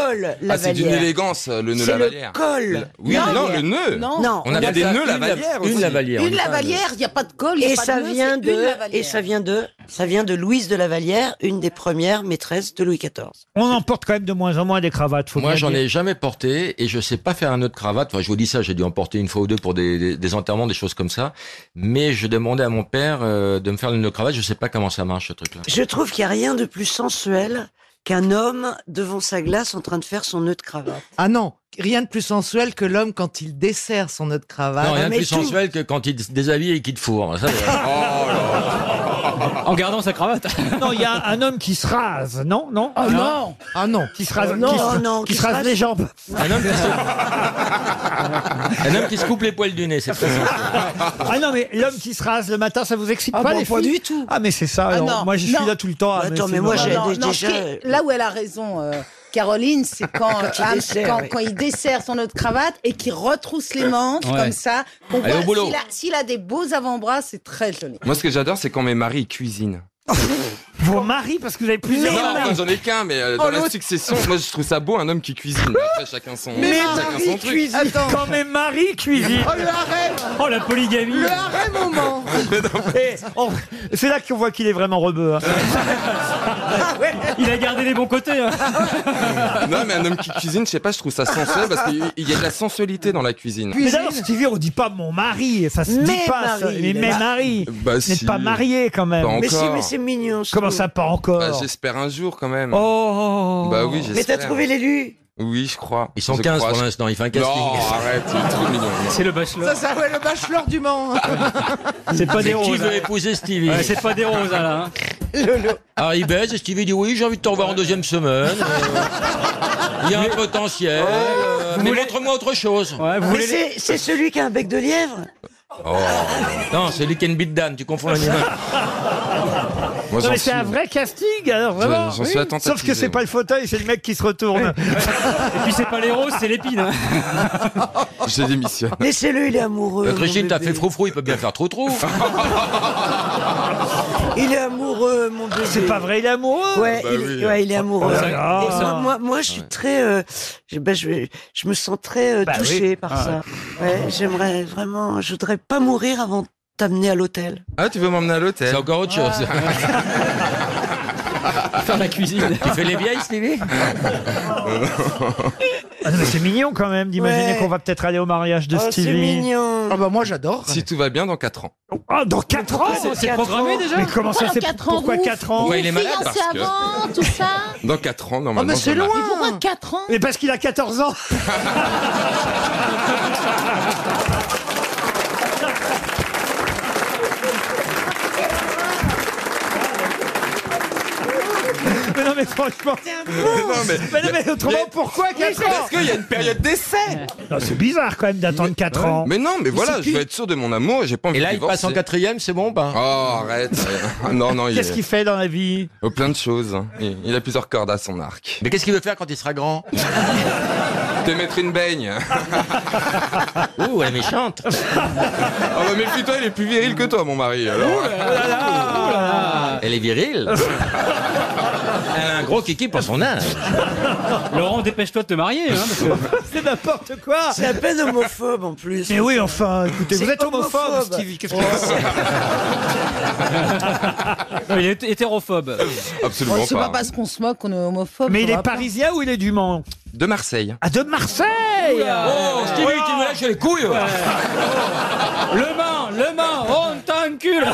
Ah, c'est d'une
lavalière.
élégance, euh, le nœud
C'est le
lavalière.
col.
Le- Oui,
Non,
non,
mais-
le nœud.
Non. Non.
On
On
avait des
appelle ça
nœuds
une
lavalières.
lave- une
aussi.
lavalière,
Une lavalière, il n'y a pas de colle, il n'y
Et
a pas
ça,
de nœud,
vient
c'est une
de,
lavalière.
et ça vient de, ça vient de Louise de Lavalière, une des premières maîtresses de Louis XIV.
On en porte quand même de moins en moins des cravates. Faut
Moi,
bien
j'en
dire.
ai jamais porté et je sais pas faire un nœud de cravate. Enfin, je vous dis ça, j'ai dû en porter une fois ou deux pour des, des- des enterrements, des choses comme ça. Mais je demandais à mon père euh, de me faire le nœud de cravate. Je sais pas comment ça marche, ce truc-là.
Je trouve qu'il n'y a rien de plus sensuel qu'un homme devant sa glace en train de faire son nœud de cravate.
Ah non,
rien de plus sensuel que l'homme quand il dessert son nœud de cravate.
Non,
hein,
rien de plus sensuel que quand il déshabille et qu'il te fourre. Ça, c'est-
En gardant sa cravate. Non, il y a un homme qui se rase, non Non Ah non Ah non Qui se rase,
Oh, Non,
qui se-
non, qui
qui se
se
rase
rase-
les jambes.
un, homme qui se... un homme qui se coupe les poils du nez, c'est très simple.
Ah non, mais l'homme qui se rase le matin, ça vous excite
Ah
pas
bon,
les
pas
filles
du tout.
Ah mais c'est ça, alors.
non,
moi je suis
non.
là tout le temps.
Attends, mais moi,
c'est
j'ai
marrant.
Non, non, ce qui est- là où elle a raison, euh, Caroline, c'est quand, Quand euh, il ah, dessert, quand- oui. quand il dessert son autre cravate et qu'il retrousse les manches
Ouais.
comme ça. qu'on
Allez,
voit
au boulot.
S'il a, s'il a des beaux avant-bras, c'est très joli.
Moi, ce que j'adore, c'est quand mes maris cuisinent.
Vos maris, parce que vous avez plusieurs
non,
maris.
enfin, j'en ai qu'un, mais euh,
Oh,
dans la
l'autre.
succession, moi, je trouve ça beau, un homme qui cuisine. Mais Après, chacun son,
Mes
chacun
maris
son truc.
cuisinent. Attends. Quand mes maris cuisinent.
Oh, le
harem Oh, la polygamie
Le
harem
moment.
Eh,
C'est là qu'on voit qu'il est vraiment rebeu. hein.
Euh.
Il a gardé les bons côtés. hein.
non, mais un homme qui cuisine, je sais pas, je trouve ça sensuel parce qu'il il y a de la sensualité dans la cuisine.
Mais d'ailleurs, Stevie, on dit pas mon mari, ça se dit
Mes
pas. ça.
maris,
mais
il est
mes
là.
maris.
Bah,
vous n'êtes
si.
pas marié quand même.
Pas Mais si, encore. mais c'est
mignon.
Comment ça, pas encore
Bah, J'espère un jour quand même.
Oh
Bah oui,
Mais t'as
j'espère.
trouvé l'élu
Oui, je crois.
Ils sont
Je
15
crois,
pour
je-
l'instant, il fait un casting.
Non, arrête, il est trop mignon.
C'est le
bachelor.
Ça, ça, ouais, le bachelor du Mans.
C'est
pas des
Qui
roses,
veut
hein.
épouser Stevie Ah,
Ouais, c'est pas des roses, hein. là.
Alors il baise et Stevie dit oui, j'ai envie de t'en voir en deuxième semaine. euh, Il y a un potentiel. euh, mais montre-moi autre chose.
Mais c'est c'est celui qui a un bec de lièvre
Oh. Non, c'est Lick and Beat Dan, tu confonds l'animal.
Non,
Moi, j'en
mais c'est
suis-
un vrai casting, alors vraiment.
J'en suis attentatisé,
Sauf que c'est
moi.
pas le fauteuil, c'est le mec qui se retourne.
Et puis c'est pas les roses, c'est l'épine. hein.
J'ai démissionné.
Laissez-le, il est amoureux.
Euh,
mon
Christine, t'as
bébé.
fait froufrou, il peut bien faire trop-trop.
Il est amoureux, mon bébé.
C'est pas vrai, il est amoureux Ah,
Ouais,
Bah
il,
oui.
ouais, il est amoureux.
Oh, ça-
Et
oh,
moi-
ça-
moi, moi, je suis très. euh, je, ben, je, vais- je me sens très euh,
Bah oui.
touchée par
Ah,
ça. Ouais, J'aimerais vraiment. Je voudrais pas mourir avant de t'amener à l'hôtel.
Ah, tu veux m'emmener à l'hôtel
C'est encore autre chose.
Faire la cuisine.
Tu fais les vieilles, Stevie
Ah non, mais c'est mignon quand même d'imaginer qu'on va peut-être aller au mariage
Oh,
de Stevie.
Ah
bah moi j'adore.
Si tout va bien, dans 4 ans.
Ah, dans 4 ans
Ouais, c'est programmé, déjà
Mais comment ça
Pourquoi
c'est
dans quatre ans,
Pourquoi
ouf
4 ans
Ouais, il est malade parce que-
avant, tout ça.
Dans 4 ans,
Ah,
normalement.
mais c'est
je me marie.
loin. Pourquoi 4 ans
Mais parce qu'il a 14 ans Mais non mais franchement
Non, mais-
Mais non, mais
Il y
autrement
a-
pourquoi 4 ans
Parce qu'il y a une période d'essai
Non, c'est bizarre quand même d'attendre 4 ans.
Mais non, mais voilà, je
qui
veux être sûr de mon amour, j'ai pas envie
Et là,
de
il passe en quatrième, c'est bon, ben.
Oh, arrête. euh, non, non, il
Qu'est-ce qu'il fait dans la vie
Oh, plein de choses. hein. Il il a plusieurs cordes à son arc.
Mais qu'est-ce qu'il veut faire quand il sera grand
Te mettre une baigne.
Ouh, elle est méchante.
Ah bah méfie-toi, il est plus viril que toi, mon mari. Alors.
Ah.
Ah.
Elle est virile. Elle a un gros kiki pour son âge.
Laurent, dépêche-toi de te marier. hein, parce que-
C'est n'importe quoi
C'est à peine homophobe en plus.
Mais oui enfin, Ah, écoutez, vous
C'est
êtes homophobe,
homophobe.
Stevie, qu'est-ce que vous
Non, il est hétérophobe.
Absolument
c'est pas
pas.
parce qu'on Oh, se moque qu'on est homophobe.
Mais il
ça
est
va pas.
parisien ou il est du Mans
De Marseille.
Ah de Marseille
Ah,
Oula.
Oh, Stevie, tu nous lâches les couilles
Le Mans, le Mans, on t'encule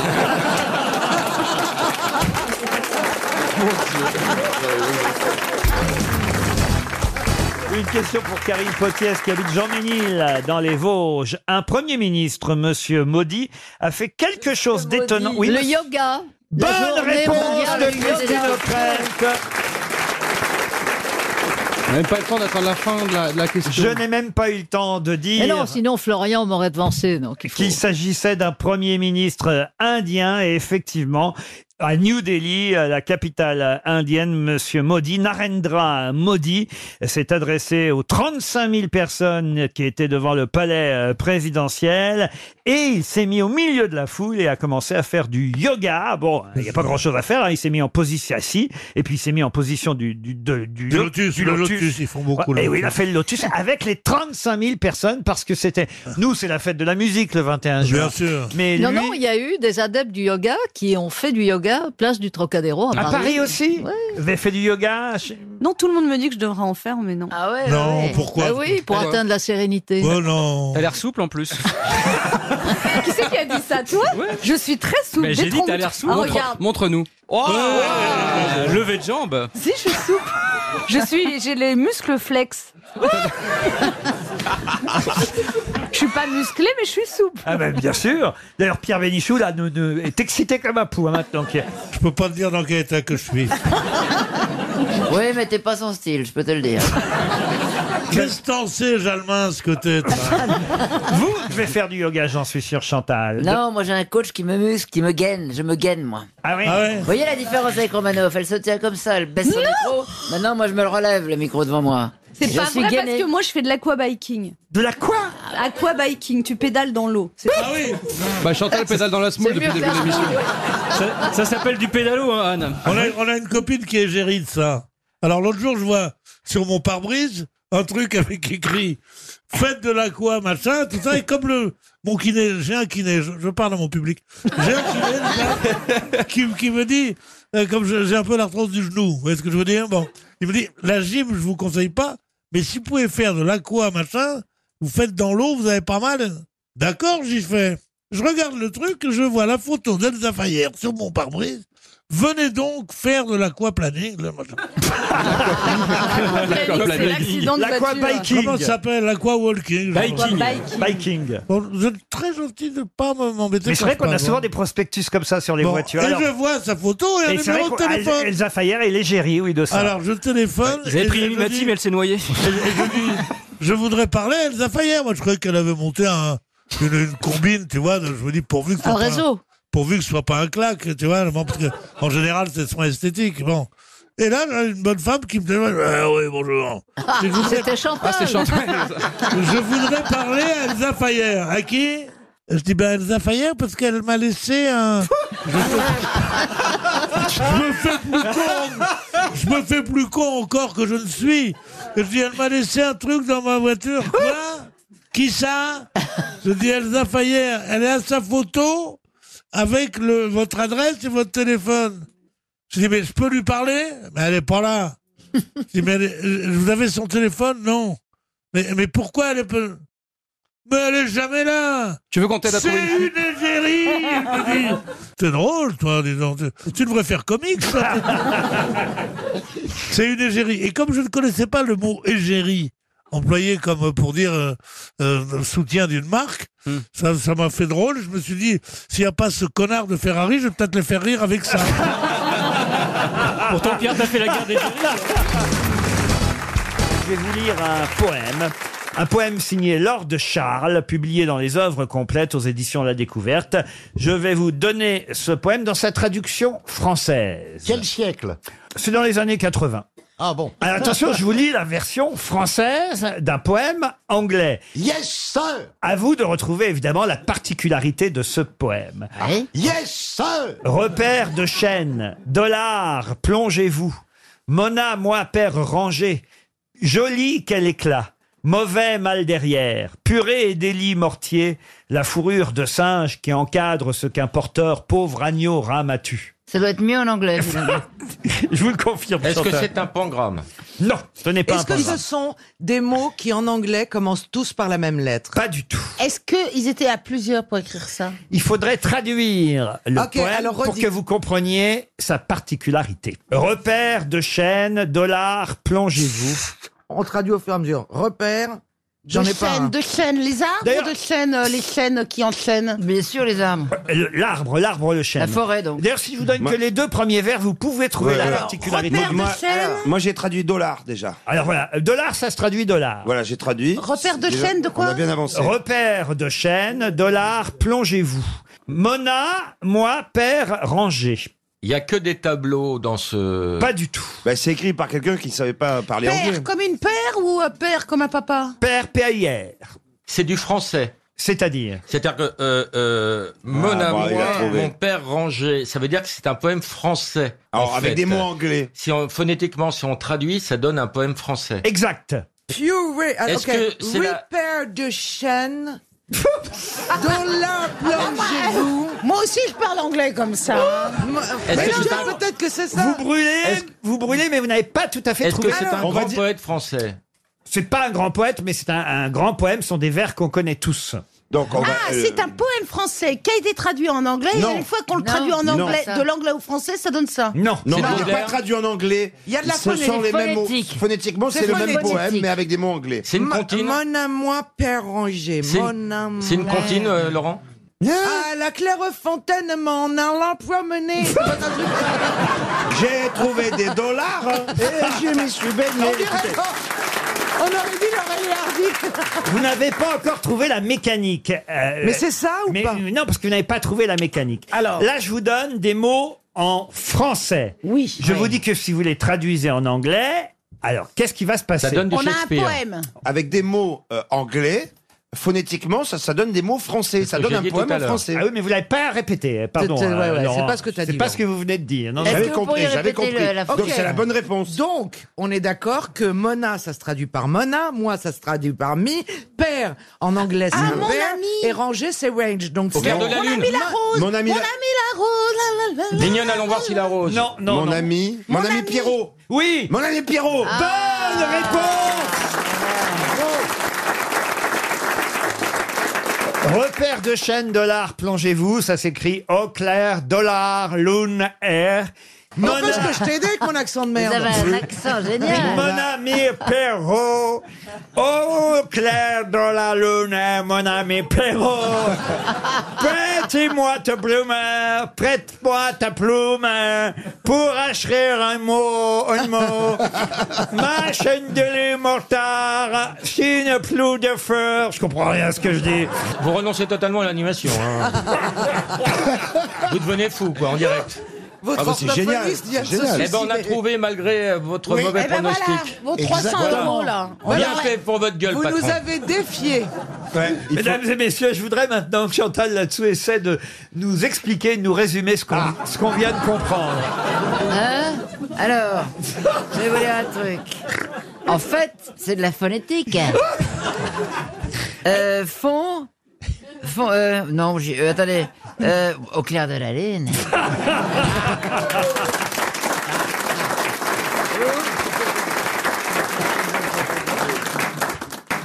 Une question pour Karine Potiès qui habite Jean-Ménil dans les Vosges. Un premier ministre, monsieur Maudit, a fait quelque chose d'étonnant. Euh, Oui,
le
monsieur-
yoga.
Bonne
La journée
réponse
mondiale
de
du
Christine
yoga.
O'Krent.
On n'a pas le temps d'attendre la fin de la, de la question.
Je n'ai même pas eu le temps de dire.
Mais non, sinon Florian m'aurait devancé. Donc il faut...
qu'il s'agissait d'un premier ministre indien et effectivement à New Delhi, à la capitale indienne, Monsieur Modi, Narendra Modi, s'est adressé aux 35 000 personnes qui étaient devant le palais euh, présidentiel et il s'est mis au milieu de la foule et a commencé à faire du yoga. Bon, il n'y a pas grand-chose à faire, hein, il s'est mis en position assis et puis il s'est mis en position du, du, de- du
Du
lo-
lotus, le lotus, ils font beaucoup le
et oui, il a
lotus.
fait le lotus avec les 35 000 personnes parce que c'était. Nous, c'est la fête de la musique le 21 juin.
Bien sûr.
Mais
non,
lui-
non, il y a eu des adeptes du yoga qui ont fait du yoga place du Trocadéro à,
À Paris aussi Vous avez fait du yoga chez-
Non, tout le monde me dit que je devrais en faire, mais non.
Ah ouais
Non,
ouais.
pourquoi
Bah oui, pour
Pourquoi
atteindre la
Oh
sérénité.
non.
T'as l'air souple en plus.
qui c'est qui a dit ça, toi
Je suis très souple.
Mais j'ai dit,
Ah,
détrompe-toi.
t'as l'air souple.
Ah,
Montre-
regarde.
Montre-nous. Oh,
Ouais.
Levée de jambe.
Si, je suis souple.
Je suis, j'ai les muscles flex. Je suis pas musclé, mais je suis souple.
Ah ben bien sûr. D'ailleurs Pierre Bénichou là ne- ne- est excité comme un pou hein, maintenant. Je peux pas te dire dans quel état que je suis.
Oui, mais t'es pas son style, je peux te le dire.
Qu'est-ce que t'en sais, Jalmin, ce que t'es toi
Vous, je vais faire du yoga, j'en suis sûr, Chantal.
Non, moi j'ai un coach qui me muscle, qui me gaine, je me gaine moi.
Ah oui,
Vous voyez la différence avec Romanoff Elle se tient comme ça, elle baisse son micro. Maintenant, moi je me le relève, le micro devant moi.
C'est
Je
pas
suis
vrai
gainé.
parce que moi je fais de l'aquabiking.
De la quoi
Aquabiking, tu pédales dans l'eau. C'est-
Ah
Bah Chantal pédale dans la smoule
C'est
depuis le
mieux
début de
faire.
l'émission.
Ça, s'appelle du pédalo, hein, Anne. On a, on a une copine qui est gérée de ça. Alors l'autre jour, je vois sur mon pare-brise un truc avec écrit Faites de l'aqua, machin, tout ça. Et comme le mon kiné, j'ai un kiné, je, je parle à mon public. J'ai un kiné déjà, qui, qui me dit, euh, comme je- j'ai un peu l'arthrose du genou, vous voyez ce que je veux dire Bon, il me dit la gym, je vous conseille pas, mais si vous pouvez faire de l'aqua, machin, vous faites dans l'eau, vous avez pas mal. D'accord, j'y fais. Je regarde le truc, je vois la photo d'Elsa Fayer sur mon pare-brise. Venez donc faire de l'aquaplaning. le machin.
L'aquaplaning, c'est l'accident de voiture. L'aquabiking.
Comment ça s'appelle L'aquawalking.
Biking.
Biking.
Biking.
Bon, vous êtes très gentil de ne pas m'embêter.
Mais c'est
quand
vrai
je
qu'on a
parle.
souvent des prospectus comme ça sur les
Bon,
voitures.
et
Alors-
je oh, vois sa photo et un
Et c'est
numéro de
vrai ah, qu'El-
téléphone.
Elsa Fayer est légérie, oui, de ça.
Alors je téléphone.
Bah, Vous avez
et
pris
je
une
dis-
team, elle s'est noyée.
je voudrais parler à Elsa Fayer. Moi, je croyais qu'elle avait monté un- une, une combine, tu vois. de- Je me dis, pourvu que ce
Un
soit pas
réseau.
pourvu que ce soit pas un claque, tu vois. bon, parce que, en général, c'est soin esthétique. Bon. Et là, j'ai une bonne femme qui me dit Ah oui, bonjour. Je voudrais-
Ah, C'était Chantal.
je voudrais parler à Elsa Fayer. À qui Je dis ben Elsa Fayer parce qu'elle m'a laissé un. Je me... je me fais plus con. Je me fais plus con encore que je ne suis. Et je dis elle m'a laissé un truc dans ma voiture. Quoi Qui ça Je dis Elsa Fayer. Elle a sa photo avec le, votre adresse et votre téléphone. Je dis mais je peux lui parler Mais elle est pas là. Je dis mais elle est- euh, vous avez son téléphone Non. Mais, mais pourquoi elle est pas... Mais elle est jamais là
Tu veux qu'on t'aide à
C'est
trouver une-
une égérie elle me dit. T'es drôle, toi, dis donc. Tu- Tu devrais faire comique, ça. C'est une égérie. Et comme je ne connaissais pas le mot égérie, employé comme pour dire euh, euh, le soutien d'une marque,
Hmm.
ça ça m'a fait drôle. Je me suis dit, s'il n'y a pas ce connard de Ferrari, je vais peut-être les faire rire avec ça.
Pourtant, Pierre, t'as fait la guerre des
Je vais vous lire un poème. Un poème signé Laure de Charles, publié dans les œuvres complètes aux éditions La Découverte. Je vais vous donner ce poème dans sa traduction française. Quel siècle C'est dans les années 80. Ah bon Alors attention, je vous lis la version française d'un poème anglais. Yes, sir À vous de retrouver évidemment la particularité de ce poème. Hein? Yes, sir Repère de chaîne, dollars, plongez-vous. Mona, moi, père rangé. Joli, quel éclat. Mauvais mal derrière, purée et délit mortier, la fourrure de singe qui encadre ce qu'un porteur pauvre agneau ramatu.
Ça doit être mieux en anglais. finalement.
Je vous le confirme.
Est-ce que
Chantal.
c'est un pangramme
Non, ce n'est pas un
Est-ce que ce
pangramme.
sont des mots qui en anglais commencent tous par la même lettre
Pas du tout.
Est-ce qu'ils étaient à plusieurs pour écrire ça
Il faudrait traduire le
Ok,
poème
alors
pour
redis.
que vous compreniez sa particularité. Repère de chaîne, dollar, plongez-vous.
On traduit au fur et à mesure. Repère. J'en ai
de
pas.
chaînes,
un.
de chaînes, les arbres
D'ailleurs-
ou de chaînes, euh, les chaînes qui enchaînent
Bien sûr, les arbres.
Le- Euh, L'arbre, l'arbre, le chêne.
La forêt, donc.
D'ailleurs, si je vous donne
Moi-
que les deux premiers vers, vous pouvez trouver
Ouais,
la
alors,
particularité.
repère de Moi- chaîne. moi, j'ai traduit dollar déjà.
Alors voilà, dollar, ça se traduit dollar.
Voilà, j'ai traduit.
Repère de
Déjà,
chaîne, de quoi
On a bien avancé.
Repère de chaîne, dollar, plongez-vous. Mona, moi, père, rangé.
Il y a que des tableaux dans ce.
Pas du tout.
Bah, c'est écrit par quelqu'un qui ne savait pas parler anglais.
Père comme une paire ou euh, père comme un papa
Père, PAIR.
C'est du français.
C'est-à-dire
C'est-à-dire que euh, euh, mon
Ah, bon,
amour,
il a trouvé.
mon père rangé, ça veut dire que c'est un poème français.
Alors,
en
avec
fait.
des mots anglais.
Si on, phonétiquement, si on traduit, ça donne un poème français.
Exact.
Purée. Ah,
Est-ce
ok.
que c'est la-
Repair de chaîne. Dollar plongez-vous.
Moi aussi, je parle anglais comme ça. hein.
Est-ce
Mais
que
non,
c'est
mais
un-
peut-être que c'est ça.
Vous brûlez, vous brûlez, mais vous n'avez pas tout à fait
Est-ce
trouvé.
que c'est un
On va
grand
dire-
poète français
C'est pas un grand poète, mais c'est un, un grand poème. Ce sont des vers qu'on connaît tous.
Donc on va.
Ah,
euh,
c'est un poème français qui a été traduit en anglais.
Non.
Et une fois qu'on le
Non.
traduit en
Non.
anglais,
Ça.
de l'anglais au français, ça donne ça.
Non,
Non,
C'est
il n'est
moderne.
pas traduit en anglais.
Il y a de la
Ce
phoné-
sont les mêmes mots.
phonétique.
Phonétiquement,
C'est
c'est le même
phonétique.
poème, mais avec des mots anglais.
C'est une comptine
Mon amour Père Roger,
C'est
mon
une,
amour.
c'est une comptine, euh, Laurent
Ah, la claire fontaine m'en allant promener.
J'ai trouvé des dollars
Eh,
Eh
et je m'y suis baigné.
On dirait-
On aurait dit l'oreille hardy.
Vous n'avez pas encore trouvé la mécanique. euh,
Mais c'est ça ou
mais-
pas
Non, parce que vous n'avez pas trouvé la mécanique.
Alors.
Là, je vous donne des mots en français.
Oui.
Je vous dis que si vous les traduisez en anglais, alors qu'est-ce qui va se passer
Avec des mots euh, anglais, phonétiquement, ça, ça donne des mots français. Ça
que
donne
j'ai
un
dit
poème
tout à
en
l'heure.
français.
Ah oui, mais vous l'avez pas répété. Pardon.
C'est- c'est-
euh,
ouais, ouais, c'est
Laurent.
pas ce que t'as
C'est
dit,
pas
Laurent.
ce que vous venez de dire. Ah Non,
Est-ce
j'avais
que vous pourriez répéter le- la phrase
réponse. Donc, on est d'accord que Mona, ça se traduit par Mona, moi, ça se traduit par mi, père en anglais, c'est
Ah, mon
père,
ami.
et ranger, c'est range. Donc,
Au clair de la
Mon
lune.
ami la rose.
Mon ami
Mon
la-
ami la rose. la, la, la, la.
Mignonne, allons voir s'il arrose.
Non, non.
Mon ami. Mon, ami, Pierrot.
Oui.
Mon ami Pierrot.
Ah.
Bonne réponse.
Repère de chaîne dollar, plongez-vous. Ça s'écrit au clair, dollar, loon, air.
Non,
Mona-
parce que je t'ai aidé avec mon accent de merde.
Vous avez un
accent
Mon ami Perrault, au clair dans la lune, mon ami Perrault, prête-moi ta plume, prête-moi ta plume, pour acheter un mot, un mot. Ma chaîne de l'immortard, si ne plus de feu, je comprends rien à ce que je dis.
Vous renoncez totalement à l'animation. hein. vous devenez fou, quoi, en direct.
Ah,
Votre
bah, c'est
orthophoniste vient de se
Eh ben, on a trouvé malgré euh, votre
Oui.
mauvais
Eh ben voilà,
pronostic.
vos 300
Exactement.
euros, là.
Bien
Voilà.
fait pour votre gueule,
Vous
patron.
nous avez défiés.
Mesdames et messieurs, je voudrais maintenant que Chantal là-dessous essaie de nous expliquer, de nous résumer ce qu'on ce qu'on vient de comprendre.
Hein Alors, je vais vous dire un truc. En fait, c'est de la phonétique. Euh, fond. Fond. euh, non, j'ai- euh, attendez. Euh, au clair de la lune.